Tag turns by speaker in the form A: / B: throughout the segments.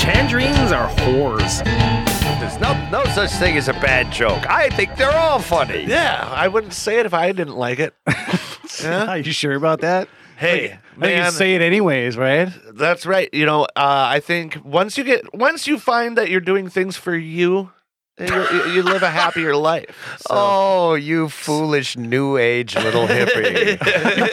A: Tangerines are whores.
B: There's no, no such thing as a bad joke. I think they're all funny. Yeah, I wouldn't say it if I didn't like it.
C: Are you sure about that?
B: Hey,
C: I think you
B: man,
C: say it anyways, right?
B: that's right. You know, uh, I think once you get, once you find that you're doing things for you, eh, you, you- you live a happier life. So.
D: Oh, you foolish new age little hippie! you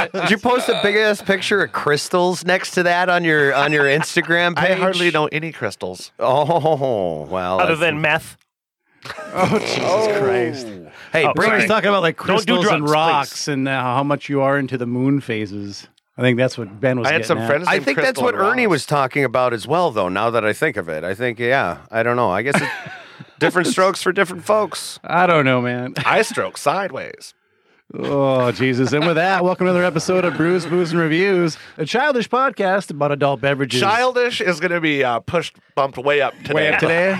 D: posted, did you post a big ass picture of crystals next to that on your on your Instagram page?
B: I hardly know any crystals.
D: Oh well.
A: Other
D: that's-
A: than meth.
C: Oh, Jesus Christ.
D: hey,
A: Oh,
D: bring
A: sorry.
C: He's talking about like
A: Don't
C: crystals
A: do
C: and
A: drugs,
C: rocks
A: please.
C: and uh, how much you are into the moon phases. I think that's what Ben was
B: I had
C: getting
B: some
C: at.
B: friends.
D: I
B: named
D: think that's
B: Crystal
D: what
B: and
D: Ernie
B: Ross.
D: was talking about as well, though. Now that I think of it, I think yeah. I don't know. I guess it's different strokes for different folks.
C: I don't know, man.
B: I stroke sideways.
C: Oh, Jesus. And with that, welcome to another episode of Brews, Booze, and Reviews, a childish podcast about adult beverages.
B: Childish is going to be uh, pushed, bumped way up today.
C: Way up today.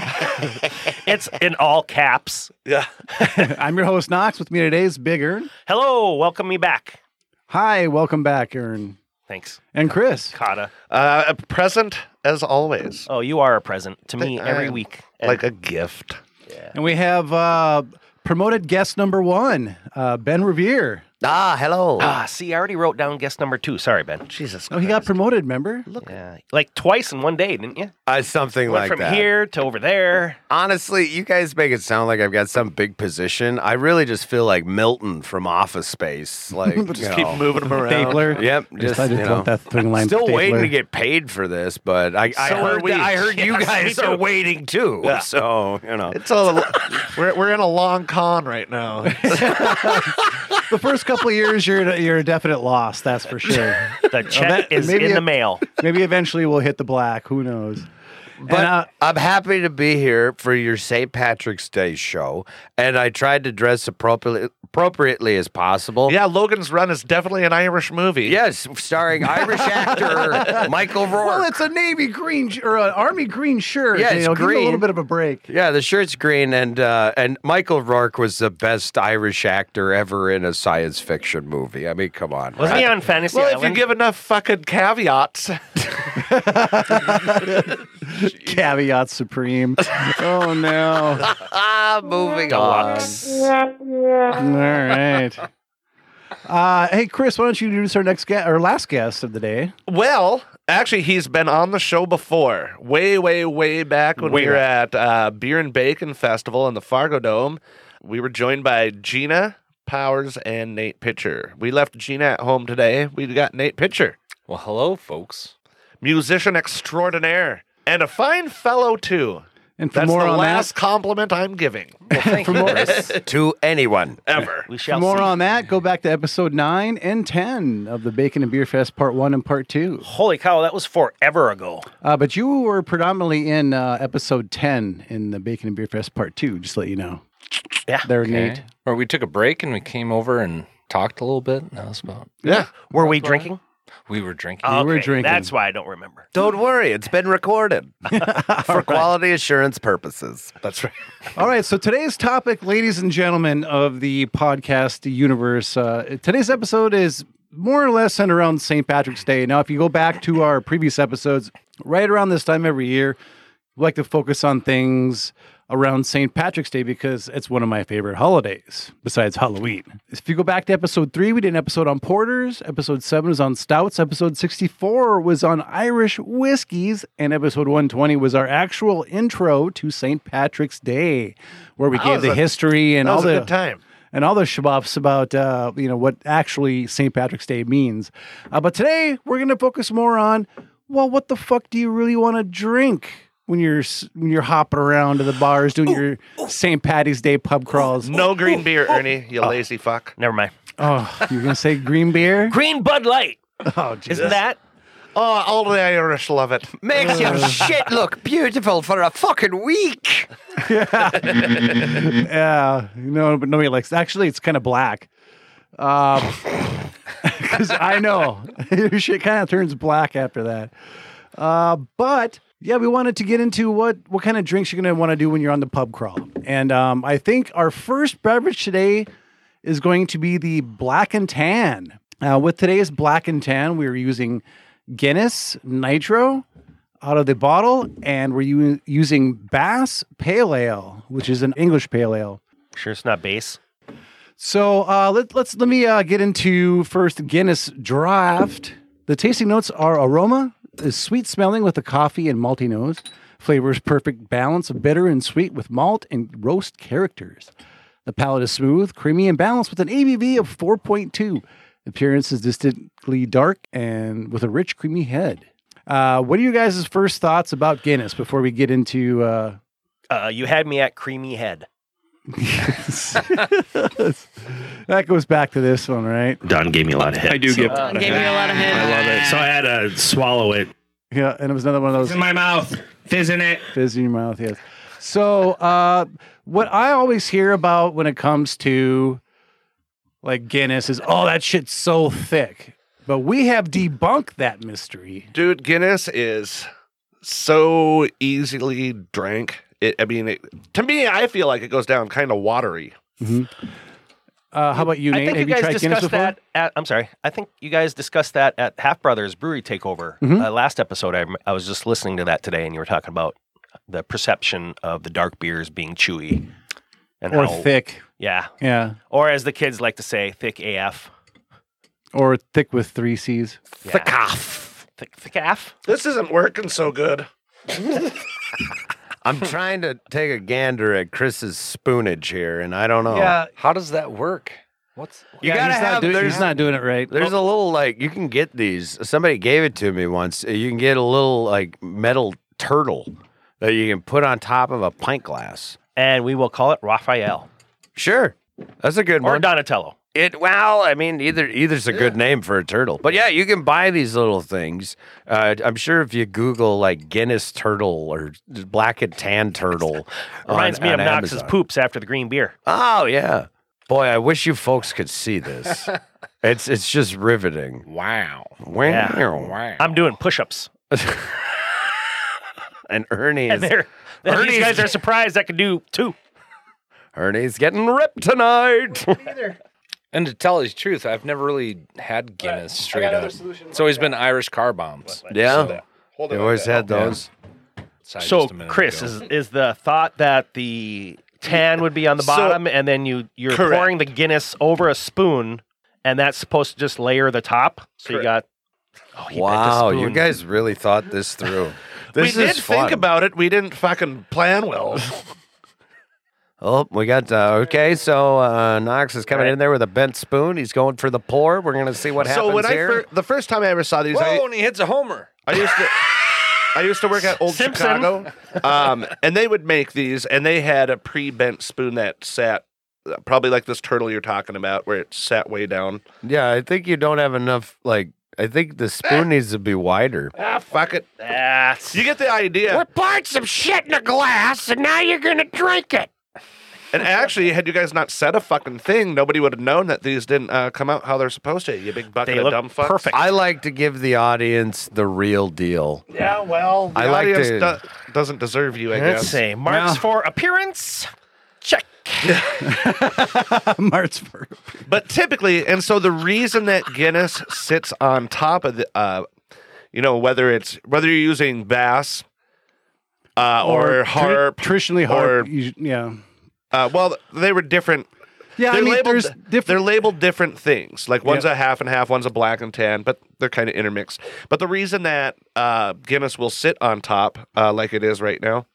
A: It's in all caps.
B: Yeah.
C: I'm your host, Knox. With me today is Big Ern.
A: Hello, welcome me back.
C: Hi, welcome back, Ern.
A: Thanks,
C: And Chris.
A: Kata.
B: Uh, present as always,
A: Oh, you are a present to me
B: I
A: every
B: am
A: week. And
B: uh, like a gift.
C: And we have uh, promoted guest number one, uh, Ben Revere.
D: Ah, hello.
A: ah, see, I already wrote down guest number two. Sorry, Ben.
B: Jesus.
C: Oh, he got promoted, remember?
A: Yeah, like twice in one day, didn't you?
D: Uh, something
A: Went
D: like
A: from
D: that.
A: here to over there.
D: Honestly, you guys make it sound like I've got some big position. I really just feel like Milton from Office Space. Like, you
B: Just keep
D: know.
B: moving him around.
C: Stapler.
D: Yep,
C: Just,
D: just,
C: I just want
D: you know.
C: that thing line.
D: Still waiting
C: stapler.
D: to get paid for this, but I, I
B: So are
D: heard
B: we.
D: I heard you
A: Yes,
D: guys
A: me
D: are
A: too.
D: waiting too.
B: Yeah.
D: So oh, you know,
B: It's a, we're, we're in a long con right now.
C: The first couple of years, you're, at a- you're a definite loss, that's for sure.
A: The check
C: that-
A: is
C: maybe
A: in
C: it-
A: the mail.
C: Maybe eventually we'll hit the black. Who knows?
D: but
C: and, uh,
D: I'm happy to be here for your St. Patrick's Day show, and I tried to dress appropriately, appropriately as possible.
B: yeah, Logan's Run is definitely an Irish movie.
D: Yes, starring Irish actor Michael Rourke.
C: well, it's a navy green sh- or an army green shirt.
D: Yeah,
C: you
D: it's
C: know, give it a little
D: green.
C: bit of a break.
D: Yeah, the shirt's green, and uh, and Michael Rourke was the best Irish actor ever in a science fiction movie. I mean, come on,
A: Wasn't
D: right?
A: he on Fantasy
B: Well, if you
A: Island?
B: give enough fucking caveats,
C: Caveat supreme. oh no!
D: ah, moving on.
A: Deluxe.
C: All right. Uh, hey, Chris, why don't you introduce our next guest, our last guest of the day?
B: well, actually, he's been on the show before, way, way, way back when
A: Way
B: we were at uh, Beer and Bacon Festival in the Fargo Dome. We were joined by Gina Powers and Nate Pitcher. We left Gina at home today. We got Nate Pitcher.
E: Well, hello, folks.
B: musician extraordinaire, and a fine fellow too.
C: And for
B: That's
C: more
B: the
C: on
B: last
C: that,
B: compliment I'm giving
C: for more,
D: to anyone.
B: ever.
A: we
C: for
A: shall
C: more
A: see.
C: on that, go back to episode nine and ten of the Bacon and Beer Fest Part One and Part Two.
A: Holy cow, that was forever ago.
C: Uh, but you were predominantly in uh, episode ten in the Bacon and Beer Fest Part Two. Just to let you know.
A: Yeah.
C: There,
E: Okay.
C: Nate.
E: Or we took a break and we came over and talked a little bit. and That was about.
B: Yeah.
A: Were we drinking?
E: We were drinking.
A: Oh,
C: were drinking.
A: That's why I don't remember.
D: Don't worry, it's been recorded for quality assurance purposes.
B: That's right.
C: All right, so today's topic, ladies and gentlemen of the podcast universe, uh, today's episode is more or less centered around St. Patrick's Day. Now, if you go back to our previous episodes, right around this time every year, we like to focus on things around St. Patrick's Day because it's one of my favorite holidays besides Halloween. If you go back to episode three, we did an episode on porters, episode seven was on stouts, episode 64 was on Irish whiskeys, and episode 120 was our actual intro to St. Patrick's Day, where we gave
B: was
C: the
B: a-
C: history and
B: That
C: all
B: was a
C: the
B: good time.
C: and all the shabuffs about uh, you know what actually St. Patrick's Day means. Uh, but today we're going to focus more on well, what the fuck do you really want to drink when you're s- when you're hopping around to the bars doing your St. Patty's Day pub crawls?
B: No green beer, Ernie, you lazy fuck.
A: Never mind.
C: Oh, you're gonna say green beer?
A: Green Bud Light.
C: Oh, Jesus.
A: Isn't that?
B: Oh, all the Irish love it.
D: Makes your shit look beautiful for a fucking week.
C: yeah, no, but nobody likes. Actually, it's kind of black. Because I know your shit kind of turns black after that. Uh, but yeah, we wanted to get into what what kind of drinks you're gonna want to do when you're on the pub crawl, and um, I think our first beverage today is going to be the black and tan. Uh, with today's black and tan, we are using Guinness Nitro out of the bottle, and we're u- using Bass Pale Ale, which is an English Pale Ale.
F: Sure, it's not base.
C: So uh, let, let's let me uh, get into first Guinness Draft. The tasting notes are aroma is sweet smelling with a coffee and malty nose. Flavor is perfect balance of bitter and sweet with malt and roast characters. The palate is smooth, creamy, and balanced with an ABV of 4.2. Appearance is distinctly dark and with a rich, creamy head. Uh, what are you guys' first thoughts about Guinness before we get into? Uh...
F: Uh, you had me at creamy head.
C: that goes back to this one, right?
A: Don gave me a lot of head.
G: I do
A: so uh,
G: give.
A: I
H: Gave me a lot of head.
A: love it. So I had to swallow it.
C: Yeah, and it was another one of those
G: my mouth, fizz in it.
C: fizz in your mouth. Yes. So, uh, what I always hear about when it comes to like Guinness is, oh, that shit's so thick. But we have debunked that mystery.
B: Dude, Guinness is so easily drank. It, I mean, it, to me, I feel like it goes down kind of watery.
C: Uh, how about you,
F: I
C: Nate?
F: think you
C: Have you,
F: guys
C: tried Guinness
F: discussed
C: before?
F: that. At, I'm sorry. I think you guys discussed that at Half Brothers Brewery Takeover
C: Mm-hmm.
F: uh, last episode. I, rem- I was just listening to that today, and you were talking about the perception of the dark beers being chewy and
C: Or
F: how-
C: thick.
F: Yeah,
C: Yeah.
F: or as the kids like to say, thick AF.
C: Or thick with three C's.
F: Yeah.
B: Thick off.
F: Thick, thick AF.
B: This isn't working so good.
D: I'm trying to take a gander at Chris's spoonage here, and I don't know.
E: Yeah. How does that work? What's
D: You gotta
C: he's, not
D: have
C: do-
D: there's
C: he's not doing it right.
D: There's a little like you can get these. Somebody gave it to me once. Uh, You can get a little like metal turtle that you can put on top of a pint glass.
F: And we will call it Raphael
D: Sure, that's a good
F: or
D: one.
F: Donatello.
D: It well, I mean, either either's a good name for a turtle. But yeah, you can buy these little things. Uh, I'm sure if you Google like Guinness turtle or black and tan turtle, on-
F: Reminds me
D: on
F: of Knox's
D: Amazon.
F: poops after the green beer.
D: Oh yeah, boy, I wish you folks could see this. it's it's just riveting.
B: Wow.
D: Wow,
F: Yeah.
D: wow.
F: I'm doing push-ups,
D: And Ernie
F: and
D: is
F: they're and
D: Ernie's-
F: these guys are surprised I can do two.
D: Ernie's getting ripped tonight.
E: And to tell you the truth, I've never really had Guinness straight up. It's always been Irish car bombs.
D: yeah, they always had those.
E: So, I
F: So,
E: just a minute
F: Chris,
E: ago.
F: is, is the thought that the tan would be on the
B: So-
F: bottom, and then you you're
B: Correct.
F: pouring the Guinness over a spoon, and that's supposed to just layer the top. So you got. Oh, he bent the
D: Wow, you
F: spoon.
D: guys really thought this through. This
B: we
D: is
B: did
D: fun.
B: think about it. We didn't fucking plan well.
D: Oh, we got uh, okay. So uh, Knox is coming in there with a bent spoon. He's going for the pour. We're gonna see what happens
B: so when
D: here.
B: I fir- the first time I ever saw these, I,
E: Whoa, and he hits a homer.
B: I used to I used to work at Old
F: Simpson.
B: Chicago, um, and they would make these, and they had a pre-bent spoon that sat uh, probably like this turtle you're talking about, where it sat way down.
D: yeah, I think you don't have enough. Like, I think the
B: Eh.
D: spoon needs to be wider.
B: Ah, fuck it.
F: That's
B: You get the idea.
D: pouring some shit in a glass, and now you're gonna drink it.
B: And actually, had you guys not said a fucking thing, nobody would have known that these didn't uh, come out how they're supposed to. You big bucket
F: They
B: of
F: look
B: dumb fucks.
F: perfect.
D: I like to give the audience the real deal.
B: Yeah, well, the
D: I like
B: audience
D: to-
B: do- doesn't deserve you. I
F: let's
B: guess.
F: see. Marks for appearance. Check.
C: Mart's for
B: But typically, and so the reason that Guinness sits on top of the, uh, you know, whether it's whether you're using Bass uh,
C: tri-
B: or, Harp,
C: traditionally harp.
B: or-
C: you- yeah.
B: uh, well, they were different.
C: Yeah,
B: they're
C: I mean,
B: labeled,
C: there's
B: They're
C: different.
B: labeled different things. Like one's
C: Yeah.
B: a half and half, one's a black and tan, but they're kind of intermixed. But the reason that uh, Guinness will sit on top, uh, like it is right now,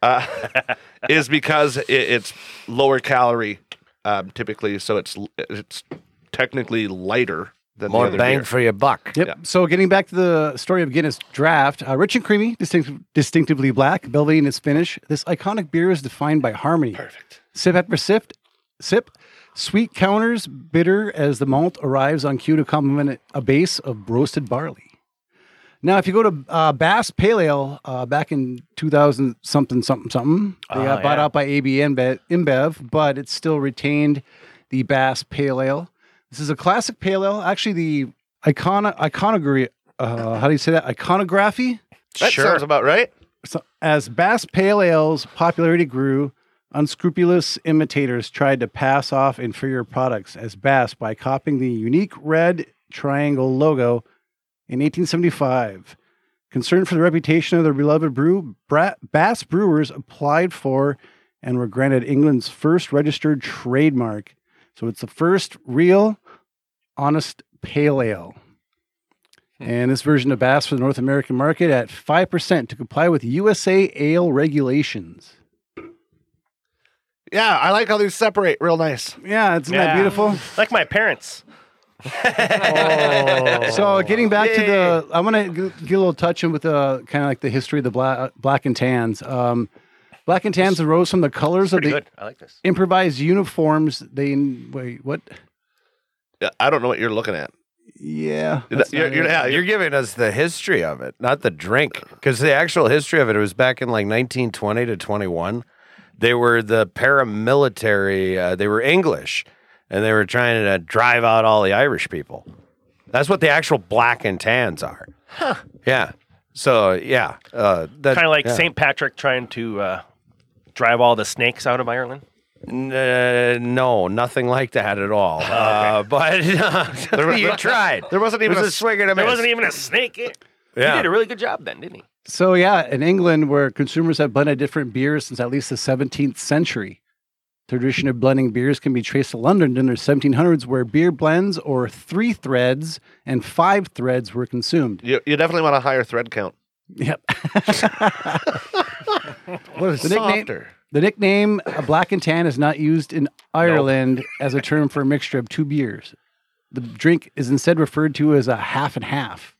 B: uh, is because it, it's lower calorie um, typically, so it's it's technically lighter than the
D: More
B: other
D: bang
B: beer.
D: for your buck.
C: Yep.
B: Yeah.
C: So getting back to the story of Guinness draft, uh, rich and creamy, distinct, distinctively black, velvety in its finish. This iconic beer is defined by harmony. Perfect. Sip after sip, sip. Sweet counters bitter as the malt arrives on cue to complement a base of roasted barley. Now, if you go to uh, Bass Pale Ale uh, back in 2000 something something something, they got bought out by AB InBev, InBev, but it still retained the Bass Pale Ale. This is a classic pale ale. Actually, the icona iconography. Uh, how do you say that? Iconography.
B: That sounds about right.
C: So, as Bass Pale Ale's popularity grew, unscrupulous imitators tried to pass off inferior products as Bass by copying the unique red triangle logo in 1875. Concerned for the reputation of their beloved brew, Bra- Bass Brewers applied for and were granted England's first registered trademark. So it's the first real, honest pale ale. Hmm. And this version of Bass for the North American market at 5% to comply with USA ale regulations.
B: Yeah, I like how these separate real nice.
C: Yeah, isn't that
F: Yeah.
C: beautiful?
F: Like my parents. Oh.
C: So getting back to the, I want to get a little touch in with the kind of like the history of the black, black and tans. Um, black and tans arose from the colors of the
F: Pretty good. I like this.
C: improvised uniforms. They wait, what?
B: Yeah, I don't know what you're looking at.
C: Yeah, that's
B: You're,
C: not
B: you're-
C: it.
B: yeah,
D: You're
B: you're-
D: giving us the history of it, not the drink,
B: Uh,
D: because the actual history of it was back in like 1920 to 21. They were the paramilitary. Uh, they were English, and they were trying to drive out all the Irish people. That's what the actual black and tans are. Yeah. So yeah, uh, that,
F: Kind of like
D: yeah.
F: St. Patrick trying to uh, drive all the snakes out of Ireland.
D: N- uh, no, nothing like that at all. Uh, but you tried.
B: there wasn't even
D: it was
B: a
D: a swing and a
F: There
D: miss.
F: wasn't even a snake. in- He
D: Yeah.
F: did a really good job then, didn't he?
C: So yeah, in England, where consumers have blended different beers since at least the 17th century, tradition of blending beers can be traced to London in the 1700s, where beer blends or three threads and five threads were consumed.
B: you, you definitely want a higher thread count.
C: Yep.
B: What is
C: The nickname- The nickname uh, black and tan is not used in Ireland as a term for a mixture of two beers. The drink is instead referred to as a half and half.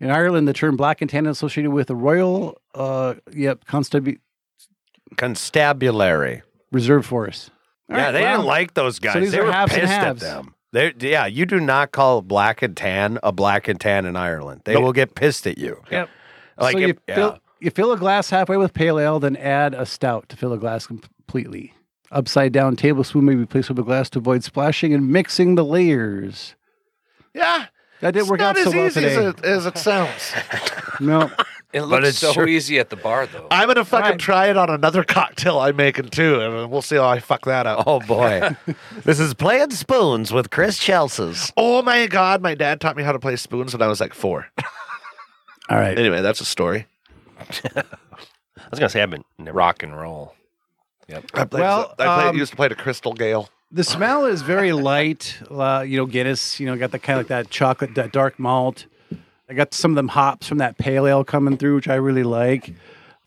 C: In Ireland, the term black and tan is associated with the Royal uh, yep, Constab-
D: Constabulary.
C: Reserve Force. All
D: yeah,
C: right,
D: they
C: wow.
D: didn't like those guys.
C: these
D: they
C: are
D: were
C: halves and
D: pissed at
C: halves.
D: them. They, yeah, you do not call black and tan a black and tan in Ireland. They will get pissed at you. Yep. Like
C: so you,
D: if- yeah.
C: fill, you fill a glass halfway with pale ale, then add a stout to fill a glass completely. Upside down tablespoon may be placed with a glass to avoid splashing and mixing the layers.
B: Yeah,
C: That didn't
B: it's
C: work
B: not
C: out so
B: as
C: well
B: easy as
C: today.
B: it, as it sounds.
C: No.
E: It looks
D: it's
E: so
D: sure-
E: easy at the bar though.
B: I'm gonna fucking
C: Right.
B: try it on another cocktail I'm making too, and we'll see how I fuck that up.
D: Oh boy, this is playing spoons with Chris Chelsea's.
B: Oh my god, my dad taught me how to play spoons when I was like four.
C: All right.
B: Anyway, that's a story.
F: I was gonna say I've been never.
E: Rock and roll.
B: I played,
C: Well,
B: I played,
C: um,
B: used to play to Crystal Gale.
C: The smell is very light. Uh, you know, Guinness, you know, got the kind of like that chocolate, that dark malt. I got some of them hops from that pale ale coming through, which I really like.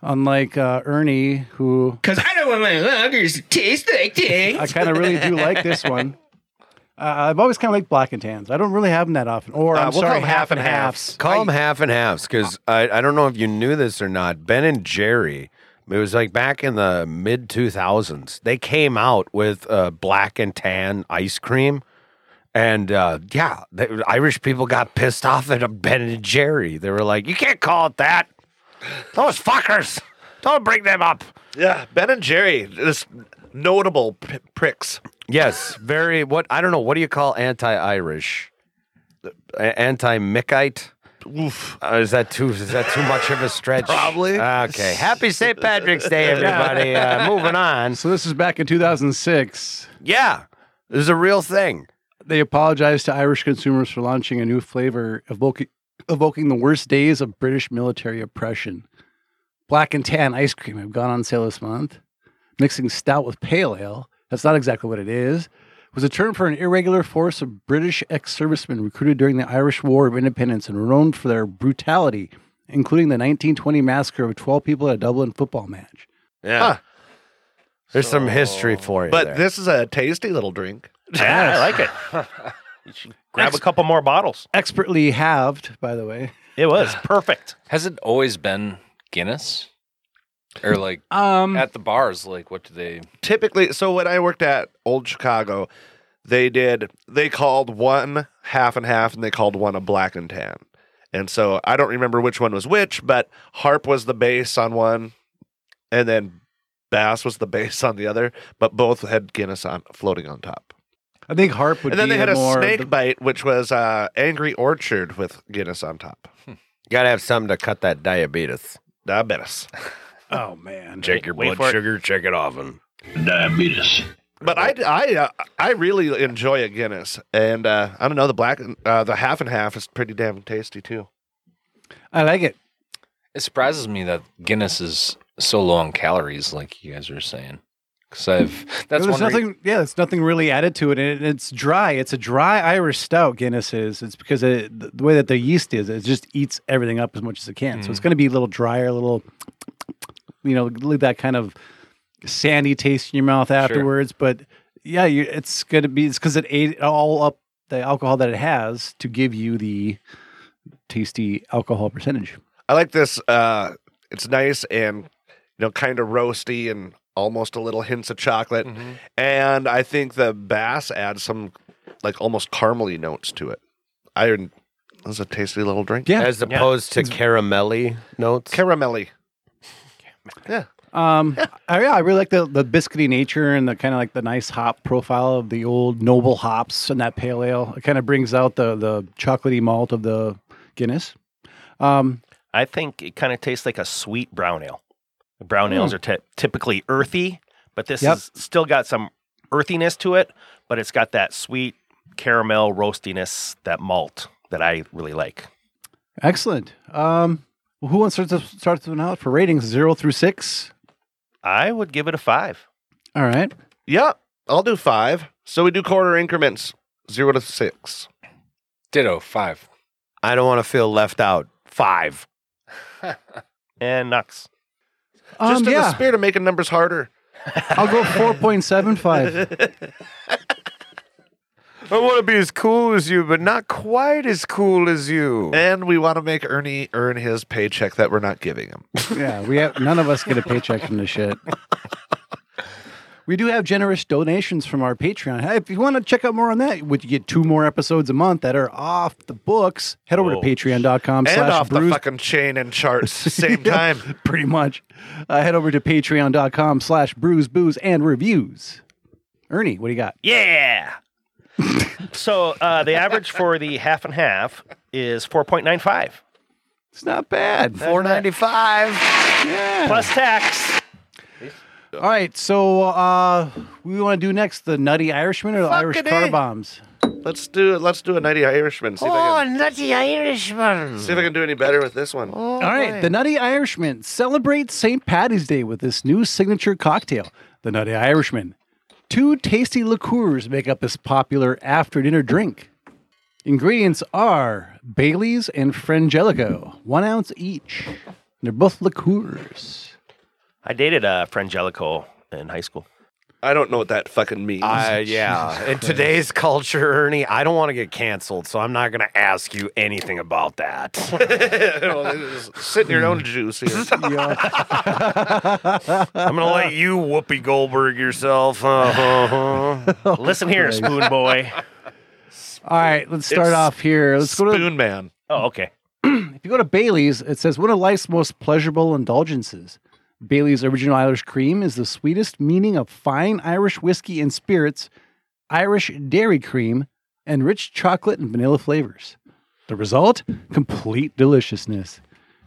C: Unlike uh, Ernie, who
G: Cause I don't want my lagers to taste like
C: I
G: things.
C: kind of really do like this one. Uh, I've always kind of liked black and tans. I don't really have them that often. Or
B: Uh,
C: I'm
B: we'll call
C: sorry,
B: them
C: half
B: half
C: and
B: and
C: halves.
D: Call them half and halves because I, I don't know if you knew this or not. Ben and Jerry, it was like back in the mid 2000s, they came out with uh, black and tan ice cream. And uh, yeah, the Irish people got pissed off at Ben and Jerry. They were like, you can't call it that. Those fuckers. Don't bring them up.
B: Yeah, Ben and Jerry, just notable p- pricks.
D: Yes, very. What I don't know. What do you call anti-Irish? Anti-Mickite. Oof. is that too? Is that too much of a stretch? Probably. Okay. Happy St. Patrick's Day, everybody. Uh, moving on.
C: So this is back in 2006.
D: Yeah, this is a real thing.
C: They apologized to Irish consumers for launching a new flavor evoking, evoking the worst days of British military oppression. Black and tan ice cream have gone on sale this month. Mixing stout with pale ale, that's not exactly what it is, was a term for an irregular force of British ex servicemen recruited during the Irish War of Independence and renowned for their brutality, including the 1920 massacre of 12 people at a Dublin football match.
D: Yeah. There's some history for you.
B: But
D: there.
B: this is a tasty little drink.
F: Yeah, I like it. You should grab a couple more bottles.
C: Expertly halved, by the way.
F: It was perfect.
E: Has it always been Guinness? Or like
C: Um,
E: at the bars, like what do they
B: Typically, so when I worked at Old Chicago, they did they called one half and half, and they called one a black and tan. And so I don't remember which one was which, but harp was the bass on one, and then bass was the bass on the other. But both had Guinness on floating on top.
C: I think harp would
B: and then
C: be
B: they had a
C: more
B: snake bite, which was uh, Angry Orchard with Guinness on top.
D: Gotta have something to cut that diabetes.
B: Diabetes.
C: Oh man.
D: Check your
F: Wait
D: blood
F: for it.
D: sugar, check it often.
B: But I, I, uh, I really enjoy a Guinness, and uh, I don't know the black, uh, the half and half is pretty damn tasty too.
C: I like it.
E: It surprises me that Guinness is so low on calories, like you guys were saying. Because I've that's
C: there's
E: one re-
C: nothing. yeah, there's nothing really added to it, and it- it's dry. It's a dry Irish stout. Guinness is. It's because it, the the way that the yeast is, it just eats everything up as much as it can. So
E: Mm.
C: it's going to be a little drier, a little, you know, leave that kind of sandy taste in your mouth afterwards. But yeah, you, it's going to be. It's because it ate all up the alcohol that it has to give you the tasty alcohol percentage.
B: I like this. Uh, it's nice and you know, kind of roasty and almost a little hints of chocolate.
D: Mm.
F: Mm-hmm.
B: And I think the bass adds some like almost caramely notes to it. I it was a tasty little drink.
C: Yeah.
D: As opposed to caramelly notes.
B: Caramelly.
C: Um, I, yeah, I really like the the biscuity nature and the kind of like the nice hop profile of the old noble hops and that pale ale. It kind of brings out the the chocolatey malt of the Guinness. Um,
F: I think it kind of tastes like a sweet brown ale. The Brown ales are ty- typically earthy, but this
C: Yep.
F: has still got some earthiness to it, but it's got that sweet caramel roastiness, that malt that I really like.
C: excellent. Um, well, who wants to start start this one out for ratings zero through six?
F: I would give it a five.
C: All right,
B: Yeah, I'll do five. So we do quarter increments, zero to six.
E: ditto five.
D: I don't want to feel left out. Five.
F: And Nux.
B: Just
C: um,
B: in the
C: yeah,
B: spirit of making numbers harder.
C: I'll go four point seven five.
D: I want to be as cool as you, but not quite as cool as you.
B: And we want to make Ernie earn his paycheck that we're not giving him.
C: Yeah, we have, none of us get a paycheck from this shit. We do have generous donations from our Patreon. Hey, If you want to check out more on that, would you get two more episodes a month that are off the books? Head over
F: Whoa.
C: to patreon.com
B: and
C: slash
B: off the
C: brews.
B: fucking chain and charts same time.
C: Pretty much. Uh, head over to patreon.com slash brews, booze, and reviews. Ernie, what do you got?
F: Yeah. so uh, the average for the half and half is 4.95
C: It's not bad.
D: Four ninety five.
F: plus tax.
C: All right, so uh, we want to do next the Nutty Irishman or the Irish
B: Fucking
C: Car
B: A.
C: Bombs?
B: Let's do let's do a Nutty Irishman. See, if I can,
D: nutty Oh, Irishman. Oh.
B: see if I can do any better with this one.
C: All right, the Nutty Irishman celebrates St. Patty's Day with this new signature cocktail, the Nutty Irishman. Two tasty liqueurs make up this popular after dinner drink. Ingredients are Bailey's and Frangelico, one ounce each. They're both liqueurs.
F: I dated a Frangelico in high school.
B: I don't know what that fucking means.
D: Uh, yeah. In today's culture, Ernie, I don't want to get canceled, so I'm not going to ask you anything about that.
B: Well, just sit in your own juice here.
D: I'm going to let you Whoopi Goldberg yourself. Uh-huh.
F: Listen here, Spoon Boy.
C: All right, let's start
B: It's
C: off here. Let's go to
B: Spoon Man.
F: Oh, okay.
C: if you go to Bailey's, it says one of life's most pleasurable indulgences. Bailey's original Irish cream is the sweetest meaning of fine Irish whiskey and spirits, Irish dairy cream, and rich chocolate and vanilla flavors. The result? Complete deliciousness.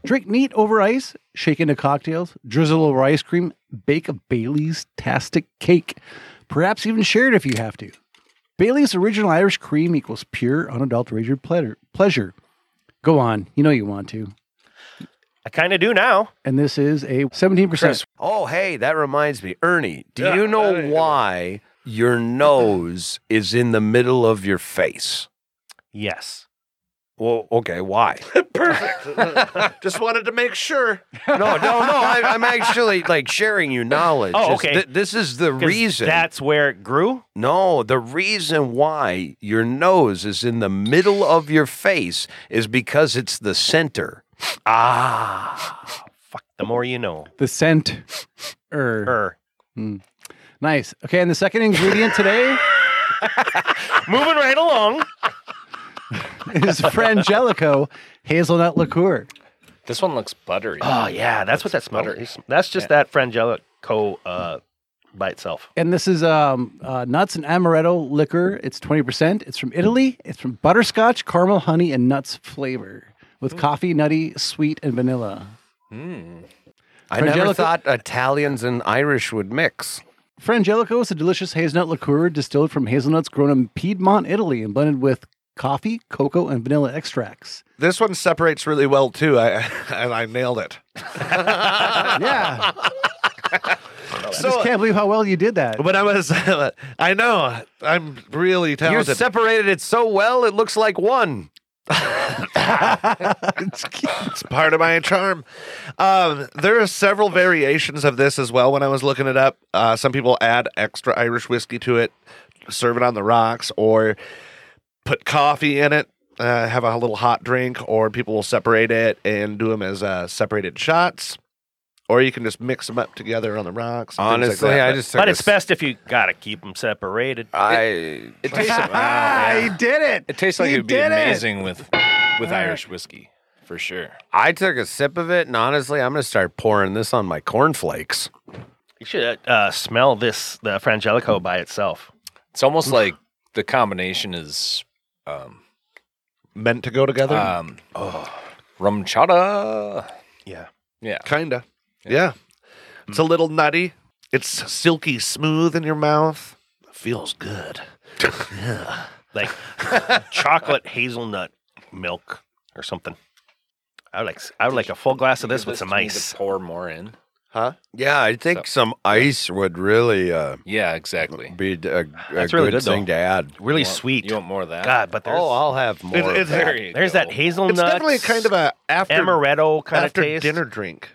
C: Drink neat over ice, shake into cocktails, drizzle over ice cream, bake a Bailey's tastic cake. Perhaps even share it if you have to. Bailey's original Irish cream equals pure, unadulterated pleasure. pleasure. Go on. You know you want to.
F: I kind of do now.
C: And this is a 17%.
D: oh, hey, that reminds me. Ernie, do you know why your nose is in the middle of your face?
F: Yes.
D: Well, okay, why?
B: Perfect. just wanted to make sure.
D: No, no, no. I, I'm actually like sharing you knowledge.
F: Oh,
D: It's
F: okay.
D: th- this is the
F: 'Cause
D: reason.
F: That's where it grew.
D: No, the reason why your nose is in the middle of your face is because it's the center.
F: Ah, fuck. The more you know.
C: The scent. Er.
F: Er.
C: Nice. Okay. And the second ingredient today
F: Moving right along.
C: is Frangelico, hazelnut liqueur.
E: This one looks buttery.
D: Uh,
F: Oh yeah, that's what that smell
E: buttery.
F: is. That's just that frangelico uh, by itself.
C: And this is um, uh, nuts and amaretto liquor. It's 20%. It's from Italy. It's from butterscotch, caramel, honey, and nuts flavor with coffee, nutty, sweet, and vanilla.
D: I never
C: Frangelico-
D: thought Italians and Irish would mix.
C: Frangelico is a delicious hazelnut liqueur distilled from hazelnuts grown in Piedmont, Italy, and blended with coffee, cocoa, and vanilla extracts.
B: This one separates really well too. I and I nailed it.
C: Yeah. I just
B: So
C: can't believe how well you did that.
B: when I was, I know I'm really
D: You
B: talented.
D: separated it so well, it looks like one.
B: it's part of my charm. Um, there are several variations of this as well. When I was looking it up, uh, some people add extra Irish whiskey to it, serve it on the rocks, or put coffee in it, uh, have a little hot drink, or people will separate it and do them as uh, separated shots. Or you can just mix them up together on the rocks. and things like that.
D: Honestly, I
B: But
D: just. took
F: But
D: a
F: it's
D: s-
F: best if you gotta keep them separated.
D: I.
E: It tastes,
C: Ah, he did it.
E: it tastes like
C: He
E: it'd be
C: did it.
E: amazing with with Irish whiskey for sure.
D: I took a sip of it, and honestly, I'm gonna start pouring this on my cornflakes.
F: You should uh, smell this the frangelico by itself.
E: It's almost like the combination is um,
B: meant to go together.
D: Uh,
E: um rum chata.
F: Yeah.
E: Yeah.
B: Kinda. Yeah. It's a
D: Mm.
B: little nutty. It's silky smooth in your mouth. Feels good.
F: Like chocolate hazelnut milk or something. I would like I would like a full glass of this with some ice.
E: Pour more in.
B: Huh?
D: Yeah, I think some ice would really uh,
E: Yeah, exactly.
D: be a, a
F: That's really
D: good
F: good, though.
D: thing to add.
F: Really
E: You want-
F: sweet.
E: You want more of that?
F: God, but there's
D: Oh, I'll have more.
B: It's-
D: of
B: it's-
D: that.
E: There you
F: there's that
E: go.
F: hazelnut.
B: It's definitely kind of a after
F: amaretto kind
B: after
F: of taste.
B: dinner drink.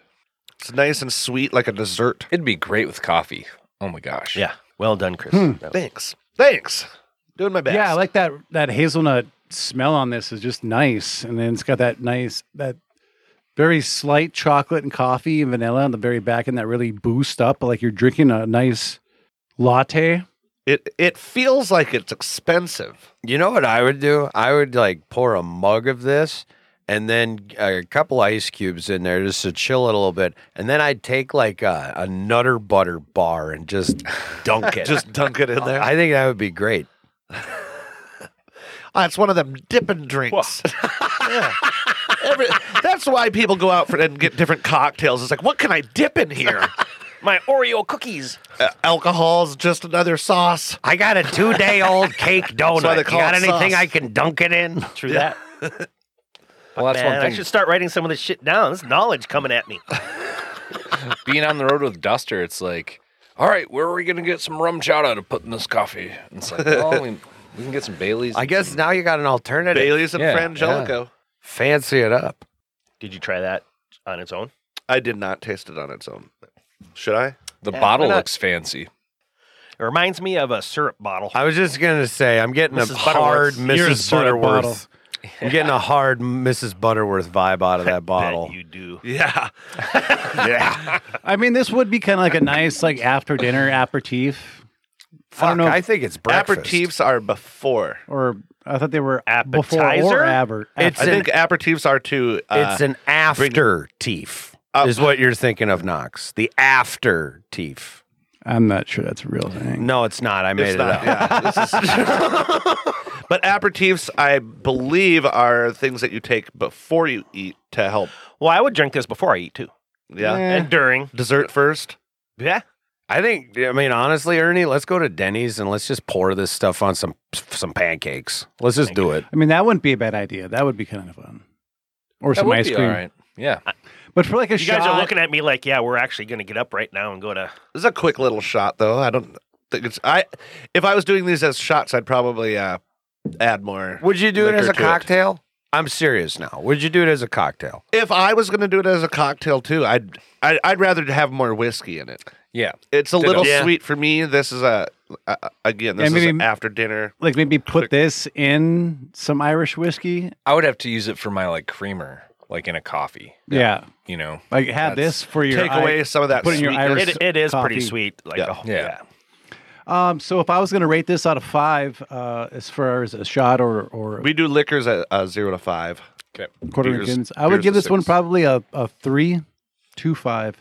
B: It's nice and sweet, like a dessert.
E: It'd be great with coffee. Oh my gosh.
F: Yeah. Well done, Chris.
B: Hmm.
F: That was-
B: Thanks. Thanks. Doing my best.
C: Yeah, I like that that hazelnut smell on this is just nice, and then it's got that nice that very slight chocolate and coffee and vanilla on the very back, and that really boosts up like you're drinking a nice latte.
B: it. It feels like it's expensive.
D: You know what I would do? I would like pour a mug of this and then a couple ice cubes in there just to chill it a little bit. And then I'd take like a, a nutter butter bar and just dunk it.
B: Just dunk it in there.
D: I think that would be great.
B: Ah, it's one of them dipping drinks. Yeah. Every- that's why people go out for and get different cocktails. It's like, what can I dip in here?
F: My Oreo cookies.
B: Uh, alcohol's just another sauce.
D: I got a two day old cake donut.
B: they
D: You
B: call
D: got
B: it
D: anything
B: sauce.
D: I can dunk it in?
F: True that.
E: Well, that's
F: Man,
E: one
F: I
E: thing.
F: should start writing some of this shit down. This knowledge coming at me.
E: Being on the road with Duster, it's like, all right, where are we gonna get some rum chata to put in this coffee? And it's like, well, we, we can get some Bailey's.
D: I
E: and
D: guess
E: some-
D: now you got an alternative.
B: Bailey's and
E: Yeah,
B: Frangelico.
D: Fancy it up.
F: Did you try that on its own?
B: I did not taste it on its own. Should I?
E: the
F: Yeah,
E: bottle
F: why not?
E: looks fancy.
F: It reminds me of a syrup bottle.
D: I was just gonna say, I'm getting a
F: Mrs.
D: hard
F: Butterworth.
C: You're a
D: Mrs.
C: syrup bottle.
D: Butterworth. I'm getting a hard Mrs. Butterworth vibe out of that bottle.
F: Bet you do.
B: Yeah.
C: I mean, this would be kind of like a nice like after dinner aperitif. I don't know.
D: I
C: if-
D: think it's breakfast.
B: Aperitifs are before.
C: or I thought they were before
F: Appetizer?
C: or aber.
D: It's
B: I
C: after.
D: an-
B: think aperitifs are too. Uh,
D: It's an after teeth,
B: Oh.
D: is what you're thinking of, Knox. The after teeth.
C: I'm not sure that's a real thing.
D: No, it's not. I made
B: it's
D: it
B: not.
D: up.
B: Yeah, this is- but aperitifs, I believe, are things that you take before you eat to help.
F: Well, I would drink this before I eat too,
B: Yeah.
C: Eh.
F: and during.
B: Dessert first.
F: Yeah.
D: I think. I mean, honestly, Ernie, let's go to Denny's and let's just pour this stuff on some some pancakes. Let's just do it.
C: I mean, that wouldn't be a bad idea. That would be kind of fun. Or
E: That
C: some
E: would
C: ice
E: be
C: cream.
E: all right. Yeah.
C: But for like a
F: You
C: shot,
F: guys are looking at me like, yeah, we're actually going to get up right now and go to.
B: This is a quick little shot, though. I don't think it's. I if I was doing these as shots, I'd probably uh, add more.
D: Would you do it
B: Liquor
D: as a
B: to it.
D: cocktail? I'm serious now. Would you do it as a cocktail?
B: If I was going to do it as a cocktail too, I'd, I'd I'd rather have more whiskey in it.
E: Yeah.
B: It's a
E: Ditto.
B: little
F: Yeah.
B: sweet for me. This is a uh, again. This
C: I
B: is
C: mean-
B: after dinner.
C: like maybe put this in some Irish whiskey.
E: I would have to use it for my like creamer, like in a coffee.
C: Yeah,
E: You know.
C: like have
E: That's-
C: this for your
B: Take away
C: I-
B: some of that.
C: put in your
B: sweetness.
C: Irish-
F: It, it is
C: Coffee.
F: pretty sweet. Like,
B: Yeah.
F: oh,
E: Yeah.
F: yeah.
C: Um, so if I was going to rate this out of five, uh, as far as a shot or or
B: We do liquors at uh, zero to five.
E: Okay.
C: Quarter
B: Beers-
C: Rickens. I would
B: beers
C: give
B: a
C: this one
B: six.
C: probably a, a three, two, five.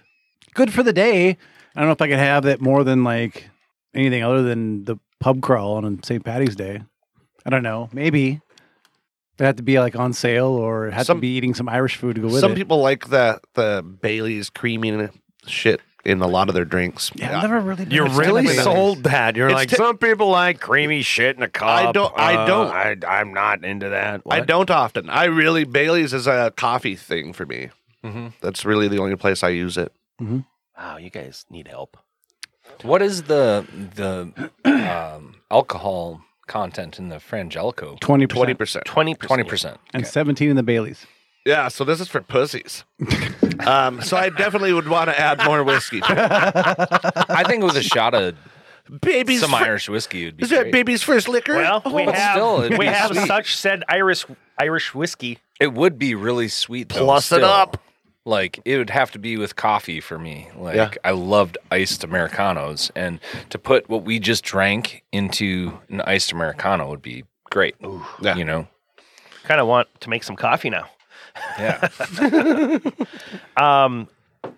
C: Good for the day. I don't know if I could have that more than like anything other than the pub crawl on St. Patty's Day. I don't know. Maybe it had to be like on sale or it had
B: Some-
C: to be eating some Irish food to go with
B: Some
C: it.
B: people like the the Bailey's creamy shit in a lot of their drinks.
C: yeah, I've never really.
D: You
C: understood
D: really
C: that.
D: sold that. You're
B: It's
D: like
B: ti-
D: some people like creamy shit in a cup.
B: I don't- I
D: Uh,
B: don't.
D: I, I'm not into that.
B: I
D: What?
B: don't often. I really Bailey's is a coffee thing for me. That's really the only place I use it.
F: Wow, you guys need help.
E: What is the the um, alcohol content in the Frangelico?
C: twenty
B: Twenty
C: percent
B: percent.
F: Twenty
E: Twenty percent.
C: and seventeen in the Baileys.
B: Yeah, so this is for pussies. um, so I definitely would want to add more whiskey.
E: I think with a shot of
B: Baby's
E: some
B: fir-
E: Irish whiskey would be
B: Is that
E: great.
B: baby's first liquor?
F: Well, we
E: But
F: have
E: still, it'd
F: we
E: be
F: have
E: sweet.
F: such said Irish Irish whiskey.
E: It would be really sweet. Though,
D: Plus it
E: still.
D: up.
E: Like it would have to be with coffee for me. Like
B: Yeah.
E: I loved iced americanos, and to put what we just drank into an iced americano would be great.
B: Yeah.
E: You know,
F: Kind of want to make some coffee now.
E: yeah.
F: Um,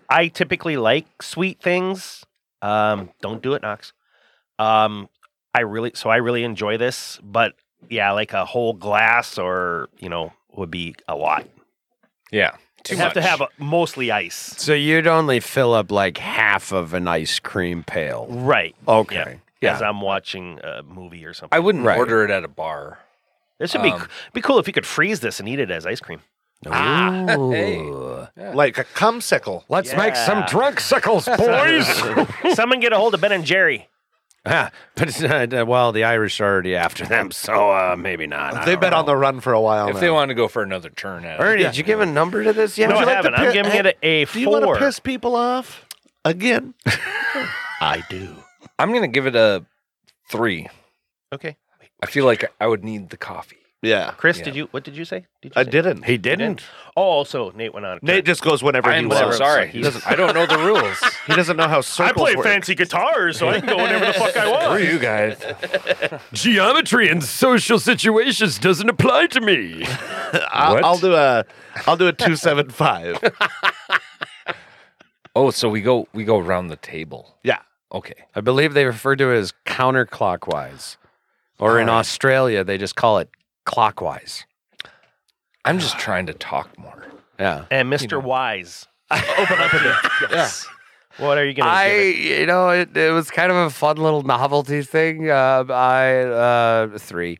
F: I typically like sweet things. Um, don't do it, Knox. Um, I really so I really enjoy this, but yeah, like a whole glass or you know would be a lot.
E: Yeah. Too
F: You have to
E: much.
F: have a, mostly ice,
D: So you'd only fill up like half of an ice cream pail.
F: right?
D: Okay.
F: Yeah. As I'm watching a movie or something.
E: I wouldn't
D: Right.
E: order it at a bar.
F: This would be
E: Um,
F: be cool if you could freeze this and eat it as ice cream.
E: Hey.
B: Like a cumsicle.
D: Let's make some
F: Yeah.
D: drunk sickles, boys.
F: Someone get a hold of Ben and Jerry.
D: Ah, but it's not- uh, well, the Irish are already after them, so uh, maybe not. I
B: They've
D: don't
B: been on
D: know.
B: the run for a while
E: If
B: now.
E: they wanted to go for another turn at it.
D: Ernie, did you give a number to this yet?
F: No, I
D: Would you like to
F: haven't. I'm
D: pi-
F: giving it a, a
B: Do you want
F: four.
B: to piss people off again? I do.
E: I'm gonna give it a three.
F: Okay.
E: I feel like I would need the coffee.
B: Yeah,
F: Chris,
E: Yeah.
F: did you? What did you say? Did you
B: I
F: say?
B: didn't.
D: He didn't.
F: Oh, also Nate went on. a
B: Nate
F: tangent.
B: just goes whenever
E: I
B: he
E: am
B: wants.
E: so sorry.
B: He
E: He-
B: doesn't.
E: I don't know the rules.
B: He doesn't know how circles work.
F: guitar, so I can go whenever the fuck I
E: Who are you guys?
D: Geometry and social situations doesn't apply to me.
B: I'll, I'll do a. I'll do a two seven five.
E: Oh, so we go we go around the table.
B: Yeah.
E: Okay.
D: I believe they refer to it as counterclockwise, or in Australia they just call it clockwise.
E: I'm just trying to talk more.
D: Yeah.
F: And Mr. Wise, open up a bit. Yes. What are you gonna?
D: I,
F: give it?
D: you know, it, it was kind of a fun little novelty thing. Uh, I uh, three.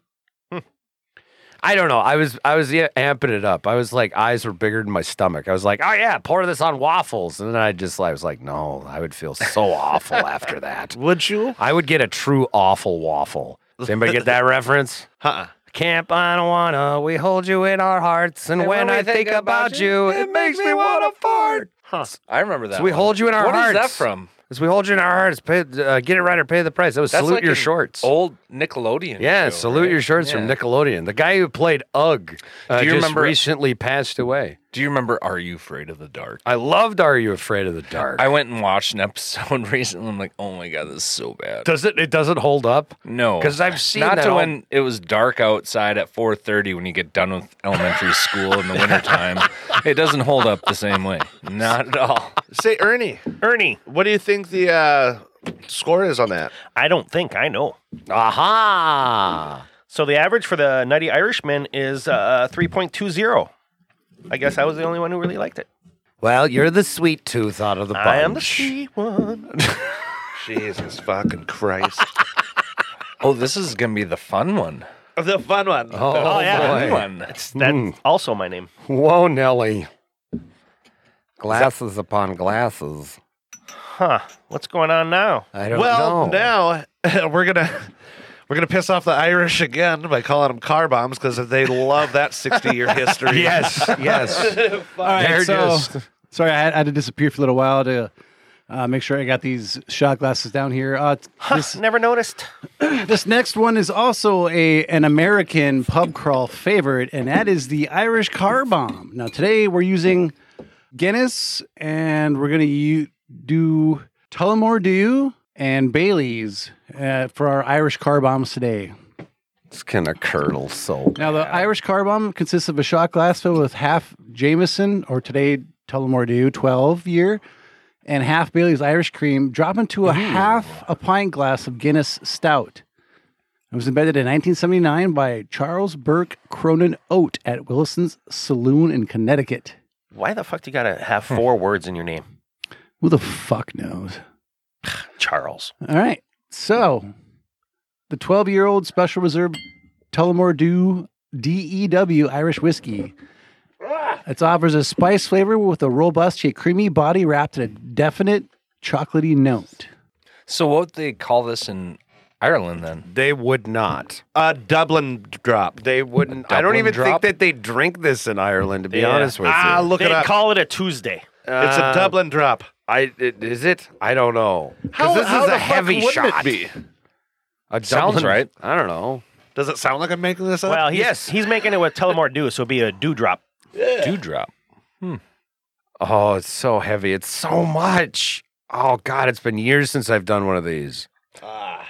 D: I don't know. I was I was yeah, amping it up. I was like, eyes were bigger than my stomach. I was like, oh yeah, pour this on waffles, and then I just I was like, no, I would feel so awful after that.
B: Would you?
D: I would get a true awful waffle. Does anybody get that reference?
B: Huh?
D: Camp Anawana, we hold you in our hearts, and, when, I think, about you, it makes me want to fart.
E: I remember that.
D: So we
E: one.
D: hold you in our
E: What is
D: hearts.
E: that from?
D: As we hold you in our hearts, pay, uh, get it right or pay the price. That was
E: That's
D: salute
E: like
D: your
E: an
D: shorts.
E: Old Nickelodeon.
D: yeah,
E: show,
D: salute
E: right?
D: your shorts from
E: Yeah.
D: Nickelodeon. The guy who played Ugg uh,
E: Do you
D: just
E: remember-
D: recently passed away.
E: Do you remember Are You Afraid of the Dark?
D: I loved Are You Afraid of the Dark?
E: I went and watched an episode recently. I'm like, oh my god, this is so bad.
D: Does it? It doesn't hold up.
E: No,
D: 'Cause I've seen
E: not
D: that
E: to
D: all-
E: when it was dark outside at 4:30 when you get done with elementary school in the wintertime. It doesn't hold up the same way. Not at all.
B: Say, Ernie,
F: Ernie,
B: what do you think the uh, score is on that?
F: I don't think I know.
D: Aha!
F: So the average for the Nutty Irishman is uh, three point two zero. I guess I was the only one who really liked it.
D: Well, you're the sweet tooth out of the bunch.
F: I am the C one.
B: Jesus fucking Christ!
E: Oh, this is gonna be the fun one.
B: the fun one.
D: Oh,
F: yeah.
D: boy. Mm.
E: Fun one.
F: That's also my name.
D: Whoa, Nelly. Glasses upon glasses.
F: Huh? What's going on now?
D: I don't
B: Well,
D: know.
B: now we're gonna we're gonna piss off the Irish again by calling them car bombs because they love that sixty-year history.
D: Yes, yes.
C: All right,
D: They're
C: so-
D: just-
C: sorry, I had, I had to disappear for a little while to uh, make sure I got these shot glasses down here. Uh, t- this
F: Never noticed.
C: this next one is also a an American pub crawl favorite, and that is the Irish Car Bomb. Now today we're using Guinness, and we're gonna u- do Tullamore Dew and Bailey's uh, for our Irish Car Bombs today.
D: It's gonna curdle so.
C: Now, the Irish car bomb consists of a shot glass filled with half Jameson, or today Tullamore Dew, 12 year, and half Bailey's Irish cream, drop into a half a pint glass of Guinness Stout. It was invented in 1979 by Charles Burke Cronin Oat at Willison's Saloon in Connecticut.
F: Why the fuck do you gotta have four
D: Hmm.
F: words in your name,
C: Who the fuck knows?
F: Charles?
C: All right. So the 12 year old special reserve Tullamore Dew DEW Irish whiskey. It offers a spice flavor with a robust yet creamy body wrapped in a definite chocolatey note.
E: So what would they call this in Ireland then?
D: They would not.
B: A Dublin drop.
D: They wouldn't. I don't
E: Dublin
D: even
E: drop?
D: think that they drink this in Ireland. To be
F: Yeah.
D: honest with you,
B: Ah, look
F: They
B: it up.
F: call it a Tuesday.
B: it's a
D: Uh,
B: Dublin drop.
D: I it, is it? I don't know. 'Cause this is a heavy shot. A
E: Sounds
D: Dublin-
E: right.
D: I don't know.
B: Does it sound like I'm making this up?
F: Well, he's,
D: yes.
F: he's making it with Tullamore Dew, so it'd be a dewdrop.
E: Dewdrop.
D: Oh, it's so heavy. It's so much. Oh God, it's been years since I've done one of these.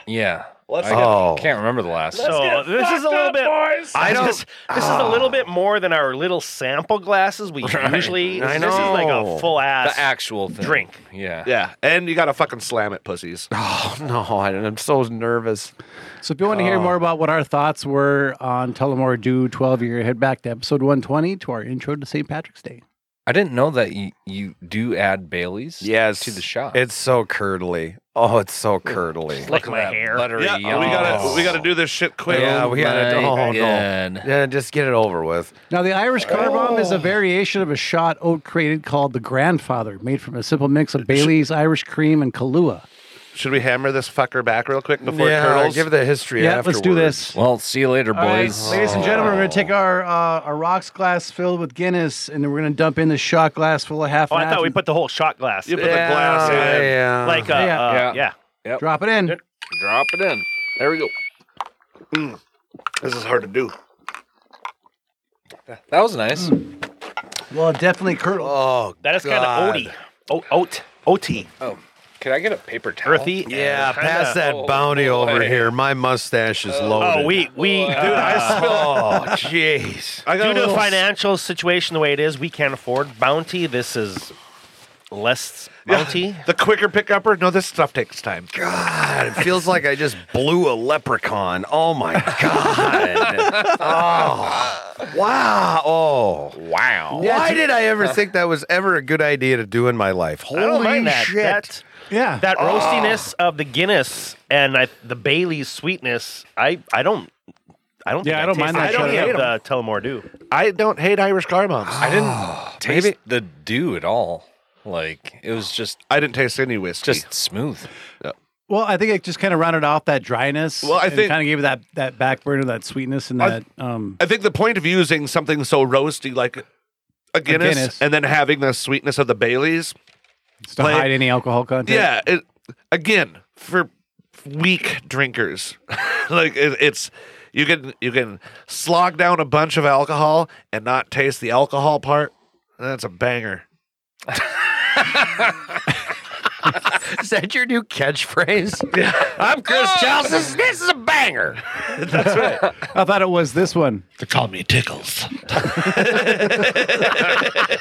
E: Yeah.
B: Ah, Let's
E: I
B: get-
D: Oh.
E: can't remember the last.
F: So this is a little bit.
D: I don't.
F: This, this is a little bit more than our little sample glasses we usually.
D: I
F: This is like a
D: know.
F: full ass
E: the actual thing.
F: drink.
E: Yeah.
B: yeah, and you gotta fucking slam it, pussies.
D: Oh no, I, I'm so nervous.
C: So if you want to hear more about what our thoughts were on Tullamore Dew 12 year, head back to episode 120 to our intro to St. Patrick's Day.
E: I didn't know that you, you do add Bailey's
D: Yes,
E: to the shot.
D: It's so curdly. Oh, it's so curdly.
E: Look
F: like
E: at
F: my
E: that
F: hair.
E: buttery
B: Yeah, we
E: Oh.
B: gotta we gotta do this shit quick.
D: oh. Yeah, we gotta.
E: My
D: Oh no.
E: God.
D: Yeah, just get it over with.
C: Now, the Irish car bomb is a variation of a shot oat created called the Grandfather, made from a simple mix of Bailey's Irish cream and Kahlua.
B: Should we hammer this fucker back real quick before
D: yeah,
B: it curdles?
D: give the history.
C: Yeah, let's do
D: afterwards.
C: this.
E: Well, see you later,
C: All right,
E: boys.
C: ladies and gentlemen, we're going to take our uh, our rocks glass filled with Guinness, and then we're going to dump in the shot glass full of half.
F: Oh,
C: and
F: I
C: half
F: thought we
C: and
F: put the whole shot glass.
B: You put
D: Yeah,
B: the glass in.
D: yeah.
F: like uh,
C: Yeah.
F: uh,
E: Yeah.
F: yeah.
C: drop it in.
E: Drop it in. There we go.
B: This is hard to do.
E: That was nice.
C: Well, it definitely curdled.
D: oh,
F: That is kind of
D: God.
F: oaty. O- oat. Oaty.
E: Oh, could I get a paper towel?
F: Earthy.
D: Yeah,
F: kinda-
D: pass that
E: Oh,
D: bounty over
E: boy.
D: here. My mustache is loaded.
F: Oh, we we dude, I spill.
D: Oh, jeez.
B: I got
F: Due
B: a
F: to the
B: little-
F: financial situation the way it is, we can't afford bounty. This is less bounty.
B: The quicker pick upper? No, this stuff takes time.
D: God, it feels like I just blew a leprechaun. Oh my God. oh, wow. Oh, wow. Why did I ever think that was ever a good idea to do in my life? Holy
F: I don't mind that.
D: shit.
F: That,
C: Yeah,
F: that
B: Ah.
F: roastiness of the Guinness and I, the Bailey's sweetness, I, I don't. I don't.
C: Yeah,
F: think
C: I don't mind
F: taste
C: that
F: any
C: shit.
F: of the Tullamore Dew.
B: I don't hate Irish car bombs. I didn't.
E: Taste the dew at all. Like it was just
B: I didn't taste any whiskey.
E: just smooth.
C: Well, I think it just kind of rounded off that dryness.
B: Well, I think-
C: kind of gave it that that back burner, that sweetness, and
B: I-
C: that um.
B: I think the point of using something so roasty like a Guinness,
C: Guinness.
B: and then having the sweetness of the Baileys.
C: It's to
B: play-
C: hide any alcohol content.
B: Yeah, it, again for weak drinkers, like it, it's you can you can slog down a bunch of alcohol and not taste the alcohol part. That's a banger.
D: Is that your new catchphrase? Oh! I'm Chris Chelsea. This is a banger.
C: I thought it was this one.
B: They call me Tickles.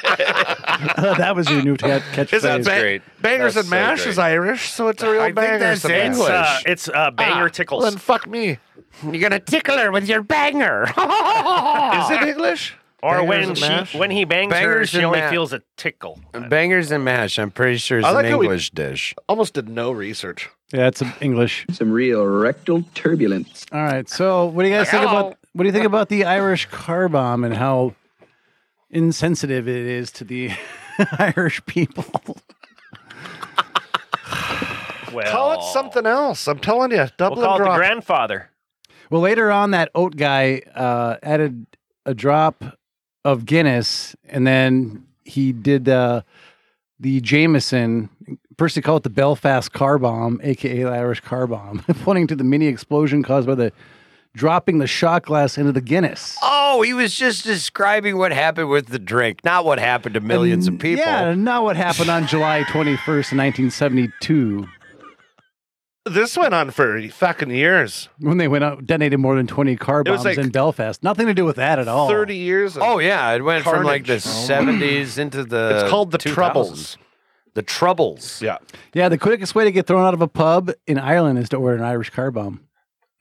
C: that was your new cat-
B: Is that
C: catchphrase.
B: ba-
E: great.
B: bangers
E: That's
B: and
E: so
B: mash
E: great.
B: is Irish, so it's a real
D: I think
B: banger.
D: that's
B: sometimes.
F: It's, uh, it's uh, banger tickles.
B: Well, then fuck me.
D: You're going to tickle her with your banger.
B: Is it English?
F: or
D: Bangers
F: when
D: and
F: she
D: mash?
F: when he bangs her,
D: Bangers
F: she
D: and
F: only
D: ma-
F: feels a tickle.
B: Uh,
D: Bangers and mash, I'm pretty sure is
B: I like
D: an
B: how we-
D: English dish.
B: Almost did no research.
C: Yeah, it's in English.
H: Some real rectal turbulence.
C: All right. So, what do you guys think about what do you think about the Irish car bomb and how insensitive it is to the Irish people?
F: Well,
B: Call it something else. I'm telling you,
F: We'll
B: Dublin
F: call it the
B: drop.
F: grandfather.
C: Well, later on, that oat guy uh, added a drop of Guinness, and then he did uh, the Jameson. First, they call it the Belfast car bomb, aka the Irish car bomb, pointing to the mini explosion caused by the dropping the shot glass into the Guinness.
D: Oh, he was just describing what happened with the drink, not what happened to millions of people.
C: Yeah, not what happened on July 21st, 1972.
B: This went on for fucking years.
C: when they went out, detonated more than 20 car
B: It was
C: bombs
B: like
C: in Belfast. Nothing to do with that at all.
B: 30 years. of-
D: Oh yeah, it went from like the
B: Carnage.
D: seventies into Oh. the.
B: It's called the
D: 2000s.
B: Troubles.
D: The Troubles.
B: Yeah.
C: Yeah, the quickest way to get thrown out of a pub in Ireland is to order an Irish car bomb.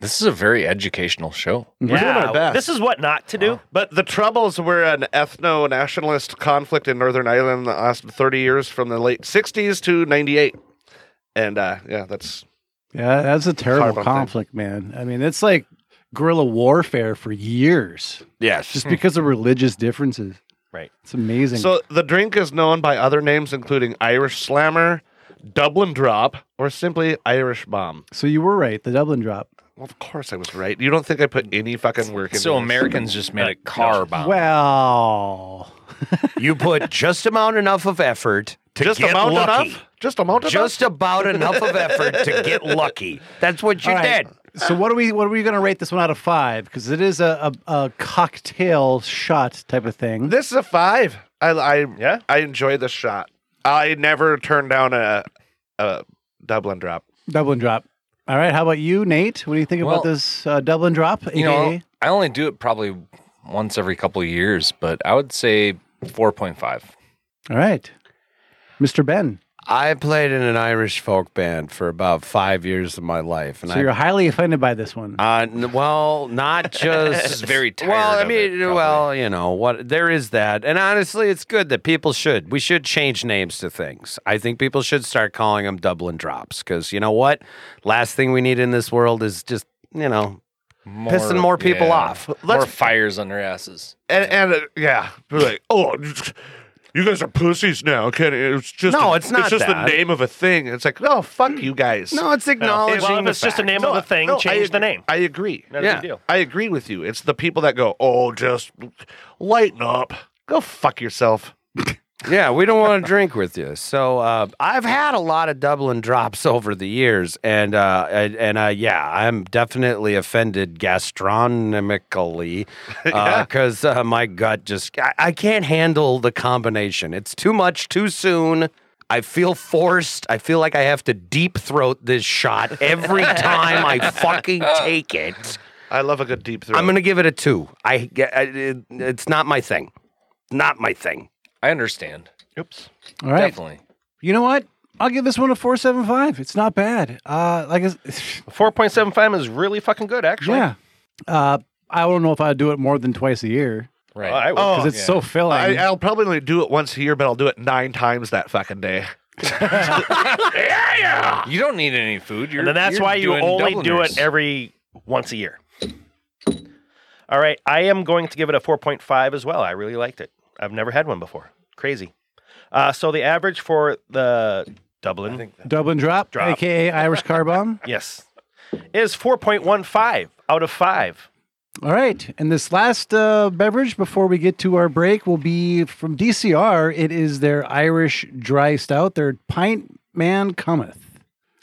E: This is a very educational show.
B: doing our best. Oh.
F: This is what not to do.
B: But the Troubles were an ethno nationalist conflict in Northern Ireland that lasted 30 years from the late 60s to 98. And uh, yeah, that's
C: Yeah, that's a
B: Hard
C: terrible
B: bomb thing.
C: conflict, man. I mean, it's like guerrilla warfare for years
D: Yes.
C: just because of religious differences.
F: Right.
C: It's amazing.
B: so the drink is known by other names, including Irish Slammer, Dublin Drop, or simply Irish Bomb.
C: so you were right. The Dublin drop.
B: Well, of course I was right. You don't think I put any fucking work into
E: So
B: this.
E: Americans just made a car bomb.
C: Well,
D: you put just amount enough of effort to
B: Just
D: get
B: amount
D: lucky.
B: enough? Just amount enough?
D: Just about enough of effort to get lucky. That's what you
C: All right.
D: did.
C: So what are we? What are we going to rate this one out of five? Because it is a, a, a cocktail shot type of thing.
B: This is a five. I, I yeah. I enjoy this shot. I never turn down a a Dublin drop.
C: Dublin drop. All right. How about you, Nate? What do you think about
E: Well,
C: this uh, Dublin drop?
E: You know,
C: AKA?
E: I only do it probably once every couple of years, but I would say 4.5.
C: All right, Mr. Ben.
D: I played in an Irish folk band for about five years of my life, and
C: So you're highly offended by this one.
D: Uh, n- well, not just
E: Just very tired
D: Well, I
E: of
D: mean,
E: it, probably.
D: well, you know what? There is that, and honestly, it's good that people should. We should change names to things. I think people should start calling them Dublin drops because you know what? Last thing we need in this world is just you know pissing more people
E: yeah,
D: off.
E: more
D: Let's-
E: fires on their asses.
B: And and uh, yeah, they're like, oh, you guys are pussies now. Can it's just
D: No, it's not
B: It's just
D: that.
B: the name of a thing. It's like, no, fuck you guys.
D: no, it's acknowledging.
F: Well, if
D: the
F: it's just a
D: fact.
F: name of the thing,
B: no, I
F: change the
B: agree.
F: name.
B: I agree.
F: Not
D: Yeah.
F: a big deal.
B: I agree with you. It's the people that go, oh, just lighten up. Go fuck yourself.
D: Yeah, we don't want to drink with you. So uh, I've had a lot of Dublin drops over the years, and uh, and, and uh, yeah, I'm definitely offended gastronomically because uh, my gut just I, I can't handle the combination. It's too much too soon. I feel forced. I feel like I have to deep throat this shot every time I fucking take it.
B: I love a good deep throat.
D: I'm gonna give it a two. I, I it, it's not my thing. Not my thing.
E: I understand.
B: Oops.
C: All right.
E: Definitely.
C: You know what? I'll give this one a four seven five. It's not bad. Uh, like, it's,
F: Four point seven five is really fucking good, actually.
C: yeah. Uh, I don't know if I'd do it more than twice a year
B: Oh,
E: Right.
F: I would.
C: because Oh, it's so filling.
B: I, I'll probably only do it once a year, but I'll do it nine times that fucking day.
E: you don't need any food. You're,
F: and then that's
E: you're
F: why you
E: doing
F: only do
E: Dubliners.
F: it every once a year. All right, I am going to give it a 4.5 as well. I really liked it. I've never had one before. Crazy. Uh, so the average for the Dublin,
C: Dublin drop,
F: Drop.
C: aka Irish car bomb.
F: yes, is 4.15 out of five.
C: All right, and this last uh, beverage before we get to our break will be from DCR. It is their Irish dry stout. Their pint man cometh.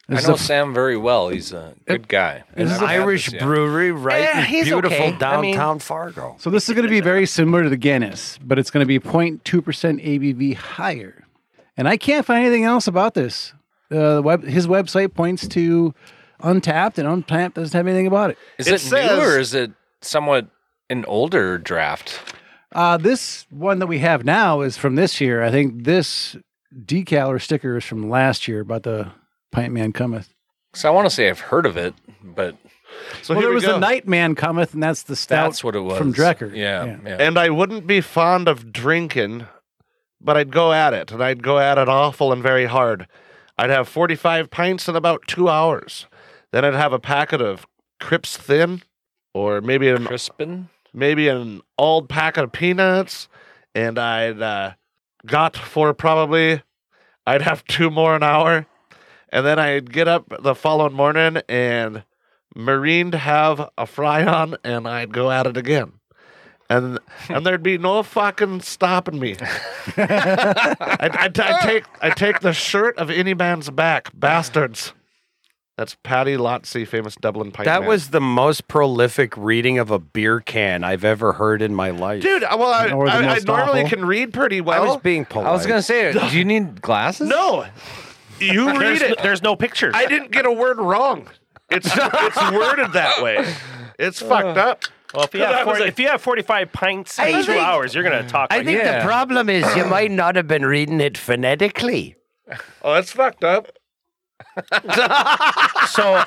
E: I
C: This is
E: know
C: a-
E: Sam very well. He's a good guy.
C: This is
D: an
C: a-
D: Irish
E: Yeah.
D: brewery right
F: Eh,
D: in
F: he's
D: beautiful
F: okay. I
D: Oh, downtown
F: mean-
D: Fargo.
C: so this is going to be very similar to the Guinness, but it's going to be 0.2% ABV higher. And I can't find anything else about this. Uh, the web, his website points to Untapped, and Untapped doesn't have anything about it.
E: Is
B: It
E: it,
B: says-
E: new or is it somewhat an older draft?
C: Uh, this one that we have now is from this year. I think this decal or sticker is from last year about the Pint Man Cometh.
E: So I want to say I've heard of it, but
B: So
C: well,
B: here
C: there
B: we
C: was
B: go.
C: a Night Man Cometh, and that's the stout
E: that's what it was
C: from Drecker.
E: Yeah, yeah.
B: and I wouldn't be fond of drinking, but I'd go at it, and I'd go at it awful and very hard. I'd have 45 pints in about two hours. Then I'd have a packet of Crips Thin, or maybe an
E: Crispin.
B: maybe an old packet of peanuts, and I'd uh, got for probably I'd have two more an hour, and then I'd get up the following morning and marined have a fry on, and I'd go at it again. And, and there'd be no fucking stopping me. I, I, I take I take the shirt of any man's back, bastards. That's Patty Lotsey, famous Dublin pint.
D: That
B: man.
D: was the most prolific reading of a beer can I've ever heard in my life.
B: dude. uh, Well, I,
C: Or the
B: I, I
C: most
B: normally
C: awful.
B: can read pretty
D: I
B: well.
D: was being polite.
E: I was gonna say, do you need glasses?
B: No, You read
F: There's,
B: it.
F: there's no pictures.
B: I didn't get a word wrong. It's it's worded that way. It's fucked up.
F: well, if you,
B: I was
F: have 40,
B: like-
F: if you have 45 pints in
D: I
F: two
D: think-
F: hours, you're going to talk
D: I
F: like
D: think
F: that.
E: Yeah.
D: the problem is you might not have been reading it phonetically.
B: Oh, it's fucked up.
F: So,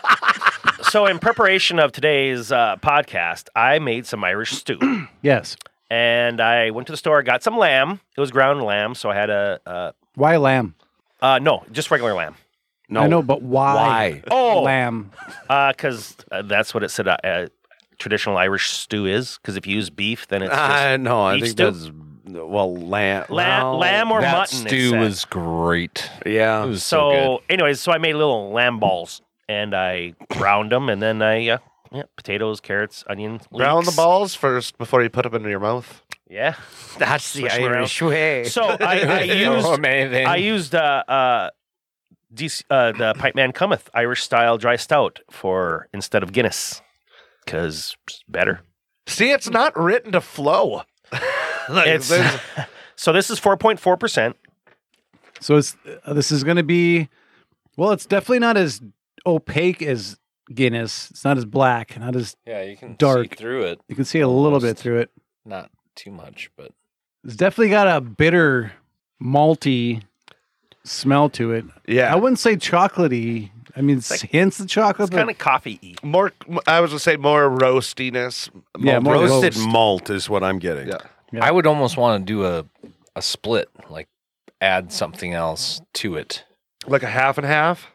F: so in preparation of today's uh, podcast, I made some Irish stew,
C: Yes.
F: and I went to the store, got some lamb. It was ground lamb, so I had a uh,
C: Why lamb?
F: uh, no, just regular lamb,
D: No,
C: I know, but why?
D: Why?
F: Oh.
C: lamb.
F: because uh, that's what it said. Uh, uh, traditional Irish stew is because if you use beef, then it's just
D: Uh, no, I
F: beef
D: think
F: stew?
D: that's well, lamb,
F: Lamb-
D: no,
F: lamb or
D: that-
E: That
F: mutton, it
E: stew
F: said.
E: was great. It
D: yeah.
E: was so,
F: so.
E: good.
F: anyways, so I made little lamb balls and I browned them, and then I uh, yeah, potatoes, carrots, onions,
B: Brown the
F: leeks.
B: balls first before you put them into your mouth.
F: Yeah.
D: That's the
F: Switch 'em around.
D: Irish way.
F: So I, I used
E: so amazing.
F: I used uh, uh, DC, uh, the Pipe Man Cometh Irish style dry stout for instead of Guinness because better.
B: See, it's not written to flow. Like,
F: It's
B: there's-
F: so this is four point four percent.
C: So it's uh, this is going to be well, it's definitely not as opaque as Guinness. It's not as black, not as
E: yeah, you can
C: dark.
E: see through it.
C: you can see a little bit
E: Almost.
C: through it.
E: Not too much, but
C: It's definitely got a bitter malty smell to it.
B: yeah,
C: I wouldn't say chocolatey. I mean, it's hints of chocolate,
F: It's
C: but
D: Hmm.
F: kind of coffee y.
B: more. I was gonna say more roastiness.
C: Yeah,
B: Malt
C: more
B: roast.
D: Roasted
C: roast.
D: malt is what I'm getting.
B: Yeah.
C: Yeah.
E: I would almost want to do a a split, like add something else to it.
B: like a half and half,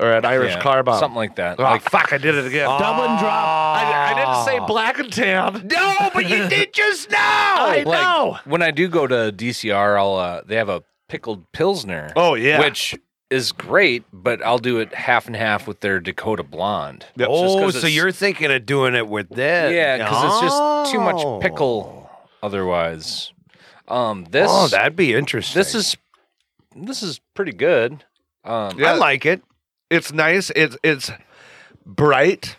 B: or an Irish
E: Yeah,
B: car bomb.
E: Something like that.
B: Oh,
E: like
B: fuck! I did it again.
C: Dublin drop.
B: I, I didn't
E: Ah.
B: say black and tan. No, but you did just now. I
E: Oh, like,
B: know.
E: When I do go to DCR, I'll uh, they have a pickled pilsner.
B: Oh yeah.
E: which is great, but I'll do it half and half with their Dakota Blonde.
B: Yep.
E: Just 'cause
D: Oh, so
E: it's-
D: you're thinking of doing it with this?
E: yeah, because it's just too
D: Oh.
E: much pickle. Otherwise, um, this
D: oh, that'd be interesting.
E: this is this is pretty good. Um,
B: Yeah.
D: I like it.
B: it's nice. It's it's bright.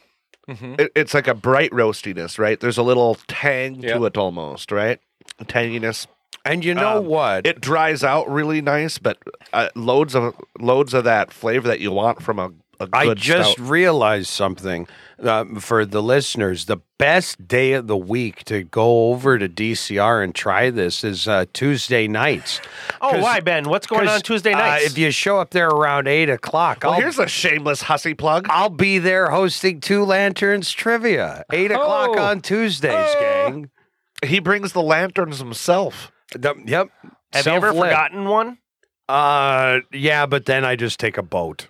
D: Mm-hmm.
E: mhm.
B: It, it's like a bright roastiness, right? There's a little tang
E: Yep.
B: to it almost, right? A tanginess.
D: And you know
B: Um,
D: what?
B: It dries out really nice, but uh, loads of loads of that flavor that you want from a, a good
D: I just
B: stout.
D: realized something uh, for the listeners. The best day of the week to go over to DCR and try this is uh, Tuesday nights.
F: Oh,
D: 'Cause-
F: why Ben? What's going on
D: 'cause,
F: Tuesday
D: uh,
F: nights?
D: if you show up there around eight o'clock,
B: Well,
D: I'll,
B: here's a shameless hussy plug.
D: I'll be there hosting Two Lanterns Trivia. Eight o'clock
E: Oh.
D: on Tuesdays, gang.
B: He brings the lanterns himself.
D: The- yep.
F: have you ever
D: Self-lit.
F: forgotten one?
D: Uh, yeah, but then I just take a boat.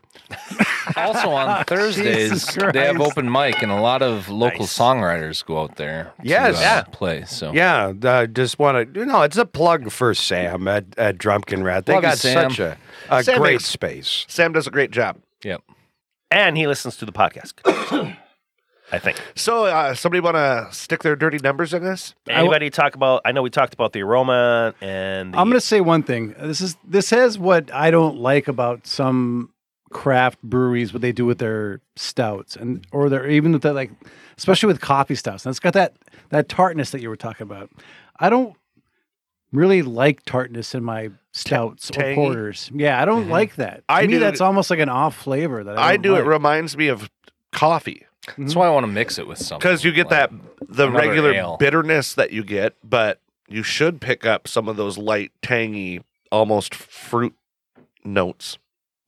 E: also on Thursdays they have
C: Christ.
E: open mic, and a lot of local songwriters go out there.
D: Yes.
E: to, uh,
D: Yeah.
E: play. So
D: Yeah, I just want to. No, it's a plug for Sam at, at Drumkin Rat. They
E: Love you,
D: got
E: Sam.
D: such a, a
B: Sam
D: great
B: makes-
D: space.
B: Sam does a great job.
E: yep.
F: And he listens to the podcast. I think.
B: So, uh, somebody want to stick their dirty numbers in this?
F: Anybody talk about? I know we talked about the aroma and. The,
C: I'm going to say one thing. This is this has what I don't like about some craft breweries what they do with their stouts and or their even with that like especially with coffee stouts. And it's got that that tartness that you were talking about. I don't really like tartness in my stouts or
B: tangy? Mm-hmm.
C: porters. Yeah, I don't like that. To
B: I
C: me,
B: do-
C: that's almost like an off flavor
D: Oh,
C: that I,
B: I
C: don't
B: do.
C: like.
B: It reminds me of coffee
E: That's why I want to mix it with something
B: because you get that
E: like-
B: the
E: another
B: regular
E: ale.
B: bitterness that you get, but you should pick up some of those light, tangy, almost fruit notes.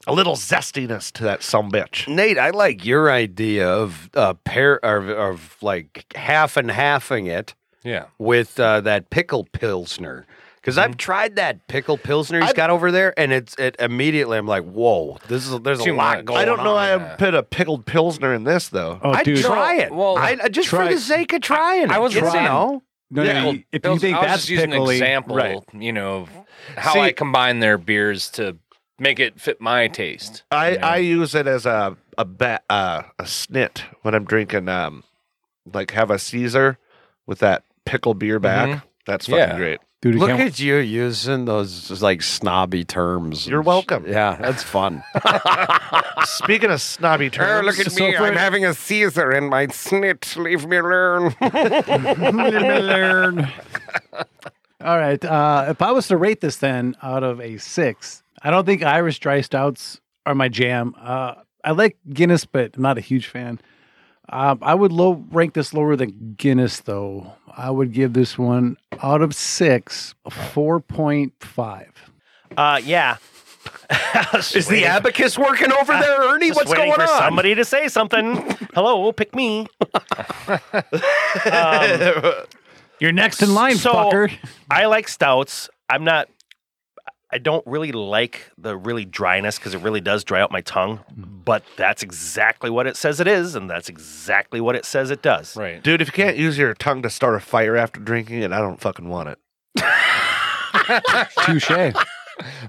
B: A little zestiness to that some bitch.
D: Nate, I like your idea of uh, pair of, of like half and halfing it
E: Yeah.
D: with uh, that pickle pilsner. Because I've tried that pickle pilsner he's
B: I've-
D: got over there, and it's it immediately. I'm like, whoa, this is there's a
E: Too
D: lot
E: much.
D: going.
B: I don't know.
E: on,
B: I
E: yeah.
B: put a pickled pilsner in this though.
C: Oh,
D: I'd
C: dude.
D: try it.
E: Well,
D: I, I- just
C: try-
D: for the sake of trying it.
E: I wasn't
D: you
E: saying-
D: know?
C: No, no,
E: Yeah,
C: you-
E: well,
C: if
E: those-
C: you think
E: I was
C: that's
E: just using
C: pickly,
E: an example,
C: right.
E: you know, of how
B: See-
E: I combine their beers to make it fit my taste.
B: I,
E: you know?
B: I use it as a a ba- uh, a snit when I'm drinking um like have a Caesar with that pickle beer back.
E: Mm-hmm.
B: That's fucking
E: Yeah.
B: great.
C: Dude, you
D: Look
C: can't-
D: at you using those just, like snobby terms. and
B: You're
D: sh-
B: welcome.
D: Yeah, that's fun.
B: Speaking of snobby terms,
D: me. I'm having a Caesar in my snit. Leave me alone.
C: All right. Uh, if I was to rate this then out of a six, I don't think Irish dry stouts are my jam. Uh, I like Guinness, but I'm not a huge fan. Um, I would low rank this lower than Guinness, though. I would give this one out of six, a 4.5.
F: Uh, yeah.
D: Is the abacus working over there, Ernie?
F: Just
D: What's
F: waiting
D: going
F: for
D: on?
F: Somebody to say something. Hello, pick me. Um,
C: You're next in line,
F: so-
C: fucker.
F: I like stouts. I'm not. I don't really like the really dryness because it really does dry out my tongue.
C: Mm-hmm.
F: But that's exactly what it says it is, and that's exactly what it says it does.
E: Right.
B: Dude, if you can't use your tongue to start a fire after drinking it, I don't fucking want it.
C: Touche.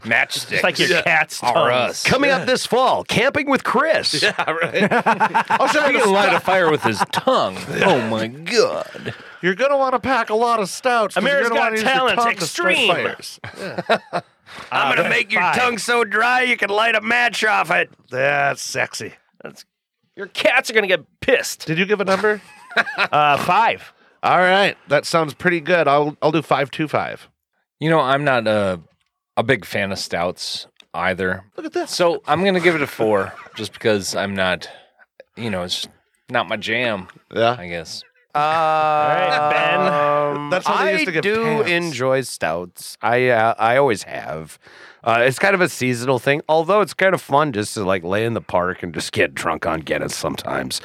E: Matchsticks.
F: It's like your cat's tongue.
E: Or us.
D: Coming up this fall, camping with Chris.
E: I'll show you to light a fire with his tongue. Oh my god.
B: You're gonna want to pack a lot of stouts. 'cause you're
F: America's
B: gonna
F: Got
B: wanna use your
F: Talent
B: tongue to start
F: Extreme.
B: fires.
D: I'm gonna make your
F: Five.
D: tongue so dry you can light a match off it.
B: That's sexy.
F: Your cats are gonna get pissed.
B: Did you give a number?
F: Uh, five.
B: All right, that sounds pretty good. I'll I'll do five two five.
E: You know, I'm not a a big fan of stouts either. Look at this. So I'm gonna give it a four, just because I'm not. You know, it's not my jam.
B: Yeah.
E: I guess.
F: All
D: Uh,
F: right, Um, Ben.
B: That's how they used to
D: I
B: give
D: do
B: pants.
D: enjoy stouts. I uh, I always have. Uh, it's kind of a seasonal thing, although it's kind of fun just to like lay in the park and just get drunk on Guinness sometimes.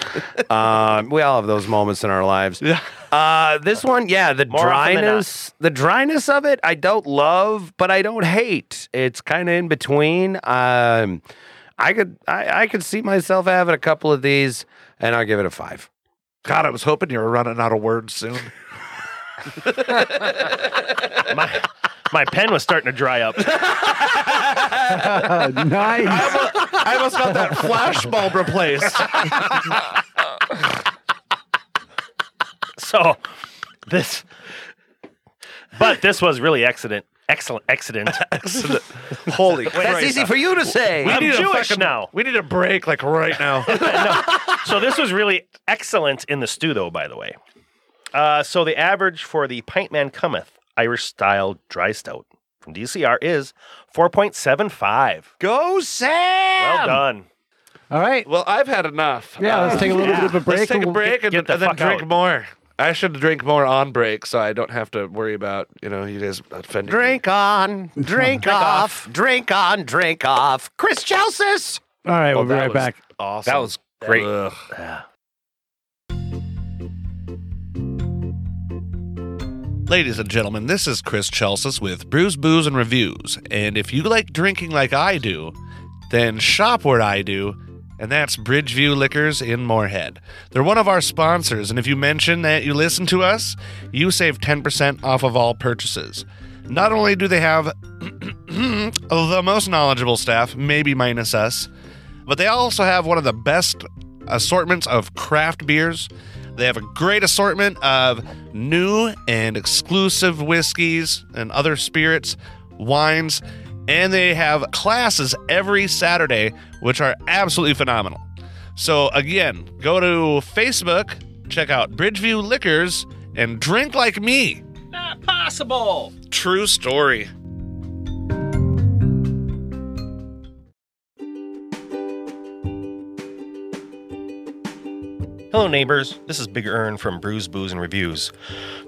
D: um, we all have those moments in our lives. Uh, this one, yeah, the
F: More often than not.
D: dryness, the dryness of it, I don't love, but I don't hate. It's kind of in between. Um, I could I, I could see myself having a couple of these, and I'll give it a five.
B: God, I was hoping you were running out of words soon.
F: My, my pen was starting to dry up.
C: Uh, nice.
B: I almost got that flash bulb replaced.
F: So this, but this was really excellent. Excellent, excellent.
B: Holy
D: That's easy for you to say.
F: I'm Jewish now.
B: We need a break like right now.
F: so this was really excellent in the stew, though. By the way, uh, so the average for the Pint Man Cometh Irish Style Dry Stout from DCR is four point seven five.
D: Go Sam.
F: Well done.
C: All right.
B: well, I've had enough.
C: Yeah, let's take a little
F: Yeah.
C: bit of a break.
B: Let's take a
C: We'll-
B: break and,
F: get the
B: and then
F: fuck
B: drink
F: out.
B: more. I should drink more on break so I don't have to worry about, you know, you guys offending me.
D: Drink on, drink off, drink on, drink off. Chris Chelsis.
C: All right, we'll be
B: Oh, that
C: right
B: was
C: back.
B: Awesome.
E: That was great.
B: Ugh. Ladies and gentlemen, this is Chris Chelsis with Brews, Booze, and Reviews. And if you like drinking like I do, then shop where I do, and that's Bridgeview Liquors in Moorhead. They're one of our sponsors, and if you mention that you listen to us, you save 10% off of all purchases. Not only do they have the most knowledgeable staff, maybe minus us, but they also have one of the best assortments of craft beers. They have a great assortment of new and exclusive whiskeys and other spirits, wines, and they have classes every Saturday, which are absolutely phenomenal. So, again, go to Facebook, check out Bridgeview Liquors, and drink like me. Not possible. True story.
F: Hello, neighbors. This is Big Earn from Brews, Booze, and Reviews.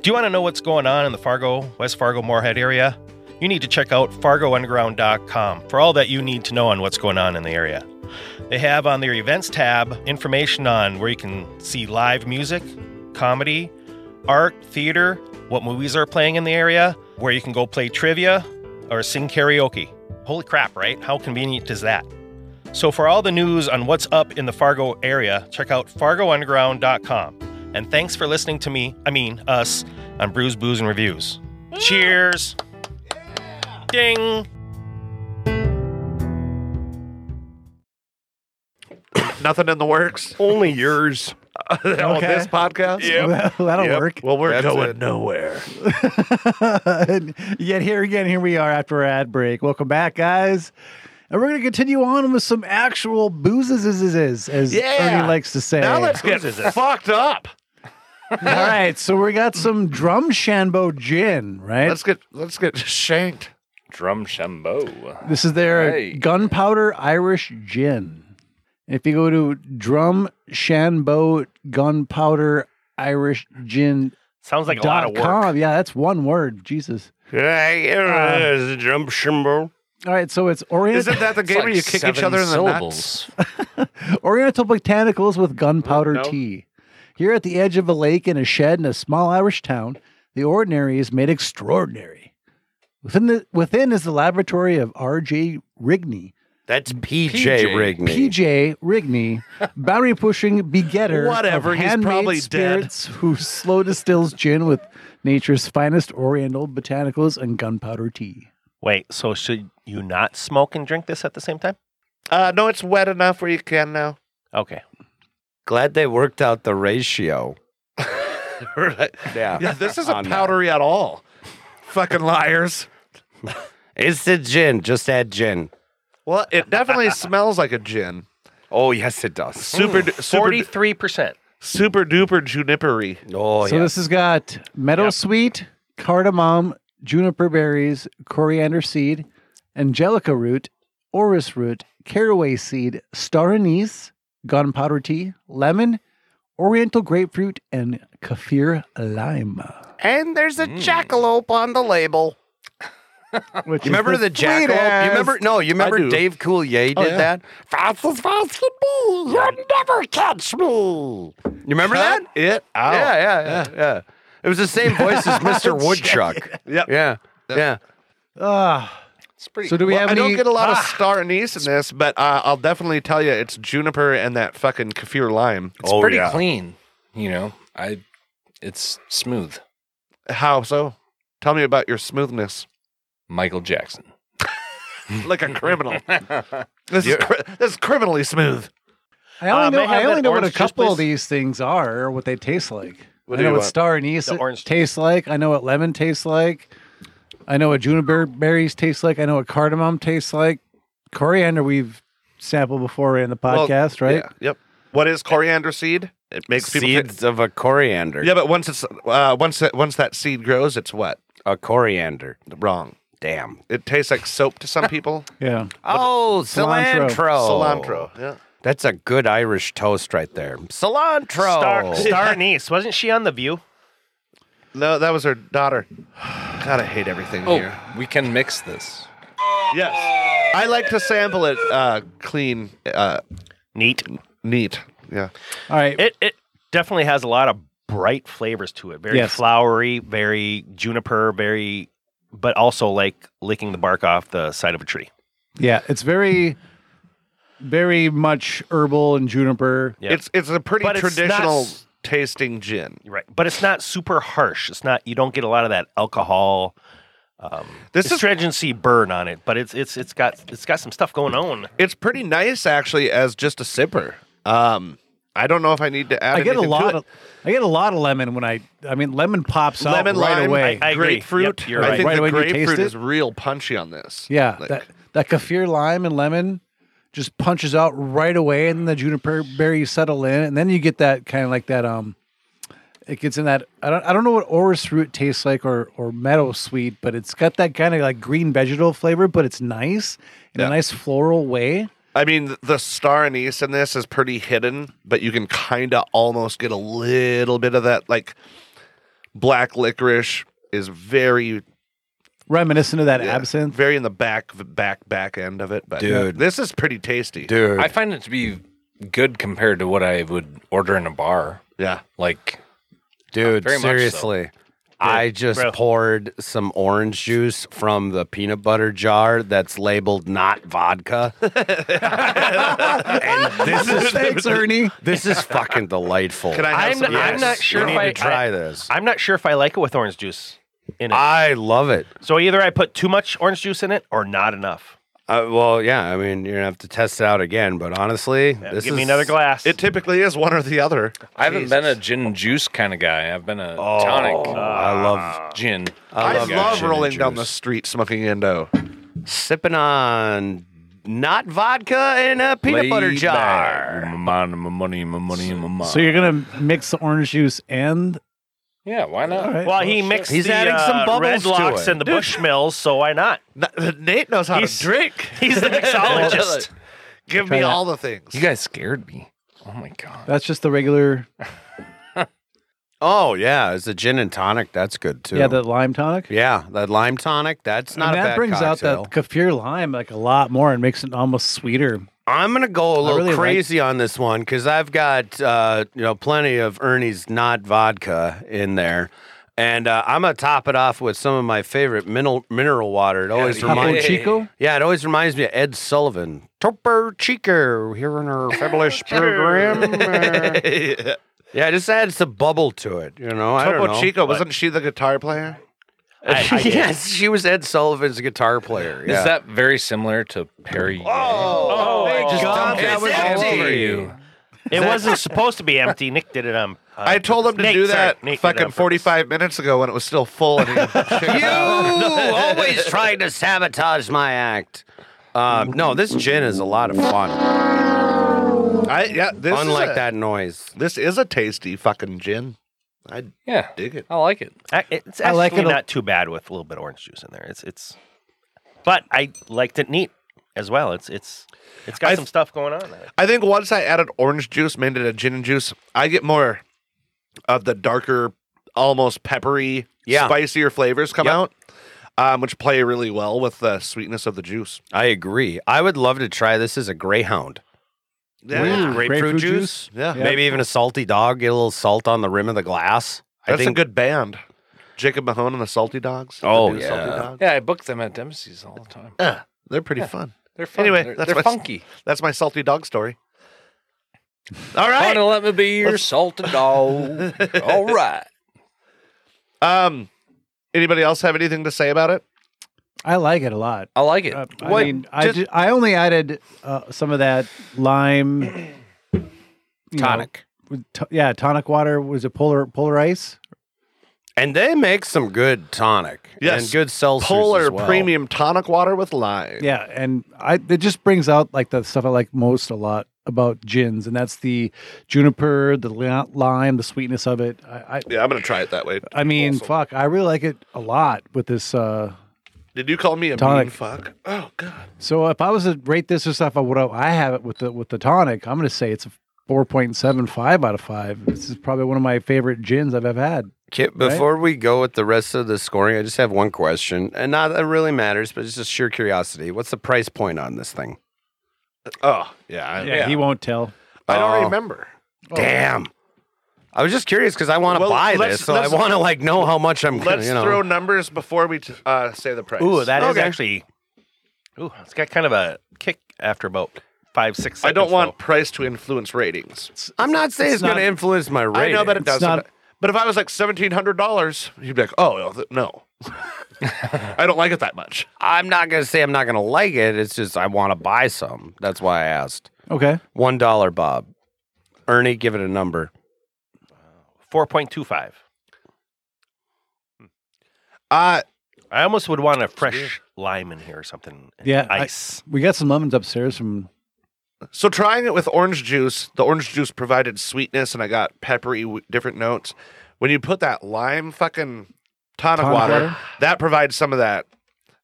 F: Do you want to know what's going on in the Fargo, West Fargo, Moorhead area? You need to check out fargounderground.com for all that you need to know on what's going on in the area. They have on their events tab information on where you can see live music, comedy, art, theater, what movies are playing in the area, where you can go play trivia or sing karaoke. Holy crap, right? How convenient is that? So, for all the news on what's up in the Fargo area, check out fargounderground.com. And thanks for listening to me, I mean, us, on Brews, Booze, and Reviews. Cheers. Ding.
B: Nothing in the works
D: Only yours.
B: on
C: Okay.
B: this podcast?
C: Well, that'll work.
B: Well, we're
D: That's
B: going
D: it.
B: nowhere.
C: Yet here again, here we are after our ad break. Welcome back, guys. And we're going to continue on with some actual boozes, as
B: Yeah.
C: Ernie likes to say.
B: Now let's get fucked up.
C: All right, so we got some drum shambo gin, right?
B: Let's get let's get shanked.
E: Drumshambo.
C: This is their
E: Hey.
C: gunpowder Irish gin. And if you go to Drum Shanbo Gunpowder Irish Gin.
F: Sounds like a lot of work.
C: .com. Yeah, that's one word. Jesus.
D: Yeah, drum shimbo.
C: All right, so it's Orient-
B: Isn't that the game where you kick each other in the nuts?
C: Oriental Botanicals with gunpowder tea. Here at the edge of a lake in a shed in a small Irish town, the ordinary is made extraordinary. Within the within is the laboratory of R.J. Rigney,
D: That's PJ,
E: PJ.
D: Rigney.
C: P.J. Rigney, boundary pushing begetter
B: Whatever,
C: of
B: he's
C: handmade
B: probably dead.
C: spirits who slow distills gin with nature's finest Oriental botanicals and gunpowder tea.
F: Wait, so should you not smoke and drink this at the same time?
B: Uh, no, it's wet enough where you can now.
F: Okay.
D: Glad they worked out the ratio.
B: Right.
D: Yeah.
B: yeah, this
D: On
B: isn't
D: that.
B: powdery at all. Fucking liars.
D: It's the gin. Just add gin.
B: Well, it definitely smells like a gin.
D: Oh, yes, it does.
B: Super, du- super, du-
F: Forty-three percent.
B: super duper junipery.
D: Oh,
C: so
D: yeah.
C: this has got meadow sweet, cardamom, juniper berries, coriander seed, angelica root, orris root, caraway seed, star anise, gunpowder tea, lemon, oriental grapefruit, and kaffir lime.
D: And there's a jackalope on the label.
C: Which
D: You remember the, jackalope? You remember? No, you remember
B: do.
D: Dave Coulier did
B: yeah.
D: that? Fast as fast can be. You'll never catch me. You remember that?
B: It out.
D: Yeah, yeah, yeah, yeah, It was the same voice as Mr. Woodchuck.
B: Yep.
D: Yeah. Yeah.
C: Ah,
E: It's pretty.
C: so do we
B: Well,
C: have
B: I
C: any?
B: don't get a lot of star anise in this, but uh, I'll definitely tell you it's juniper and that fucking kaffir lime.
E: It's pretty clean. Oh, You know, I. It's smooth.
B: How so? Tell me about your smoothness.
E: Michael Jackson.
B: Like a criminal. this, is cri- this is criminally smooth.
C: I only
B: Um,
C: know,
F: Uh, may I have
C: I only
F: that
C: know what a
F: orange juice,
C: couple of
F: please?
C: these things are or what they taste like.
B: What
C: I
B: do
C: know
B: you
C: what
B: want?
C: star anise
F: The orange
C: tastes like. I know what lemon tastes like. I know what juniper berries taste like. I know what cardamom tastes like. Coriander we've sampled before in the
B: Well,
C: podcast, right?
B: yeah, yep. What is coriander seed? It makes people. think-
D: Seeds of a coriander.
B: yeah, but once it's uh, once that once that seed grows, it's what
D: A coriander.
B: wrong.
D: Damn.
B: It tastes like soap to some people.
C: Yeah.
D: Oh, cilantro.
C: Cilantro.
B: Oh. Cilantro. Yeah.
D: That's a good Irish toast right there. Cilantro.
C: Oh.
F: Star, Star Anise. Wasn't she on The View?
B: No, that was her daughter. God, I hate everything
E: Oh,
B: here.
E: we can mix this.
B: Yes. I like to sample it uh, clean, uh,
F: Neat.
B: neat. Yeah.
C: All right.
F: It it definitely has a lot of bright flavors to it. Very
C: Yes.
F: flowery, very juniper, very but also like licking the bark off the side of a tree.
C: yeah. It's very, very much herbal and juniper.
F: Yeah.
B: It's it's a pretty
F: But it's not
B: traditional
F: s-
B: tasting gin.
F: Right. But it's not super harsh. It's not you don't get a lot of that alcohol
B: This is
F: astringency burn on it, but it's it's it's got it's got some stuff going on.
B: it's pretty nice actually as just a sipper. Um I don't know if I need to add
C: I get a
B: anything to
C: lot
B: it.
C: of. I get a lot of lemon when I. I mean, lemon pops out
B: lemon
C: right
B: lime,
C: away.
F: I agree.
B: grapefruit.
F: Yep, you're
B: I
F: right.
B: think
C: Right
B: the
C: away when you taste
B: grapefruit
C: it.
B: is real punchy on this.
C: Yeah,
B: Like,
C: that that kaffir lime and lemon just punches out right away, and the juniper berries settle in, and then you get that kind of like that. Um, it gets in that. I don't. I don't know what orris root tastes like or or meadow sweet, but it's got that kind of like green vegetable flavor, but it's nice in a
B: Yeah.
C: nice floral way.
B: I mean, th- the star anise in this is pretty hidden, but you can kind of almost get a little bit of that. Like black licorice is very,
C: Reminiscent of that
B: yeah,
C: absinthe.
B: very in the back, back, back end of it. But
D: Dude.
B: this is pretty tasty.
D: Dude.
E: I find it to be good compared to what I would order in a bar.
B: Yeah,
E: Like,
D: Dude,
E: Very much so.
D: seriously. I just
F: bro.
D: poured some orange juice from the peanut butter jar that's labeled not vodka. and this is
C: Thanks, Ernie.
D: this is fucking delightful.
B: can I have
F: I'm
B: some?
F: not, I'm
B: Yes.
F: not
D: You
F: sure
D: need
F: if I
D: to try this.
F: I'm not sure if I like it with orange juice in it.
D: I love it.
F: so either I put too much orange juice in it or not enough.
D: Uh, well, yeah. I mean, you're gonna have to test it out again, but honestly, this
F: Give
D: is
F: me another glass.
B: It typically is one or the other.
E: I haven't been a gin and juice kind of guy. I've been a tonic.
D: Oh,
E: Ah.
D: I love
E: gin.
B: I,
D: love
B: love,
D: gin and
B: rolling down the
D: juice.
B: street smoking Indo.
D: sipping on not vodka in a peanut butter
E: Laid
D: jar.
E: back. My money, my money, my money, my money.
C: So you're gonna mix the orange juice and
E: Yeah, why not?
C: All right.
F: Well, he mixed
D: He's
F: the,
D: adding
F: uh,
D: some bubbles
F: Red
D: to
F: Locks
D: it.
F: and the Bushmills, so why not?
B: Nate knows how
F: He's-
B: to drink.
F: He's the mixologist.
B: Give me
C: that.
B: all the things.
E: You guys scared me. Oh my god.
C: That's just the regular.
D: Oh yeah, it's a gin and tonic. That's good too.
C: Yeah, the lime tonic.
D: yeah, that lime tonic. That's not
C: and
D: a
C: that
D: bad
C: brings
D: cocktail.
C: out that kaffir lime like a lot more and makes it almost sweeter.
D: I'm gonna go a little
C: really like-
D: crazy on this one because I've got uh, you know plenty of Ernie's not vodka in there, and uh, I'm gonna top it off with some of my favorite mineral mineral water. It always
C: Capo
D: reminds
C: Chico.
D: yeah, it always reminds me of Ed Sullivan, Topper Chico here in our fabulous program. Uh, yeah, just add some bubble to it. You know, I don't
B: Topo
D: know.
B: Chico, wasn't she the guitar player?
D: yes, she was Ed Sullivan's guitar player. Yeah.
E: Is that very similar to Perry?
D: Oh, they just
F: God.
D: dumped that
E: It's
D: was all
E: empty.
D: over you.
F: It wasn't supposed to be empty. Nick did it on. Uh,
B: I told him to
F: Nate,
B: do
F: sorry,
B: that
F: Nate did it on
B: fucking
F: purpose.
B: 45 minutes ago when it was still full. And he
D: You always trying to sabotage my act. Um, no, this gin is a lot of fun.
B: I, yeah, this
D: Unlike
B: is a,
D: that noise.
B: This is a tasty fucking gin. I
E: Yeah.
B: dig it.
E: I like it.
F: I- It's
C: I
F: actually
C: like it a-
F: not too bad with a little bit of orange juice in there. It's it's, but I liked it neat as well. It's it's it's got
B: I-
F: some stuff going on. There.
B: I think once I added orange juice, made it a gin and juice, I get more of the darker, almost peppery,
D: Yeah.
B: spicier flavors come
D: Yep.
B: out, um, which play really well with the sweetness of the juice.
D: I agree. I would love to try this as a greyhound.
C: Ooh, grapefruit juice?
B: Mm. Yeah.
C: Yeah.
D: Maybe even a salty dog. Get a little salt on the rim of the glass. I
B: That's
D: think
B: a good band. Jacob Mahone and the Salty Dogs.
D: Oh,
B: The new
D: yeah.
B: Dogs.
E: Yeah, I book them at Dempsey's all the time.
B: Yeah, They're pretty fun.
E: They're fun.
B: Anyway,
E: they're,
B: that's
E: they're
B: what's-
E: funky.
B: That's my Salty Dog story. All right.
E: Wanna let me be your salted dog. all right.
B: Um, anybody else have anything to say about it?
C: I like it a lot.
E: I like it.
C: Uh, I
B: What-
C: mean, I,
B: just-
C: ju- I only added uh, some of that lime you know,
D: tonic.
C: with to- yeah, tonic water was it polar polar ice?
D: And they make some good tonic.
B: Yes.
D: And good seltzers.
B: Polar
D: as well.
B: Premium Tonic Water with Lime.
C: Yeah, and I it just brings out like the stuff I like most a lot about gins, and that's the juniper, the li- lime, the sweetness of it. I I,
B: Yeah, I'm gonna try it that way.
C: I mean,
B: Also.
C: fuck, I really like it a lot with this. Uh,
B: Did you call me a
C: Tonic.
B: mean fuck? Oh god.
C: so if I was to rate this or stuff, I would I have it with the with the tonic. I'm gonna say it's a four point seven five out of five. This is probably one of my favorite gins I've ever had.
D: Kip, before we go with the rest of the scoring, I just have one question. And not that it really matters, but it's just sheer curiosity. What's the price point on this thing?
B: Oh yeah. I,
C: he won't tell.
B: I don't
D: Oh.
B: remember.
D: Damn. I was just curious because I want to
B: Well,
D: buy
B: let's-
D: this, so I
B: let's-
D: want to like know how much I'm. gonna,
B: Let's
D: you know.
B: throw numbers before we t- uh, say the price.
F: Ooh, that is
D: Okay.
F: actually. Ooh, it's got kind of a kick after about five six.
B: I
F: Seconds,
B: don't want
F: though.
B: price to influence ratings.
D: I'm not saying it's, going
C: not-
D: to influence my rating.
B: I know that it doesn't.
C: not-
B: but if I was like seventeen hundred dollars, you'd be like, "Oh well, th- no, I don't like it that much."
D: I'm not going to say I'm not going to like it. It's just I want to buy some. That's why I asked.
C: Okay,
D: One dollar, Bob. Ernie, give it a number.
F: four point two five.
B: Uh
F: I almost would want a fresh lime in here or something.
C: Yeah, I-
F: ice.
C: we got some lemons upstairs from.
B: so trying it with orange juice, the orange juice provided sweetness, and I got peppery w- different notes. When you put that lime fucking tonic,
C: Tonic
B: water,
C: water?
B: that provides some of that.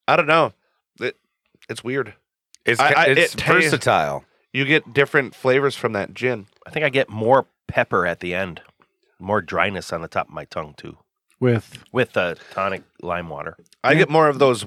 B: I don't know. It, it's weird.
D: It's
B: I- I-
D: it's
B: it ta-
D: versatile.
B: You get different flavors from that gin.
F: I think I get more pepper at the end, more dryness on the top of my tongue too,
C: With
F: with the tonic lime water.
B: I get more of those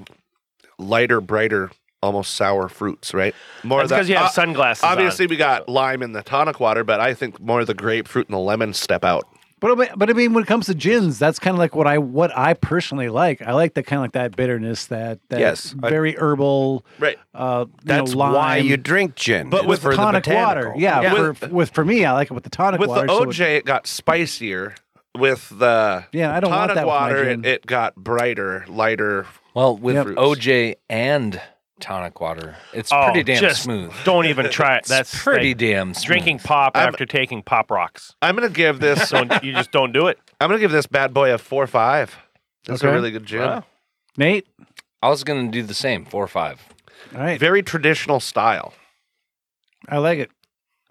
B: lighter, brighter, almost sour fruits. Right? More
F: That's
B: of that-
F: because you have
B: uh,
F: sunglasses. on.
B: Obviously, we got lime in the tonic water, but I think more of the grapefruit and the lemon step out.
C: But I mean, but I mean, when it comes to gins, that's kind of like what I what I personally like. I like the kind of like that bitterness, that, that
D: Yes, I-
C: very herbal.
B: Right.
C: Uh, you
D: That's
C: know, lime.
D: why you drink gin.
C: but
D: It's
C: with
D: for the
C: tonic water,
D: botanical.
C: yeah.
B: Yeah.
C: For, with for me, I like it with the tonic
B: With
C: water.
B: the
C: so
B: OJ,
C: it-
B: it got spicier. With the
C: Yeah, I don't want
B: tonic
C: that with my
B: water,
C: gin.
B: it, it got brighter, lighter.
E: Well, with
C: Yep.
E: OJ and tonic water, it's
F: Oh,
E: pretty damn
F: just
E: smooth.
F: Don't even try it. That's
E: it's pretty
F: like
E: damn smooth.
F: drinking pop
B: I'm-
F: after taking pop rocks.
B: I'm gonna give this.
F: So
B: I'm
F: you just don't do it.
B: gonna give this bad boy a four five. That's
C: Okay.
B: a really good gin.
F: Wow.
C: Nate.
E: I was gonna do the same, four or five.
C: All right,
B: Very traditional style.
C: I like it.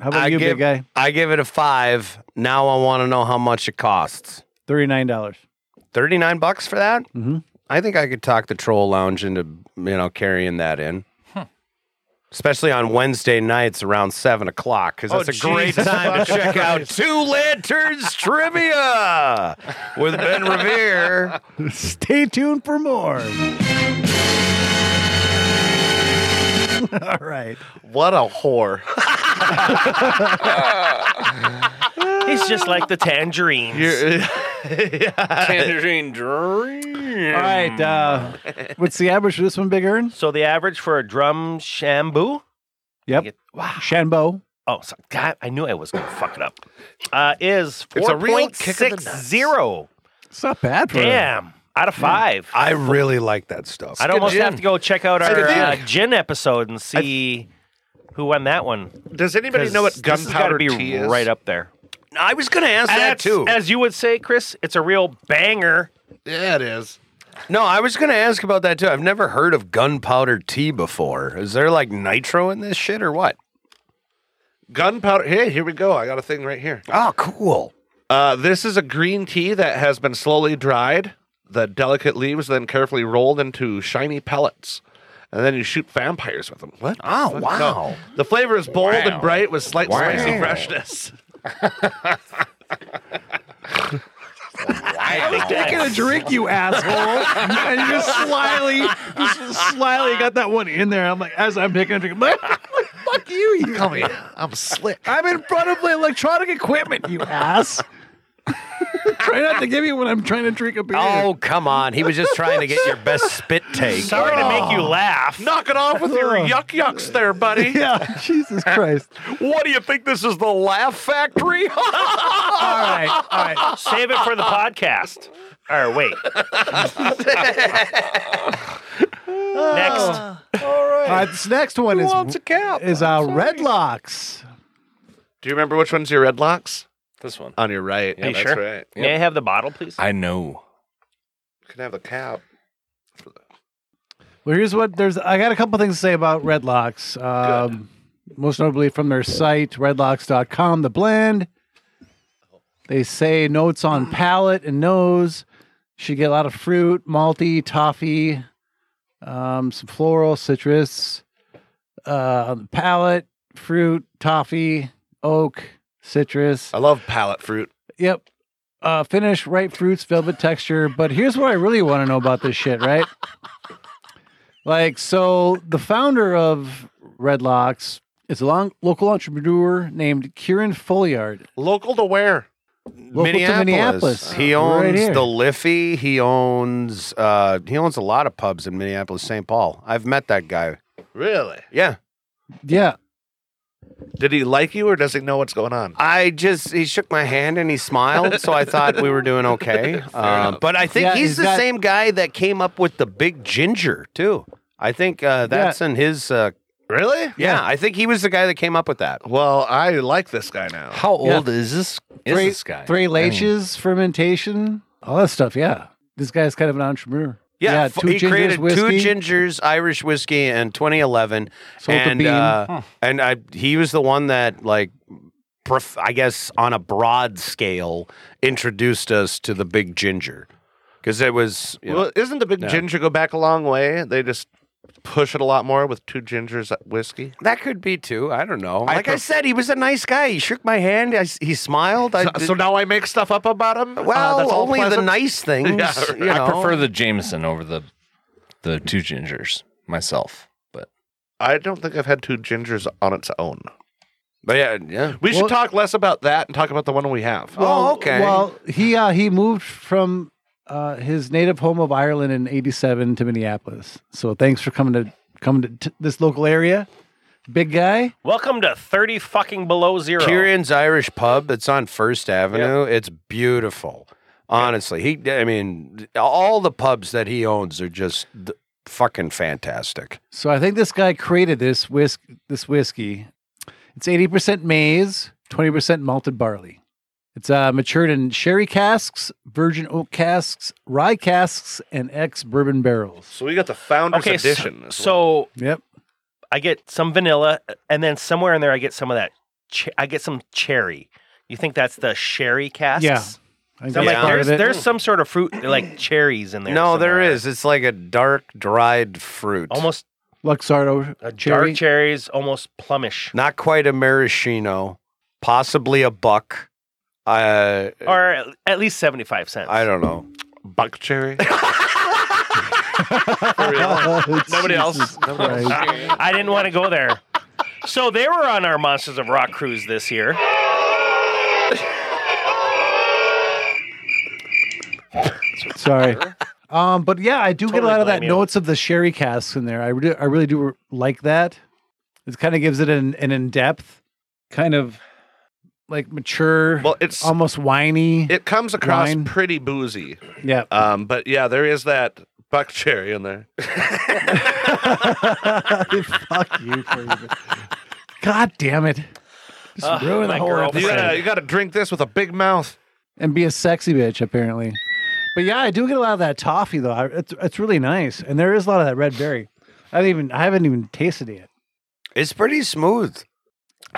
C: How about
D: I
C: you, big
D: give-
C: guy?
D: I give it a five. Now I want to know how much it costs.
C: $39.
D: 39 bucks for that?
F: Mm-hmm.
C: Mhm.
D: I think I could talk the troll lounge into, you know, carrying that in. Especially on Wednesday nights around seven o'clock, because
B: Oh,
D: that's a great
B: Jesus
D: time to
B: fucking
D: check out
B: Christ.
D: Two Lanterns Trivia with Ben Revere.
C: Stay tuned for more. All right.
B: What a whore.
F: He's just like the tangerines.
B: uh,
E: Tangerine Dream.
C: All right. Uh, what's the average for this one, Big Earn?
F: so the average for a drum shambu?
C: Yep. Shanbo.
F: Oh, so, God, I knew I was going to fuck it up. Uh, is
B: It's a real
F: 4.60.
B: kick in the nuts.
C: It's not bad for
F: Damn. Out of five.
D: I really like that stuff.
F: I'd almost have to go check out
B: It's
F: our
B: good
F: uh,
B: gin.
F: gin episode and see who won that one.
B: Does anybody know what
F: 'Cause this has gotta
B: gunpowder
F: be
B: tea is?
F: right up there.
D: I was going to ask that
F: That's-
D: too.
F: As you would say, Chris, it's a real banger.
B: Yeah, it is.
D: No, I was going to ask about that too. I've never heard of gunpowder tea before. Is there like nitro in this shit or what?
B: Gunpowder. Hey, here we go. I got a thing right here.
D: Oh, cool.
B: Uh, this is a green tea that has been slowly dried. The delicate leaves then carefully rolled into shiny pellets. And then you shoot vampires with them. What?
D: Oh,
B: Fuck
D: wow.
B: no. The flavor is bold
E: Wow.
B: and bright with slight
E: Wow.
B: spicy freshness.
C: Taking a drink, you asshole, and you just slyly, just slyly got that one in there. I'm like, as I'm taking a drink, I'm like, fuck you, you.
B: Tell me, I'm slick.
C: I'm in front of the electronic equipment, you ass. Try not to give me when I'm trying to drink a beer.
D: Oh, come on. He was just trying to get your best spit take.
F: Sorry to make you laugh.
B: Knock it off with your yuck yucks there, buddy.
C: yeah, Jesus Christ.
D: What do you think this is the laugh factory?
C: All right, all right.
F: Save it for the podcast. Or wait. Next.
C: All right, Uh, this next one is is uh, Redlocks.
B: Do you remember which one's your red locks?
E: This one.
B: On your right. Yeah,
F: you
B: that's
F: sure?
B: right.
F: May I have the bottle, please?
E: I know.
B: You can have the cap.
C: Well, here's what there's. I got a couple things to say about Redlocks. Um, most notably from their site, redlocks.com, the blend. They say notes on palate and nose. Should get a lot of fruit, malty, toffee, um, some floral, citrus. Uh, on the palate, fruit, toffee, oak, citrus.
B: I love palate fruit.
C: Yep. Uh, finish, ripe fruits, velvet texture. But here's what I really want to know about this shit, right? like, so the founder of Redlocks is a long, local entrepreneur named Kieran Folliard.
B: Local to where?
C: Local To Minneapolis.
D: He
C: Right
D: owns
C: here.
D: the Liffey. He owns uh, he owns a lot of pubs in Minneapolis, St. Paul. I've met that guy.
B: Really?
D: Yeah.
C: Yeah.
B: Did he like you or does he know what's going on?
D: I just he shook my hand and he smiled, so I thought we were doing okay. Uh, but I think
C: Yeah,
D: he's
C: is
D: the
C: that-
D: same guy that came up with the big ginger too. I think uh, that's in his. Uh,
B: Really?
D: yeah, I think he was the guy that came up with that.
B: Well, I like this guy now.
E: How
C: Yeah.
E: old is this? Is
C: Three,
E: this guy?
C: three
E: I mean,
C: laches, fermentation, all that stuff. Yeah. This guy's kind of an entrepreneur.
D: Yeah, f-
C: two
D: he
C: gingers,
D: created
C: whiskey.
D: two gingers Irish whiskey in 2011,
C: Sold the
D: and
C: bean.
D: uh, and I, he was the one that like, prof- I guess on a broad scale introduced us to the big ginger because it was you know,
B: Well, isn't the big ginger go back a long way? They just push it a lot more with two gingers at whiskey.
D: that could be too. I don't know. Like I, said, he was a nice guy. He shook my hand. I s he smiled. I
B: So,
D: did-
B: so now I make stuff up about him. Uh,
D: well,
B: that's all
D: only the
B: pleasant?
D: nice things.
B: Yeah,
D: you know.
E: I prefer the Jameson over the the two gingers myself. But
B: I don't think I've had two gingers on its own.
D: But yeah, yeah.
B: We
C: Well-
B: should talk less about that and talk about the one we have.
D: oh, okay.
C: Well, he uh, he moved from uh, his native home of Ireland in '87 to Minneapolis. So thanks for coming to coming to t- this local area, big guy.
F: Welcome to 30 fucking below zero.
D: Kieran's Irish Pub. It's on First Avenue. It's beautiful. Honestly, he. I mean, all the pubs that he owns are just th- fucking fantastic.
C: So I think this guy created this whisk this whiskey. It's 80% maize, 20% malted barley. It's uh, matured in sherry casks, virgin oak casks, rye casks, and ex bourbon barrels.
B: So we got the founder's
F: Okay, so-
B: edition. as well.
F: So
C: Yep.
F: I get some vanilla, and then somewhere in there I get some of that. Che- I get some cherry. You think that's the sherry casks?
C: Yeah. I
F: So
C: that's
F: I'm like,
C: part
F: there's,
C: of it.
F: there's some sort of fruit, like cherries in there.
D: No, there
F: somewhere.
D: is. It's like a dark dried fruit.
F: Almost
C: Luxardo
F: a
C: cherry.
F: dark cherries, almost plumish.
D: Not quite a maraschino. Possibly a buck.
B: uh,
D: I
F: Or at least 75 cents.
D: I don't know.
B: Buck cherry.
C: Nobody else.
F: Ah, I didn't want to go there. So they were on our Monsters of Rock cruise this year.
C: Sorry. Um, but yeah, I do get a
F: Totally
C: lot of that
F: blame you.
C: notes of the sherry casks in there. I re- I really do like that. It kind of gives it an, an in depth, kind of like mature,
B: Well, it's
C: almost whiny.
B: it comes across
C: Wine.
B: pretty boozy.
C: yeah.
B: Um, but yeah, there is that buck cherry in there.
C: Fuck you. For your- God damn it. Just ruin the whole
B: You
C: episode.
B: gotta, you gotta drink this with a big mouth.
C: and be a sexy bitch apparently. But yeah, I do get a lot of that toffee though. I, it's it's really nice, and there is a lot of that red berry. I haven't even I haven't even tasted it yet.
D: It's pretty smooth.
F: Oh,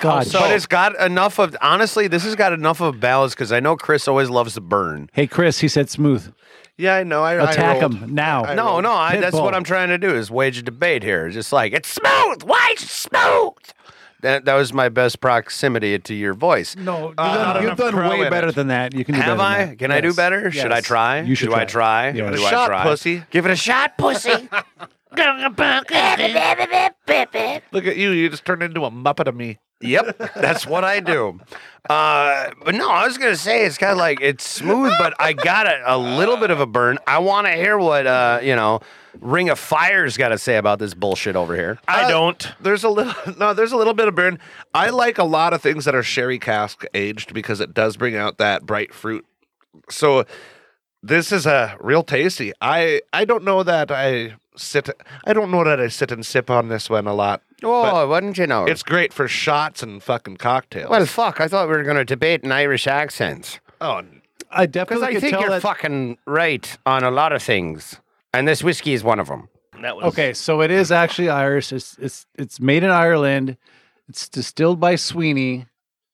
C: God,
D: but it's got enough of honestly, this has got enough of balance because I know Chris always loves to burn.
C: hey Chris, he said smooth.
B: Yeah, I know. I
C: Attack
B: I rolled.
C: him now.
D: No, no, I,
C: Pit
D: that's
C: bull.
D: what I'm trying to do is wage a debate here. Just like it's smooth, why is it smooth? That that was my best proximity to your voice.
C: No, you've
B: not
D: uh,
C: done, you've
B: enough
C: done
B: crow in
C: way
B: it.
C: better than that. You can do
D: Have
C: better
D: I?
C: than that.
D: Can I do
C: Yes.
D: better? Should I
C: Yes.
D: try?
C: You should
D: do I try?
C: Give it a
D: Do I
B: shot,
D: try?
B: pussy.
D: Give it a shot, pussy.
B: Look at you. You just turned into a muppet of me.
D: Yep, that's what I do. Uh, but no, I was gonna say it's kind of like it's smooth, but I got a, a little bit of a burn. I want to hear what uh, you know, Ring of Fire's got to say about this bullshit over here. Uh,
B: Uh,
F: I don't.
B: There's a little no. There's a little bit of burn. I like a lot of things that are sherry cask aged because it does bring out that bright fruit. So this is a real tasty. I I don't know that I sit. I don't know that I sit and sip on this one a lot.
D: Oh, wouldn't you know?
B: It's great for shots and fucking cocktails.
D: well, fuck. I thought we were gonna debate in Irish accents
B: oh,
C: I
D: because
C: definitely
D: I
C: could
D: think
C: tell
D: you're
C: that-
D: fucking right on a lot of things, and this whiskey is one of them.
F: That was
C: Okay, so it is actually Irish. It's it's it's made in Ireland. It's distilled by Sweeney.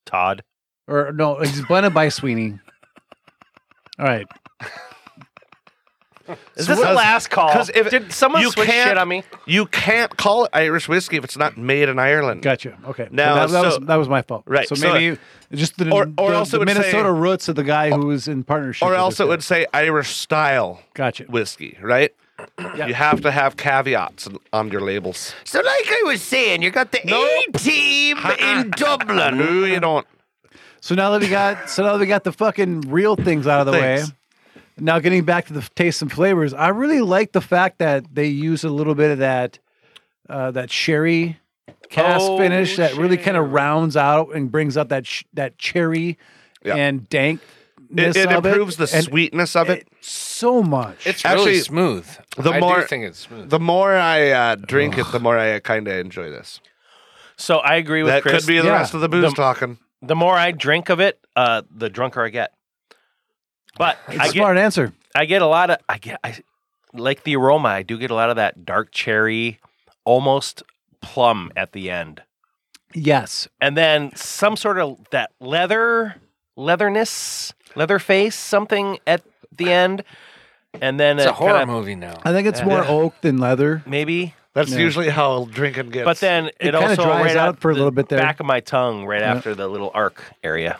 F: Todd.
C: Or no, it's blended by Sweeney. All right.
F: Is this the last call?
B: 'cause if-
F: Did someone
B: you
F: switch
B: can't-
F: shit on me?
B: you can't call it Irish whiskey if it's not made in Ireland.
C: Gotcha. Okay.
B: Now,
C: that, that
B: so-
C: was that was my fault.
B: Right,
C: So
B: so-
C: maybe just the,
B: Or- or
C: the-
B: else
C: the
B: it would say-
C: Minnesota roots of the guy who was in partnership.
B: Or
C: with
B: else
C: this
B: it
C: guy.
B: would say Irish style
C: Gotcha.
B: whiskey, right? You have to have caveats on your labels.
D: So, like I was saying, you got the A team in Dublin.
B: Ah, No, you don't.
C: So now that we got so now that we got the fucking real things out of the
B: Thanks.
C: way. Now getting back to the tastes and flavors, I really like the fact that they use a little bit of that uh, that sherry cast
E: Oh,
C: finish that really kind of
E: sherry.
C: rounds out and brings out that sh- that cherry
B: Yeah.
C: and dank.
B: It, it improves the
C: and
B: sweetness of it.
C: so much.
B: It's
E: Actually,
B: actually
E: smooth.
B: the
E: I
B: more-
E: do think it's smooth.
B: the more I uh, drink it, the more I kind of enjoy this.
F: So I agree with
B: That
F: Chris.
B: could be the
C: Yeah.
B: rest of the booze
F: The-
B: talking.
F: the more I drink of it, uh, the drunker I get. But I
C: a
F: get,
C: smart answer.
F: I get a lot of I get I like the aroma. I do get a lot of that dark cherry, almost plum at the end,
C: Yes.
F: and then some sort of that leather leatherness, leather face, something at the end, and then
E: it's a
F: it
E: horror
F: kinda-
E: movie now.
C: I think it's more oak than leather.
F: maybe.
B: That's
C: Yeah.
B: usually how drinking gets.
F: But then it,
C: kinda
F: also
C: dries
F: right
C: out
F: up
C: for a
F: the
C: little bit there.
F: Back of my tongue, right
C: Yeah.
F: after the little arc area.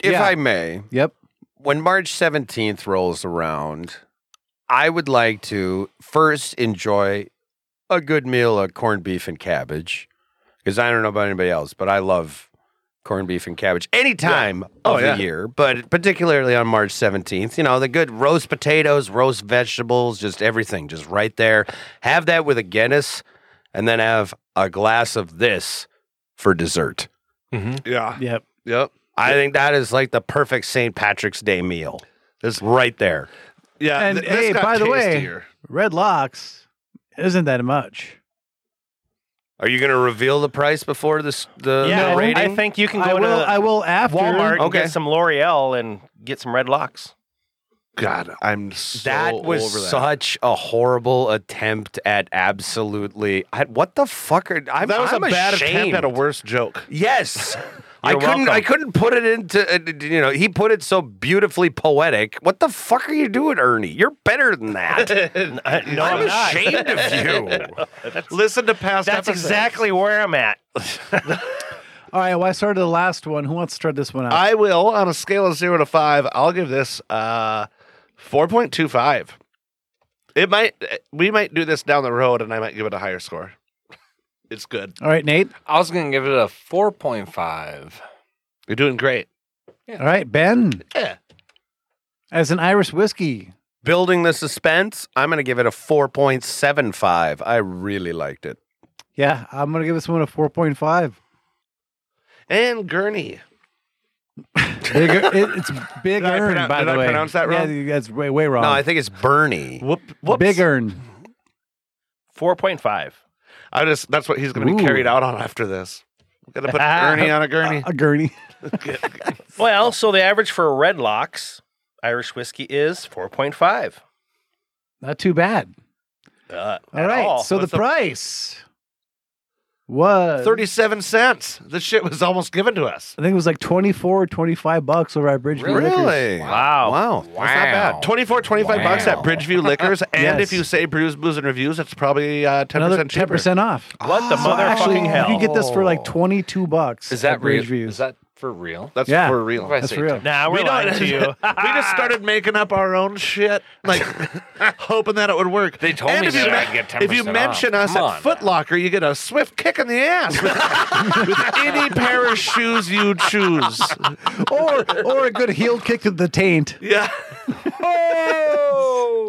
D: If
C: Yeah.
D: I may,
C: Yep.
D: when March 17th rolls around, I would like to first enjoy a good meal of corned beef and cabbage. Because I don't know about anybody else, but I love corned beef and cabbage any time
B: Oh,
D: of
B: yeah.
D: the year, but particularly on March 17th. You know, the good roast potatoes, roast vegetables, just everything, just right there. Have that with a Guinness and then have a glass of this for dessert.
B: yeah,
C: Yep.
B: yep,
D: I think that is like the perfect St. Patrick's Day meal. It's right there.
B: yeah.
C: And,
B: th- this
C: hey,
B: got
C: by the way-
B: tastier.
C: Red locks isn't that much.
D: Are you going to reveal the price before this the, the rating?
F: I think you can go
C: I
F: to
C: will. I will after
F: Walmart and
D: Okay.
F: get some L'Oreal and get some red locks.
B: God, I'm so
D: that was
B: over that.
D: such a horrible attempt at absolutely. I, what the fuck? Are, I'm,
B: that was
D: I'm
B: a bad
D: ashamed.
B: attempt at a worse joke.
D: Yes. I
F: You're
D: couldn't. I
F: welcome.
D: couldn't put it into. uh, You know, he put it so beautifully poetic. What the fuck are you doing, Ernie? You're better than that.
F: no,
D: I'm
F: I'm not.
D: ashamed of you.
B: Listen to past
F: That's
B: episodes.
F: exactly where I'm at.
C: All right, well, I started the last one. Who wants to try this one out?
B: I will Oh, on a scale of zero to five. I'll give this uh, four point two five. It might we might do this down the road, and I might give it a higher score. It's good.
C: All right, Nate.
E: I was gonna give it a four point five.
B: You're doing great.
C: All right, Ben.
B: Yeah.
C: As an Irish whiskey.
D: Building the suspense. I'm gonna give it a four point seven five. I really liked it.
C: Yeah, I'm going to give this one a 4.5.
B: And Gurney.
C: Big, it, it's Big
B: Did I
C: Earn,
B: pronoun-
C: by
B: did
C: the
B: I
C: way.
B: pronounce that wrong?
C: Yeah, that's way, way wrong.
D: No, I think it's Bernie.
B: Whoop. Whoops.
C: Big Earn.
F: Four point five.
B: I just that's what he's going to be
C: Ooh.
B: carried out on after this. We're going to put Gurney on a Gurney.
C: A gurney.
F: Well, so the average for Redlocks Irish whiskey is four point five.
C: Not too bad.
F: Uh,
C: All
F: at
C: right,
F: all.
C: so the,
B: What's the-
C: price was
B: Thirty-seven cents. This shit was almost given to us.
C: I think it was like 24 or 25 bucks over at Bridgeview
E: Really?
C: Liquors.
D: Wow. Wow. That's not bad.
B: 24 25 bucks at
E: Wow.
B: Bridgeview Liquors. And
C: Yes.
B: if you say Brews, Booze, and Reviews, it's probably uh, 10%
C: Another
B: cheaper.
C: 10% off.
F: What the
C: So
F: motherfucking
C: actually,
F: hell?
C: you could get this for like 22 bucks
E: Is that
C: at
E: real?
C: Bridgeview.
E: Is that for real?
B: That's
C: Yeah.
B: for real.
E: Why
C: That's
E: say
C: real.
F: Now we're
B: We don't-
F: lying to you.
B: We just started making up our own shit, like hoping that it would work.
E: They told
B: and
E: me
B: if you
E: that
B: men-
E: I'd get
B: If you
E: 10% off.
B: mention us
E: Come
B: at
E: on,
B: Foot Locker, you get a swift kick in the ass with, with any pair of shoes you choose.
C: or or a good heel kick to the taint.
B: Yeah.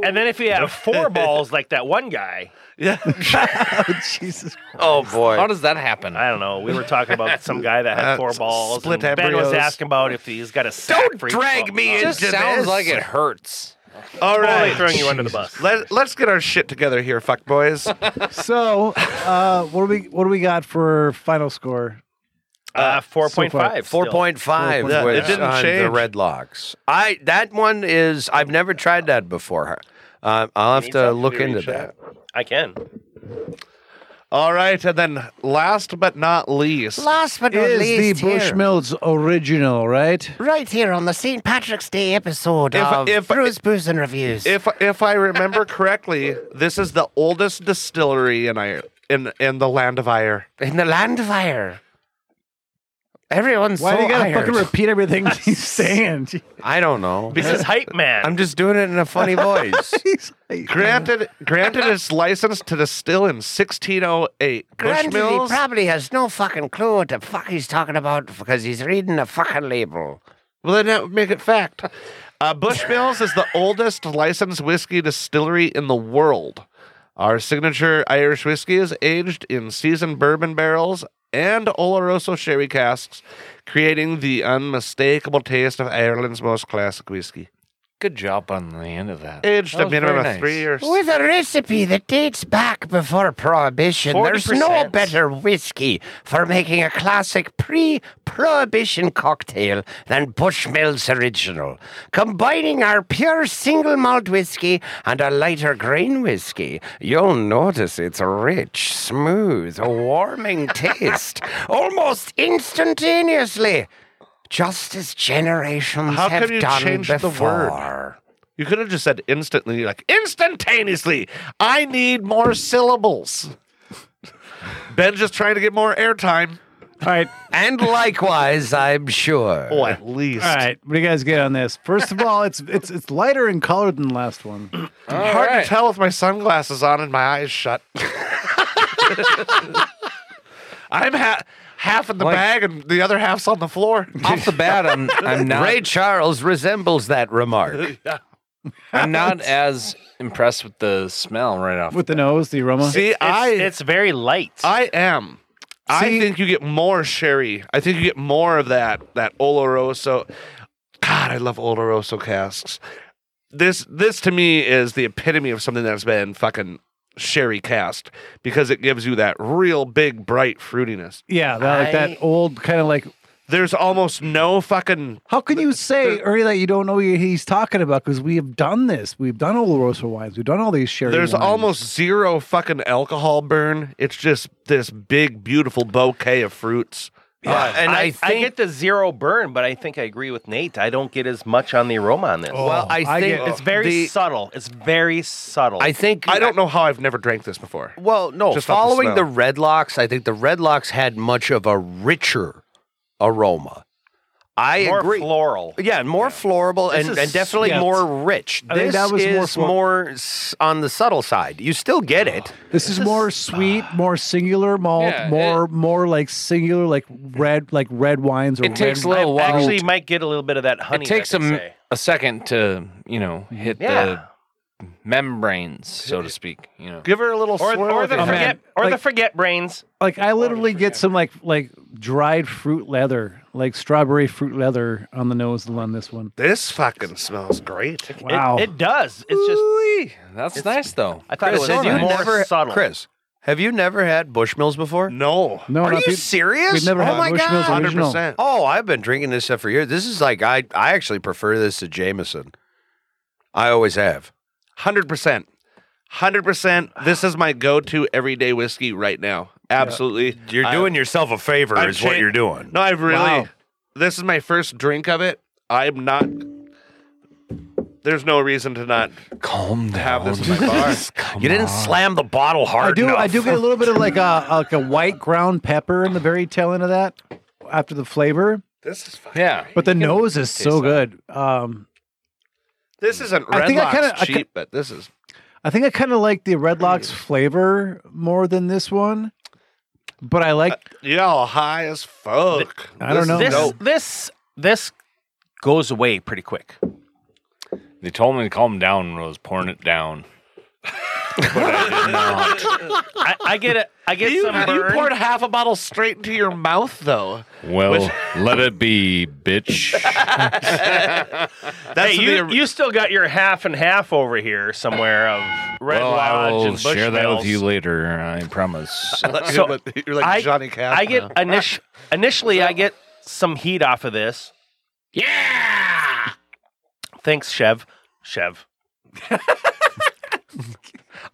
F: and then if you have four balls like that one guy,
B: Yeah.
C: Jesus.
D: Oh boy.
E: How does that happen?
F: I don't know. We were talking about some guy that
B: Uh,
F: had four
B: s-
F: balls.
B: split
F: and ben was
B: embryos.
F: asking about if he's got a sack
D: Don't
F: for each
D: drag
F: ball.
D: me
E: It
D: into
E: just sounds
D: this.
E: like it hurts.
B: All
F: Totally
B: right.
F: throwing you under the bus.
B: Let, let's get our shit together here, fuck boys.
C: So, uh, what do we what do we got for final score?
F: Uh, four point five.
D: Four point five
B: Yeah,
D: was
B: it didn't
D: on the
B: change.
D: Redlocks. I that one is I've never tried that before. Uh, I'll have
F: Need something to
D: to look
F: reach
D: into
F: at.
D: that.
F: I can.
B: All right. And then last but not least.
I: Last but not
C: Is
I: least,
C: the Bushmills original, right?
I: here, right here on the St. Patrick's Day episode
B: If-
I: of
B: if-
I: Bruce Booze and Reviews.
B: If if I remember correctly, this is the oldest distillery in Ire in in the land of Ire.
I: in the land of fire. Everyone's
C: Why
I: so
C: do you gotta
I: ired.
C: fucking repeat everything he's saying?
D: I don't know.
F: This is hype man.
D: I'm just doing it in a funny voice.
C: He's like,
B: Granted, granted, it's licensed to distill in 1608.
I: Granted, he
B: Bushmills.
I: probably has no fucking clue what the fuck he's talking about because he's reading a fucking label.
B: well, then that would make it fact. Uh, Bushmills is the oldest licensed whiskey distillery in the world. Our signature Irish whiskey is aged in seasoned bourbon barrels and Oloroso sherry casks, creating the unmistakable taste of Ireland's most classic whiskey.
E: Good job on the end of that.
B: aged
E: That
B: a
E: was very
B: minimum of
E: nice.
B: three years.
I: With a recipe that dates back before Prohibition, there's no
F: 40%.
I: better whiskey for making a classic pre Prohibition cocktail than Bushmills Original. Combining our pure single malt whiskey and a lighter grain whiskey, you'll notice it's rich, smooth, a warming taste, almost instantaneously. Just as generations
B: How
I: have
B: can you
I: done
B: change the
I: before.
B: word? You could have just said instantly, like instantaneously. I need more syllables. Ben's just trying to get more airtime.
C: All right,
D: and likewise, I'm sure.
B: Oh, at least.
C: all right. What do you guys get on this? First of all, it's it's it's lighter in color than the last one.
E: All
B: Hard
E: right.
B: to tell with my sunglasses on and my eyes shut. I'm ha- half in the
D: Like-
B: bag and the other half's on the floor.
E: Off the bat, I'm, I'm not.
D: Ray Charles resembles that remark.
E: I'm not as impressed with the smell right off.
C: With the nose, the aroma.
B: See,
F: It's,
B: I Uh,
F: it's very light.
B: I am. I
C: See-
B: think you get more sherry. I think you get more of that that Oloroso. God, I love Oloroso casks. This this to me is the epitome of something that's been fucking sherry cast because it gives you that real big bright fruitiness.
C: Yeah, that, like
I: I-
C: that old kind of like.
B: There's almost no fucking
C: How can you say Ernie that you don't know what he's talking about? Because we have done this. We've done Oloroso wines. We've done all these sherry.
B: there's
C: wines.
B: almost zero fucking alcohol burn. It's just this big beautiful bouquet of fruits.
F: Yeah,
D: and I
F: I get the zero burn, but I think I agree with Nate. I don't get as much on the aroma on this.
D: Oh. Well, I I think get-
F: it's very
D: the-
F: subtle. It's very subtle.
D: I think
B: I don't know how I've never drank this before.
D: Well, no,
B: Just off the
D: following the,
B: smell.
D: Red Locks, I think the Red Locks had much of a richer aroma. I
F: More
D: agree.
F: floral.
D: Yeah, more florable
F: This is
D: and, and definitely
F: sweet.
D: more rich.
C: I think
D: This
C: that was more
D: is
C: flor-
D: more, s on the subtle side. You still get it.
C: This, is, more sweet, more singular malt,
D: Yeah,
C: more more like singular, like red, like red wines. Or
E: It takes a
C: red-
E: little
F: I
E: while.
F: actually might get a little bit of that honey.
E: it takes a,
F: that they
E: m-
F: say.
E: a second to you know hit
F: Yeah.
E: the membranes, so to speak. You know,
F: Give her a little or,
C: swirl
F: or
C: of
F: the
C: it. Oh, man.
F: forget or the
C: Like-
F: forget brains.
C: Like I literally get some like like dried fruit leather, like strawberry fruit leather on the nose on this one.
B: This fucking smells great.
C: Wow.
F: It, it does. It's just
E: that's
F: It's-
E: nice though.
F: I thought it was
D: have you
F: more
D: never,
F: subtle.
D: Chris, have you never had Bushmills before?
B: No.
C: no,
D: Are
C: not
D: you
C: peop-
D: serious?
C: We've never
D: oh
C: had
D: my
C: Bushmills
D: God.
C: original.
B: 100%.
D: Oh, I've been drinking this stuff for years. This is like I I actually prefer this to Jameson. I always have.
B: Hundred percent. Hundred percent. This is my go-to everyday whiskey right now. Absolutely.
D: You're
B: I-
D: doing yourself a favor,
B: I've
D: is what
B: cha-
D: you're doing.
B: No, I've really.
C: Wow.
B: This is my first drink of it. I'm not. There's no reason to not
E: Calm down.
B: have this in my bar.
D: you didn't slam the bottle hard
C: I do. I
D: enough.
C: do get a little bit of like a like a white ground pepper in the very tail end of that after the flavor,
B: this is. Fun.
E: Yeah,
C: but the nose is so
E: taste
C: good. Um,
B: This isn't
C: I
B: Red
C: think I
B: Locks
C: kinda- I
B: cheap,
C: ki-
B: but this is.
C: I think I kind of like the Red Locks flavor more than this one, but I like.
E: Uh,
B: Y'all high as fuck.
C: I don't know.
B: This,
F: this
B: is dope.
F: this this goes away pretty quick.
E: They told me to calm down when I was pouring it down.
F: I, I get it. I get
B: You,
F: some
B: you
F: burn.
B: poured half a bottle straight into your mouth, though.
E: Well, let it be, bitch.
B: That's
F: hey, you,
B: the-
F: you still got your half and half over here somewhere of Red
E: well, Oh, I
F: Lodge
E: will
F: and Bushmills.
E: share that with you later. I promise.
F: So,
B: you're like
F: I-
B: Johnny Cash.
F: I get init- initially I get some heat off of this. Yeah. Thanks, Chev. Chev.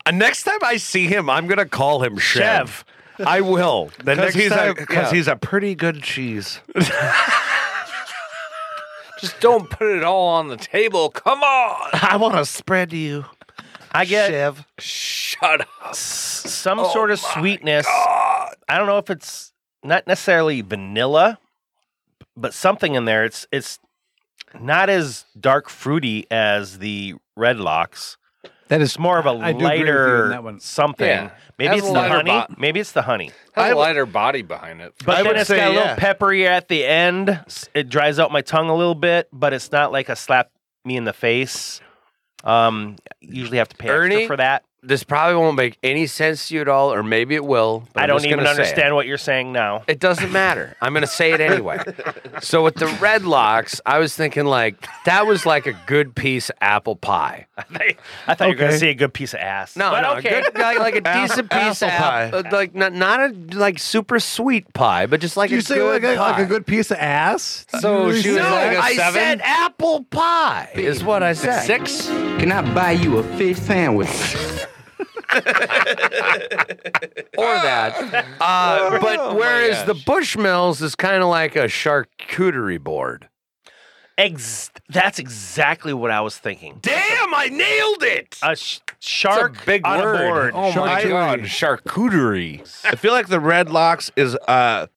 D: Uh, next time I see him, I'm gonna call him Chev. I will. The
B: because
D: next
B: he's,
D: time,
B: a-
D: yeah.
B: 'cause he's a pretty good cheese.
E: Just don't put it all on the table. Come on.
B: I want to spread you.
F: I get
B: Chev.
E: Shut up.
F: some
C: Oh
F: sort of sweetness. I don't know if it's not necessarily vanilla, but something in there. It's it's not as dark fruity as the Red Locks.
C: That is
F: It's more of a
C: I do agree with you on
F: lighter
C: that one.
F: something.
E: Yeah.
F: Maybe
E: Has
F: it's
E: a
F: the
E: lighter
F: honey.
E: bo-
F: Maybe it's the honey.
E: Has
B: I
E: a
B: would-
E: lighter body behind it.
F: But
B: I
F: then
B: would
F: it's got
B: say,
F: a little
B: yeah.
F: peppery at the end. S- It dries out my tongue a little bit, but it's not like a slap me in the face. Um, usually have to pay
D: Ernie?
F: extra for that.
D: this probably won't make any sense to you at all, or maybe it will. But
F: I
D: I'm
F: don't
D: just
F: even
D: gonna say it.
F: understand what you're saying now.
D: It doesn't matter. I'm going to say it anyway. so with the red locks, I was thinking like that was like a good piece of apple pie.
F: I thought you were going
C: Okay.
F: to see a good piece of ass.
D: No,
F: but
D: no, a
F: okay.
D: good, like, like a decent piece of
B: apple
D: apple, uh, like not not a like super sweet pie, but just like
C: Did you
D: a
C: say
D: good
C: like a,
D: pie.
C: like a good piece of ass?
E: So Oh, she was
D: No,
E: like a
D: I
E: seven?
D: said apple pie is what I said.
E: Six?
H: Can I buy you a fish sandwich?
D: or that.
B: Oh,
D: Uh, but whereas the Bushmills is kind of like a charcuterie board.
F: Ex- that's exactly what I was thinking.
D: Damn, I nailed it.
F: A sh- shark
E: Big
F: on
E: word.
F: a board.
E: Oh my
C: Charcuterie.
E: god, charcuterie.
B: I feel like the Red Locks is uh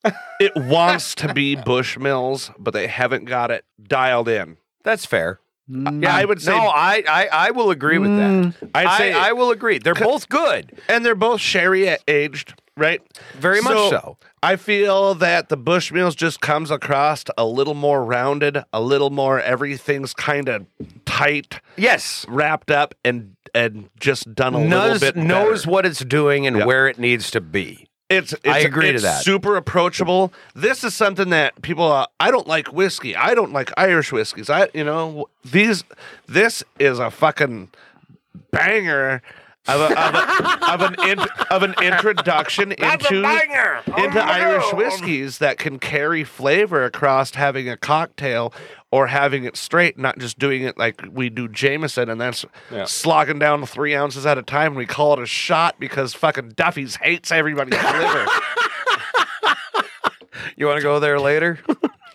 B: it wants to be Bushmills, but they haven't got it dialed in.
D: That's fair.
B: Yeah, I would say
D: no. I, I I will agree with that.
B: I'd say
D: I, I will agree. They're both good,
B: and they're both sherry aged, right?
D: very much so.
B: I feel that the Bushmills just comes across a little more rounded, a little more everything's kind of tight,
D: Yes,
B: wrapped up and and just done a little
D: knows
B: bit
D: knows
B: better.
D: what it's doing and
B: Yeah.
D: where it needs to be.
B: It's, it's
D: I agree to
B: it's
D: that.
B: Super approachable. This is something that people. Uh, I don't like whiskey. I don't like Irish whiskeys. I you know these. This is a fucking banger of, a, of, a, of an in, of an introduction into
D: Oh,
B: into Irish whiskeys that can carry flavor across having a cocktail or having it straight, not just doing it like we do Jameson and that's slogging down three ounces at a time. And we call it a shot because fucking Duffy's hates everybody's liver. You want to go there later?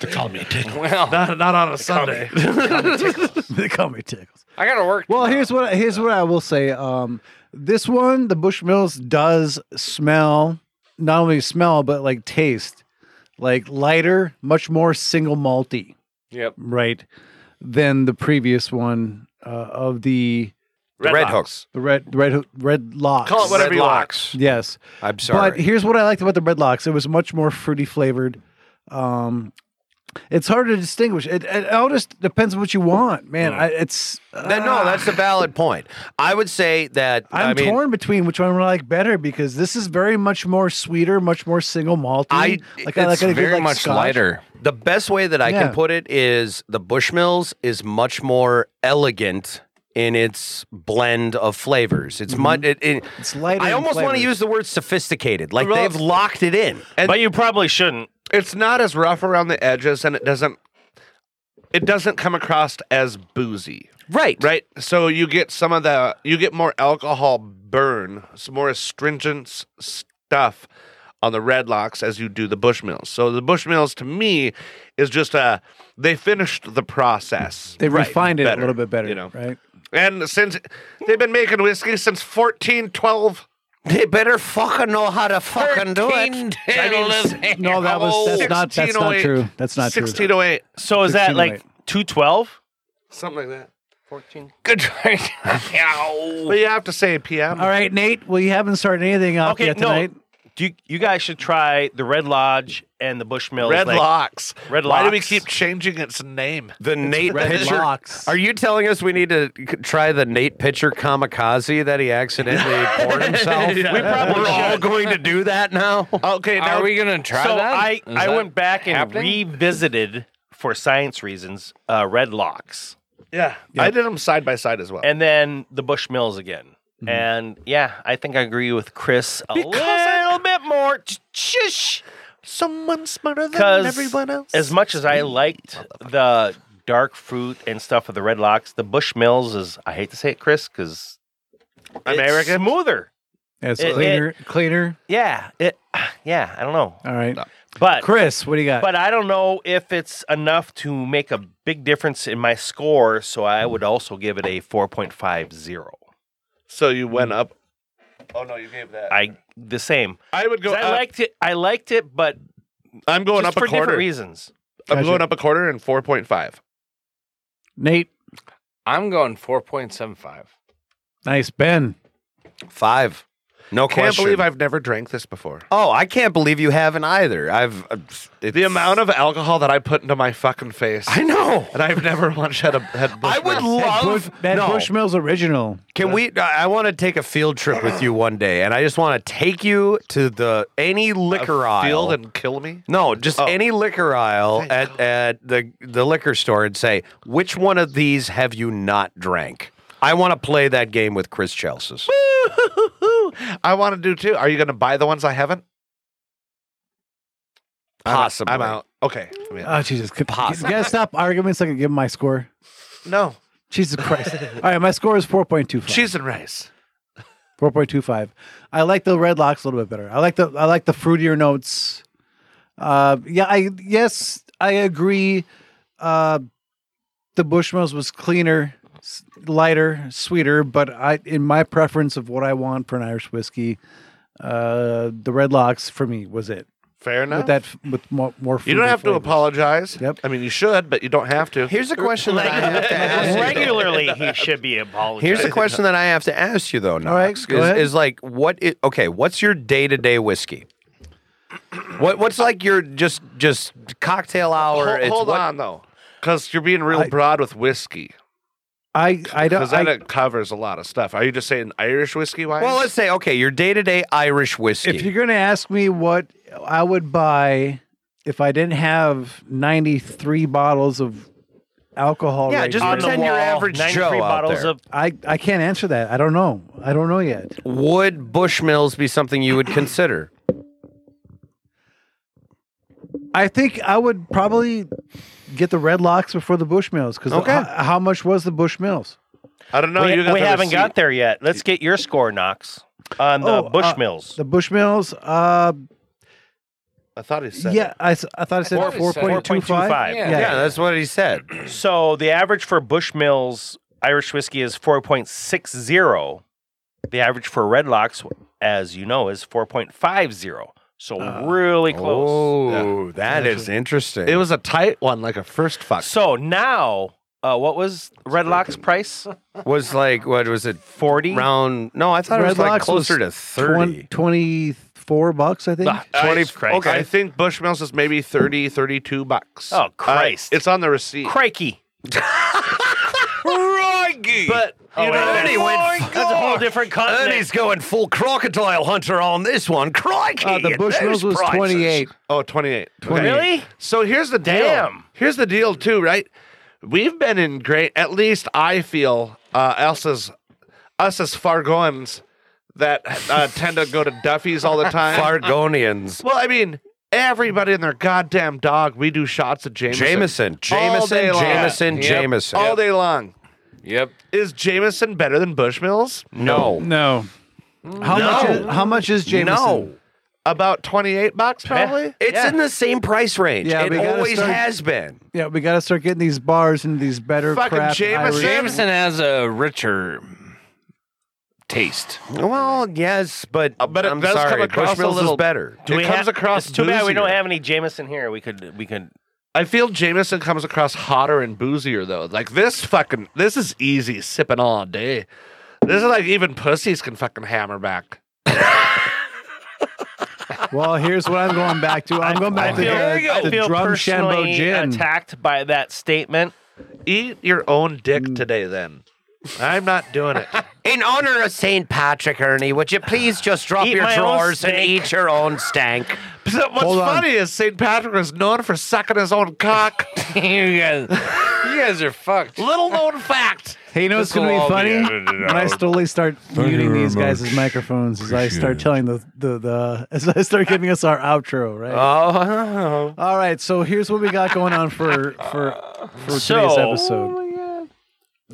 J: They call me a tickle.
E: Well,
B: not, not on a Sunday.
J: they call me tickles.
E: I gotta work.
C: Well, here's what here's what I will say. Um, this one, the Bushmills, does smell not only smell but like taste, like lighter, much more single malty,
E: Yep.
C: right, than the previous one uh, of the
D: The Red Red Locks.
C: the red red Hook- red locks.
D: Call it whatever Red you want. Locks.
C: Yes,
D: I'm sorry.
C: But here's what I liked about the red locks. It was much more fruity flavored. Um, it's hard to distinguish. It, it all just depends on what you want, man. I, it's ah.
D: Then, Hmm. no, that's a valid point. I would say that
C: I'm
D: I mean,
C: torn between which one I like better because this is very much more sweeter, much more single malty.
D: I
C: I
D: it's
C: a good,
D: very
C: like,
D: much
C: scotch.
E: lighter.
D: The best way that I
C: Yeah.
D: can put it is the Bushmills is much more elegant in its blend of flavors. It's much. It, it-
C: it's lighter.
D: I
C: in
D: almost want to
C: flavors.
D: use the word sophisticated. Like
B: Well-
D: they've locked it in.
B: But
F: you probably shouldn't.
B: It's not as rough around the edges, and it doesn't. It doesn't come across as boozy.
D: Right.
B: Right. So you get some of the. You get more alcohol burn, some more astringent s- stuff on the red locks as you do the Bushmills. So the Bushmills to me is just a. They finished the process.
C: They refined it
B: better,
C: a little bit better,
B: You know.
C: right?
B: And since they've been making whiskey since 1412.
D: They better fucking know how to fucking do it.
C: No, that was
D: oh,
C: that's not that's not
B: 1608.
C: true. That's not true.
B: 1608.
F: So is that like 212?
B: Something like that. 14.
E: Good try.
B: but you have to say PM.
C: All right, Nate. Well, you haven't started anything off
F: Okay,
C: yet
F: no.
C: tonight.
F: Do you, you guys should try the Red Lodge and the Bushmills.
B: Red
F: like-
B: Locks.
F: Red
B: Why do we
F: Locks.
B: keep changing its name?
D: The Nate
C: Red
D: pitcher.
C: Locks.
D: Are you telling us we need to c- try the Nate pitcher kamikaze that he accidentally poured himself?
F: We probably
D: We're all
F: should.
D: going to do that now.
B: Okay, now
E: Are we gonna try
F: so
E: that?
F: I,
E: Is
F: I
E: that
F: went back and
E: happening?
F: revisited for science reasons uh, Red Locks
B: yeah, I did them side by side as well.
F: and then the Bushmills again. And yeah, I think I agree with Chris a
B: Because I-
F: little bit more. Ch- Shush.
B: Someone smarter than
F: Because
B: everyone else.
F: as much as I liked the dark fruit and stuff of the Red Locks, the Bushmills is I hate to say it, Chris, because
B: American?
F: smoother.
C: It's
F: It-
C: cleaner, cleaner.
F: Yeah, it. Yeah, I don't know,
C: All right,
F: but
C: Chris, what do you got?
F: but I don't know if it's enough to make a big difference in my score. So I would also give it a four point five zero.
B: so you went up. Oh no, you gave that. I,
F: I the same.
B: would
F: 'Cause
B: go.
F: I
B: Up,
F: liked it. I liked it, but
B: I'm going
F: just
B: up
F: for
B: a quarter.
F: different reasons.
B: I'm
C: Gotcha.
B: going up a quarter and four point five.
C: Nate,
E: I'm going 4.75.
C: nice Ben.
D: Five. No
B: Can't
D: question.
B: believe I've never drank this before.
D: Oh, I can't believe you haven't either. I've uh, it's,
B: The amount of alcohol that I put into my fucking face,
D: I know.
B: and I've never once had a had.
D: I would
B: Bushmills.
C: That Bush,
D: love.
C: that
D: Oh, no.
C: Bushmills original.
D: Can we? uh, I I want to take a field trip with you one day, and I just want to take you to the any liquor aisle.
B: field and kill me.
D: no, just
B: Oh.
D: any liquor aisle
B: Thank
D: at,
B: God.
D: at the the liquor store, and say which one of these have you not drank. I want to play that game with Chris Chelsea.
B: I want to do too. Are you going to buy the ones I haven't? I'm-
D: Possibly.
B: I'm out. Okay. I'm in.
C: Oh Jesus, could, you
D: Possible.
C: gotta stop arguments. so I can give him my score.
B: no.
C: Jesus Christ! All right, my score is four point two five.
B: Cheese and rice.
C: Four point two five. I like the red locks a little bit better. I like the I like the fruitier notes. Uh, yeah, I yes, I agree. Uh, the Bushmills was cleaner, s- lighter, sweeter, but I in my preference of what I want for an Irish whiskey, uh, the red locks for me was it
B: Fair enough.
C: with that f- with more, more
B: you don't
C: fruity
B: have to
C: flavors.
B: apologize.
C: Yep.
B: I mean, you should, but you don't have to.
D: Here's a question that I have to ask. you, though.
F: Regularly, he should be apologizing.
D: Here's the question that I have to ask you though, Knox.
C: right, go
D: is,
C: ahead.
D: is like what is okay, what's your day to day whiskey? What what's like your just just cocktail hour?
B: Hol-
D: it's
B: hold
D: what-
B: on though, because you're being real
C: I-
B: broad with whiskey.
C: I I
B: Because
C: don't.
B: that
C: I,
B: uh, covers a lot of stuff. Are you just saying Irish whiskey wise?
D: Well, let's say okay, your day to day Irish whiskey.
C: if you're gonna ask me what I would buy if I didn't have ninety three bottles of alcohol,
D: yeah,
C: right
D: just
C: here,
F: On the
D: pretend your
F: wall,
D: average
F: 93
D: Joe out
F: bottles
D: there.
F: of
C: I, I can't answer that. I don't know. I don't know yet.
D: Would Bushmills be something you would consider?
C: I think I would probably get the Red Locks before the Bushmills because
D: Okay.
C: how, much was the Bushmills?
B: I don't know.
F: we,
B: you got
F: we
B: the
F: haven't
B: receipt.
F: got there yet. Let's get your score, Knox, on the
C: Oh, uh,
F: Bushmills.
C: The Bushmills, uh,
B: I thought he said.
C: Yeah, I, s- I thought it said four point two five.
D: that's what he said.
F: So the average for Bushmills Irish whiskey is 4.60. The average for Red Locks, as you know, is 4.50. So
B: Ah.
F: really close.
D: Oh, that is interesting.
B: It was a tight one, like a first fuck.
F: So now, uh, what was Red Locks price?
D: was like what was it?
F: Forty
D: round? No, I thought it was like closer to thirty.
C: Twenty four bucks, I think.
B: Okay. I think Bushmills is maybe 30, 32 bucks.
F: Oh, Christ.
B: Uh, it's on the receipt.
F: Crikey.
D: Crikey.
B: But you know, Oh
F: that's a whole different continent.
D: And he's going full crocodile hunter on this one. Crikey!
B: Uh, the
D: at
B: Bushmills
D: those
B: was
D: prices.
B: 28. Oh, 28. Okay.
D: 28.
F: Really?
B: So here's the deal.
F: Damn.
B: Here's the deal, too, right? We've been in great, at least I feel, uh, us as, us as Fargoans that uh, tend to go to Duffy's all the time.
D: Fargonians.
B: Well, I mean, everybody and their goddamn dog, we do shots of Jameson.
D: Jameson,
B: All day
D: Jameson,
B: long.
D: Jameson,
B: Yep.
D: Jameson.
B: All day long.
E: Yep.
B: Is Jameson better than Bushmills?
D: No.
C: No. How much? Is, how much is Jameson?
D: No.
B: About 28 bucks, probably?
D: It's in the same price range.
C: Yeah,
D: it
C: we gotta
D: always
C: start-
D: has been.
C: Yeah, we got to start getting these bars into these better
D: Fucking
C: craft
D: Jameson.
C: Irish-
E: Jameson has a richer taste.
D: Well, Oh, yes, but
B: Uh, but it
D: I'm
B: does come
D: sorry,
B: across a
D: Bushmills
B: little-
D: is better.
B: Do it
F: we
B: comes
F: ha-
B: across
F: It's too bad we
B: boozier.
F: don't have any Jameson here. We could, we could.
B: I feel Jameson comes across hotter and boozier though. Like this fucking this is easy sipping all day. This is like even pussies can fucking hammer back.
C: Well, here's what I'm going back to. I'm going back
F: I
C: to
F: feel,
C: the,
F: I
C: the
F: feel
C: drum shambo
F: personally
C: gin.
F: attacked by that statement.
B: Eat your own dick today then. I'm not doing it.
I: In honor of St. Patrick, Ernie, would you please just drop
F: Eat
I: your
F: my own
I: drawers and
F: steak.
I: eat your own stank?
B: So what's
C: Hold on.
B: funny is St. Patrick is known for sucking his own cock.
E: you guys, you guys are fucked.
B: Little known fact.
C: Hey, you know what's going to be funny? when I slowly start muting these guys' microphones as I start telling the, the, the, as I start giving us our outro, right?
D: Oh,
C: All right, so here's what we got going on for for for today's
F: So-
D: oh
C: episode.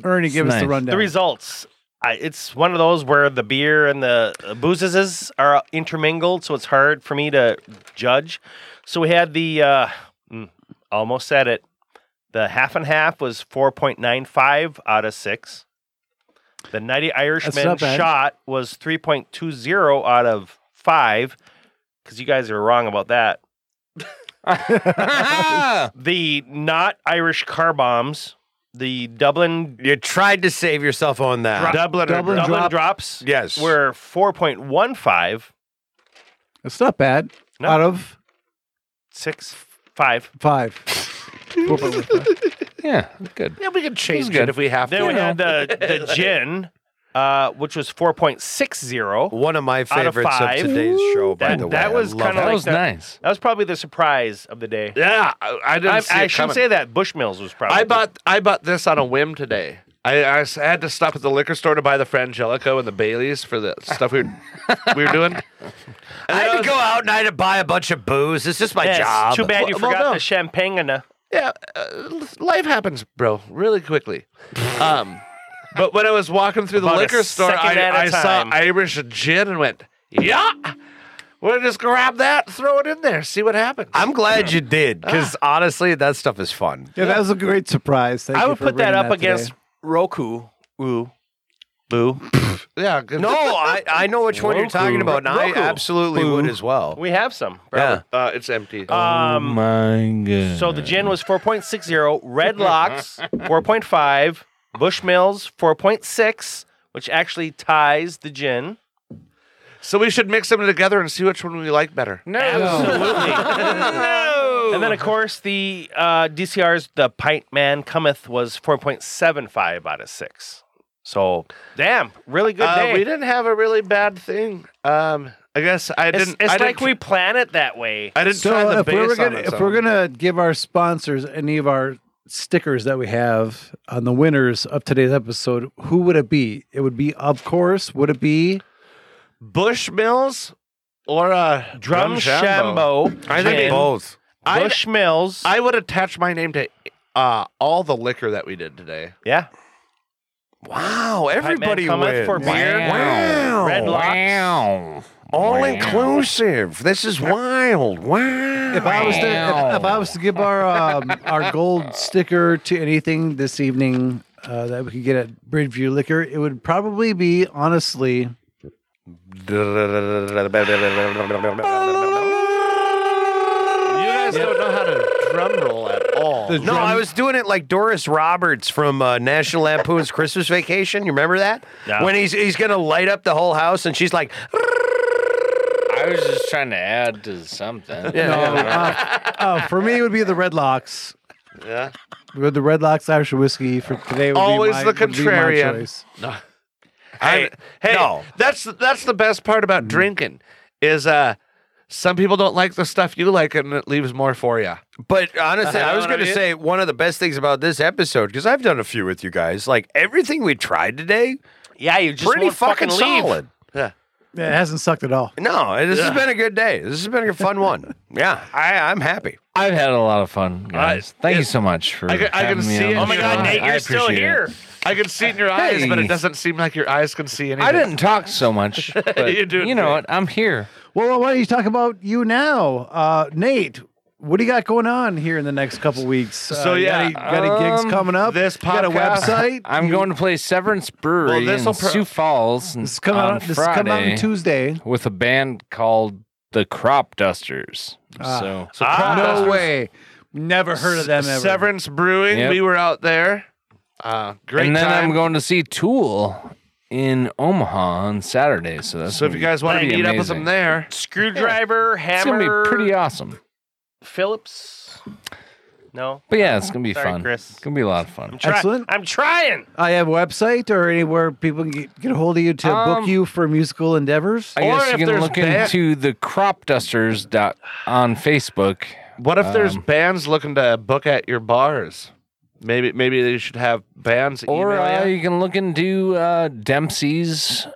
C: Ernie, give us the
E: Nice.
C: rundown.
F: The results. I, it's one of those where the beer and the uh, boozes are intermingled, so it's hard for me to judge. So we had the uh, mm, almost said it. The half and half was four point nine five out of six. The ninety Irishman
C: not bad.
F: shot was three point two zero out of five. Because you guys are wrong about that. The not Irish car bombs. The Dublin
D: you tried to save yourself on that.
B: Dublin,
C: Dublin
F: Dublin
C: drop.
F: drops.
D: Yes.
F: Were 4.15,
C: It's not bad.
F: No.
C: Out of
F: six, five.
C: five.
E: Yeah, good.
B: Yeah, we can change
E: good.
B: it if we have
F: Then we
B: to.
F: had the, the gin, uh, which was 4.60.
D: One of my
F: Out of
D: favorites of,
F: five.
D: today's show, by
F: That-
D: the way.
F: that
D: I
F: was
D: love
F: kinda
D: it.
E: That
F: like
E: was
F: that.
E: nice.
F: That was probably the surprise of the day.
B: Yeah, I, I didn't
F: I,
B: see
F: I
B: it
F: should
B: coming.
F: say that Bushmills was probably.
B: I bought I bought this on a whim today. I, I s- had to stop at the liquor store to buy the Frangelico and the Baileys for the stuff we were, we were doing.
D: I had to go out and I had to buy a bunch of booze. It's just my
F: Yes,
D: job.
F: Too bad you
B: Well, well,
F: forgot
B: no.
F: the champagne and the.
B: Yeah, uh, life happens, bro, really quickly. um, but when I was walking through the
F: About a
B: liquor store,
F: second at a
B: I, I saw
F: time.
B: Irish gin and went, yeah, we'll just grab that, throw it in there, see what happens.
D: I'm glad you did because honestly, that stuff is fun.
C: Yeah, that was a great surprise. Thank
F: I
C: you
F: would
C: for
F: put that
C: bringing
F: up
C: today.
F: against Roku. Ooh. Boo.
B: yeah, good.
D: No, I, I know which one you're talking about, and I
F: Roku.
D: absolutely would as well.
F: We have some.
D: Yeah.
B: Uh, it's empty.
F: Um,
E: my God.
F: So the gin was 4.60, Red Locks 4.5, Bushmills 4.6, which actually ties the gin.
B: so we should mix them together and see which one we like better.
E: no.
F: Absolutely. And then, of course, the uh, DCR's The Pint Man Cometh was 4.75 out of 6. So, damn, really good
B: Uh,
F: day.
B: we didn't have a really bad thing. Um, I guess I
F: it's
B: didn't.
F: it's
B: I didn't
F: like
B: tr-
F: we plan it that way.
B: I didn't try
C: So
B: the
C: if we
B: base
C: were
B: on
C: gonna
B: it,
C: if
B: so-
C: we're gonna give our sponsors any of our stickers that we have on the winners of today's episode, who would it be? It would be, of course, would it be
B: Bushmills or uh,
F: Drum Shambo.
B: I think
F: gin,
D: Both.
B: I'd-
F: Bushmills.
B: I would attach my name to uh, all the liquor that we did today.
F: yeah.
I: Wow,
F: Pipe Man
I: everybody
F: cometh
I: wins.
F: for beer.
I: Wow.
F: Red locks.
I: Wow. All inclusive. This is wild. Wow.
C: If I was to, if, if I was to give our um, our gold sticker to anything this evening uh, that we could get at Bridgeview Liquor, it would probably be honestly
I: You guys don't know how to drum roll at all.
B: The
I: no,
B: drum-
I: I was doing it like Doris Roberts from uh, National Lampoon's Christmas Vacation. You remember that?
E: No.
I: When he's he's gonna light up the whole house, and she's like,
E: I was just trying to add to something.
C: no, uh, uh, for me it would be the Redlocks.
B: Yeah.
C: With the Redlocks Irish whiskey for today would
B: Always
C: be my,
B: the
C: would be my
B: contrarian.
C: choice.
B: No. Hey, hey, that's that's the best part about drinking is uh some people don't like the stuff you like and it leaves more for you.
I: But honestly,
B: You know
I: I was
B: what
I: going to
B: mean?
I: say one of the best things about this episode because I've done a few with you guys. Like everything we tried today,
F: yeah, you
C: just
I: pretty
C: won't
I: fucking,
C: fucking leave.
I: solid.
B: Yeah.
C: Yeah, it hasn't sucked at all.
I: No, this has
C: Yeah.
I: been a good day. This has been a fun one. Yeah, I, I'm happy.
E: I've had a lot of fun, guys. Thank you so much for.
B: I can, I can
E: having me
B: see
E: on
B: it.
E: the
F: Oh
E: show. I appreciate it.
B: I can see it in your eyes, but
E: Hey.
B: it doesn't seem like your eyes can see anything.
E: I didn't talk so much. But
B: You're doing
E: you know
B: great.
E: what? I'm here.
C: Well, why don't you talk about you now, uh, Nate? What do you got going on here in the next couple weeks?
E: So,
C: uh, you
E: yeah,
C: got any, got any
E: um,
C: gigs coming up?
E: this
C: You got a
E: podcast-
C: website?
E: I'm going to play Severance Brewery
C: Well, this'll
E: in
C: pro-
E: Sioux Falls.
C: This come out-
E: on
C: this come out on
E: Friday
C: Tuesday.
E: with a band called the Crop Dusters.
C: Ah.
E: so,
C: So Ah. Crop Dusters- No way. Never heard of them ever.
B: Severance Brewing.
E: Yep.
B: We were out there. Uh, great
E: and then
B: time.
E: I'm going to see Tool in Omaha on Saturday. So that's
B: so if you guys want to meet up with them there,
F: Ah, Screwdriver,
E: it's gonna
F: hammer,
E: be pretty awesome.
F: Phillips. No,
E: But yeah, it's gonna be
F: Sorry,
E: fun.
F: Chris.
E: It's gonna be a lot of fun.
F: I'm try-
C: Excellent.
F: I'm trying.
C: I have a website or anywhere people can get, get a hold of you to
E: Um,
C: book you for musical endeavors.
E: I guess you can look into the crop dusters dot on Facebook.
B: What if there's
E: Um,
B: bands looking to book at your bars? Maybe maybe they should have bands
E: or
B: email
E: uh,
B: you.
E: you can look into uh, Dempsey's,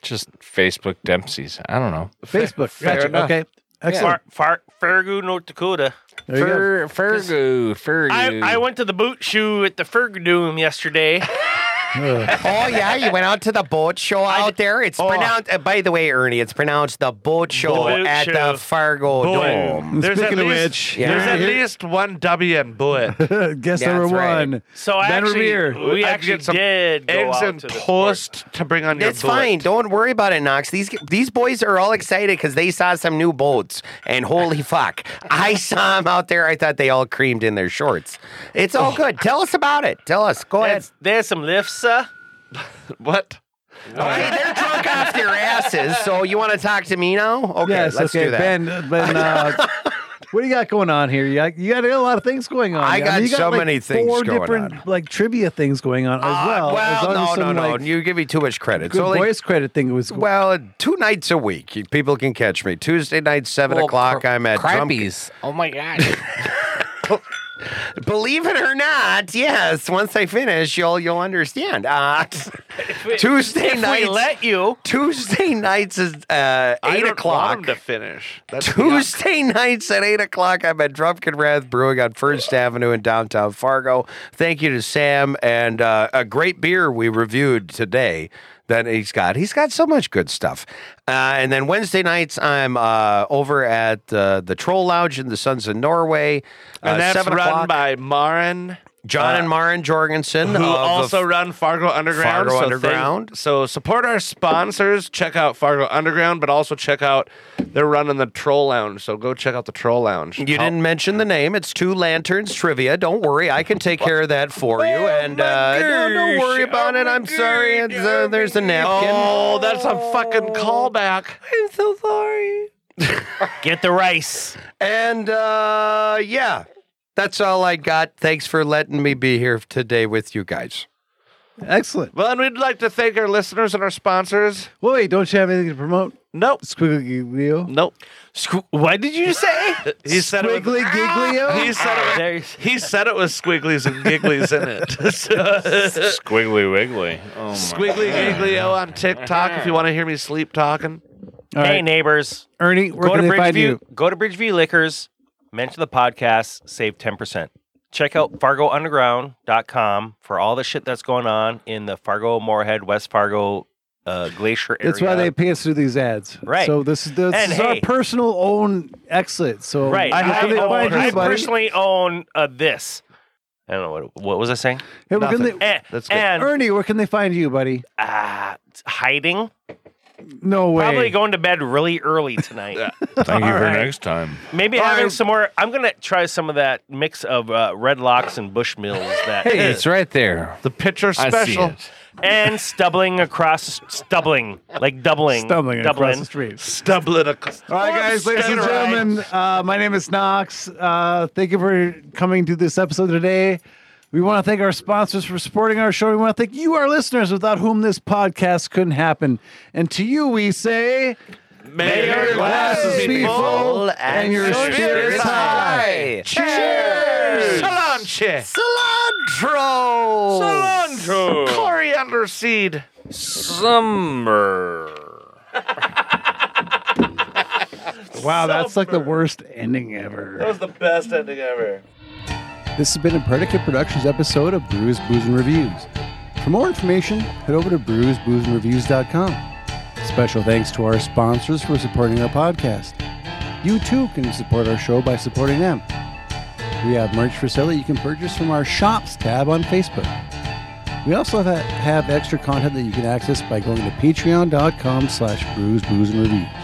E: just Facebook Dempsey's. I don't know.
C: Facebook.
E: Fair
C: Gotcha.
E: enough.
C: Okay. Excellent.
F: Far, far, Fargo, North Dakota.
C: There you
E: Fer- Fergu, Fergu.
F: I, I went to the boot shoe at the Fergadoom yesterday.
D: oh yeah, you went out to the boat show out there. It's
F: Oh.
D: pronounced. Uh, by the way, Ernie, it's pronounced the boat show
B: Boat
D: at
B: show.
D: the Fargo Dome.
B: There's at
C: Speaking of
B: least,
C: which,
B: there's
D: yeah.
B: at least one W in Bullet.
C: Guess
B: That's
C: number
B: right.
C: one.
F: So I
C: ben
F: actually,
C: Revere.
F: we
B: I'd
F: actually
B: get some
F: did go
B: eggs
F: out
B: and
F: to the
B: toast to bring on your
D: It's
B: bullet.
D: fine. Don't worry about it, Knox. These these boys are all excited because they saw some new boats, and holy fuck, I saw them out there. I thought they all creamed in their shorts. It's all good. Tell us about it. Tell us. Go ahead.
F: That's, there's some lifts, uh,
B: What?
D: Okay, they're drunk off their asses. So you want to talk to me now? Okay,
C: yes.
D: let's
C: okay.
D: do that.
C: Ben. Ben. Uh, what do you got going on here? You got, you got a lot of things going on.
D: I
C: mean,
D: got
C: you
D: so
C: like,
D: many things
C: four
D: going
C: different like trivia things going on as well.
D: Uh,
C: as long as
D: well, no, no,
C: some,
D: no.
C: like,
D: you give me too much credit.
C: Good
D: so, like,
C: voice credit thing was.
D: well, two nights a week, you- people can catch me. Tuesday night, seven
E: Well,
D: o'clock.
E: cr-
D: I'm at Drum-
E: crappies. Oh my god.
D: Believe it or not, yes. Once I finish, you'll you'll understand. Uh, Tuesday
F: if
D: nights.
F: we let you.
D: Tuesday nights is uh,
B: I
D: eight
B: don't
D: o'clock.
B: Want 'em to finish. That's
D: Tuesday nights at 8 o'clock, I'm at Drumkin Wrath Brewing on First Avenue in downtown Fargo. Thank you to Sam and uh, a great beer we reviewed today that he's got. He's got so much good stuff. Uh, and then Wednesday nights, I'm uh, over at uh, the Troll Lounge in the Sons of Norway.
B: And
D: uh,
B: that's
D: 7
B: run
D: o'clock.
B: by Marin,
D: John
B: uh,
D: and Maren Jorgensen.
B: who
D: of the
B: also run Fargo Underground.
D: Fargo
B: so thank-
D: Underground.
B: so support our sponsors. Check out Fargo Underground, but also check out they're running the Troll Lounge. So go check out the Troll Lounge.
D: You didn't mention the name. It's Two Lanterns Trivia. Don't worry, I can take care of that for you. And uh, no, don't worry about it. I'm sorry. It's, uh, there's a napkin.
B: Oh, that's a fucking callback.
D: I'm so sorry.
F: Get the rice.
D: And uh, yeah, that's all I got. Thanks for letting me be here today with you guys.
C: Excellent.
B: Well, and we'd like to thank our listeners and our sponsors.
C: Well, wait, don't you have anything to promote?
B: Nope.
C: Squiggly Leo.
B: Nope.
F: Squ- what did you say?
B: He said it with,
C: Squiggly Giglio.
B: he said it
F: There-
B: with, he said it with squigglies and gigglies in it.
E: Squiggly wiggly. Oh my.
B: Squiggly Giglio on TikTok if you want to hear me sleep talking.
C: All
F: hey,
C: right,
F: neighbors.
C: Ernie, where
F: Go to
C: can they find you?
F: Bridgeview. Go to Bridgeview Liquors. Mention the podcast. Save ten percent. Check out fargounderground.com for all the shit that's going on in the Fargo, Moorhead, West Fargo uh, glacier area.
C: That's why they pay us through these ads.
F: Right.
C: So this is, this
F: And
C: is our
F: hey-
C: personal own exit. So
F: right.
C: if
F: I,
C: they
F: own-
C: find
F: I
C: anybody-
F: personally own uh, this. I don't know what what was I saying.
C: Hey, where can
F: Nothing.
C: they-
F: Eh, and
C: Ernie, where can they find you, buddy?
F: Ah, hiding.
C: No way.
F: Probably going to bed really early tonight.
K: Thank you for
F: All right.
K: next time.
F: Maybe having some more. I'm gonna try some of that mix of uh, red locks and bushmills. That
E: Hey, it's right there.
B: The picture
E: I see special. it.
F: and stubbling across, stubbling like doubling,
C: Stumbling across
F: doubling.
C: the street.
B: Stumbling across.
C: All right, guys, ladies and gentlemen, uh, my name is Knox. Uh, thank you for coming to this episode today. We want to thank our sponsors for supporting our show. We want to thank you, our listeners, without whom this podcast couldn't happen. And to you, we say,
B: May your
C: glasses be full and your spirits high.
B: Cheers! Salanche!
I: Cilantro!
B: Cilantro! Coriander seed!
E: Summer.
C: Wow, that's like the worst ending ever.
B: That was the best ending ever.
C: This has been a Predicate Productions episode of Brews, Booze, and Reviews. For more information, head over to brewsboozeandreviews.com. Special thanks to our sponsors for supporting our podcast. You too can support our show by supporting them. We have merch for sale that you can purchase from our Shops tab on Facebook. We also ha- have extra content that you can access by going to patreon.com slash brews, booze, and reviews.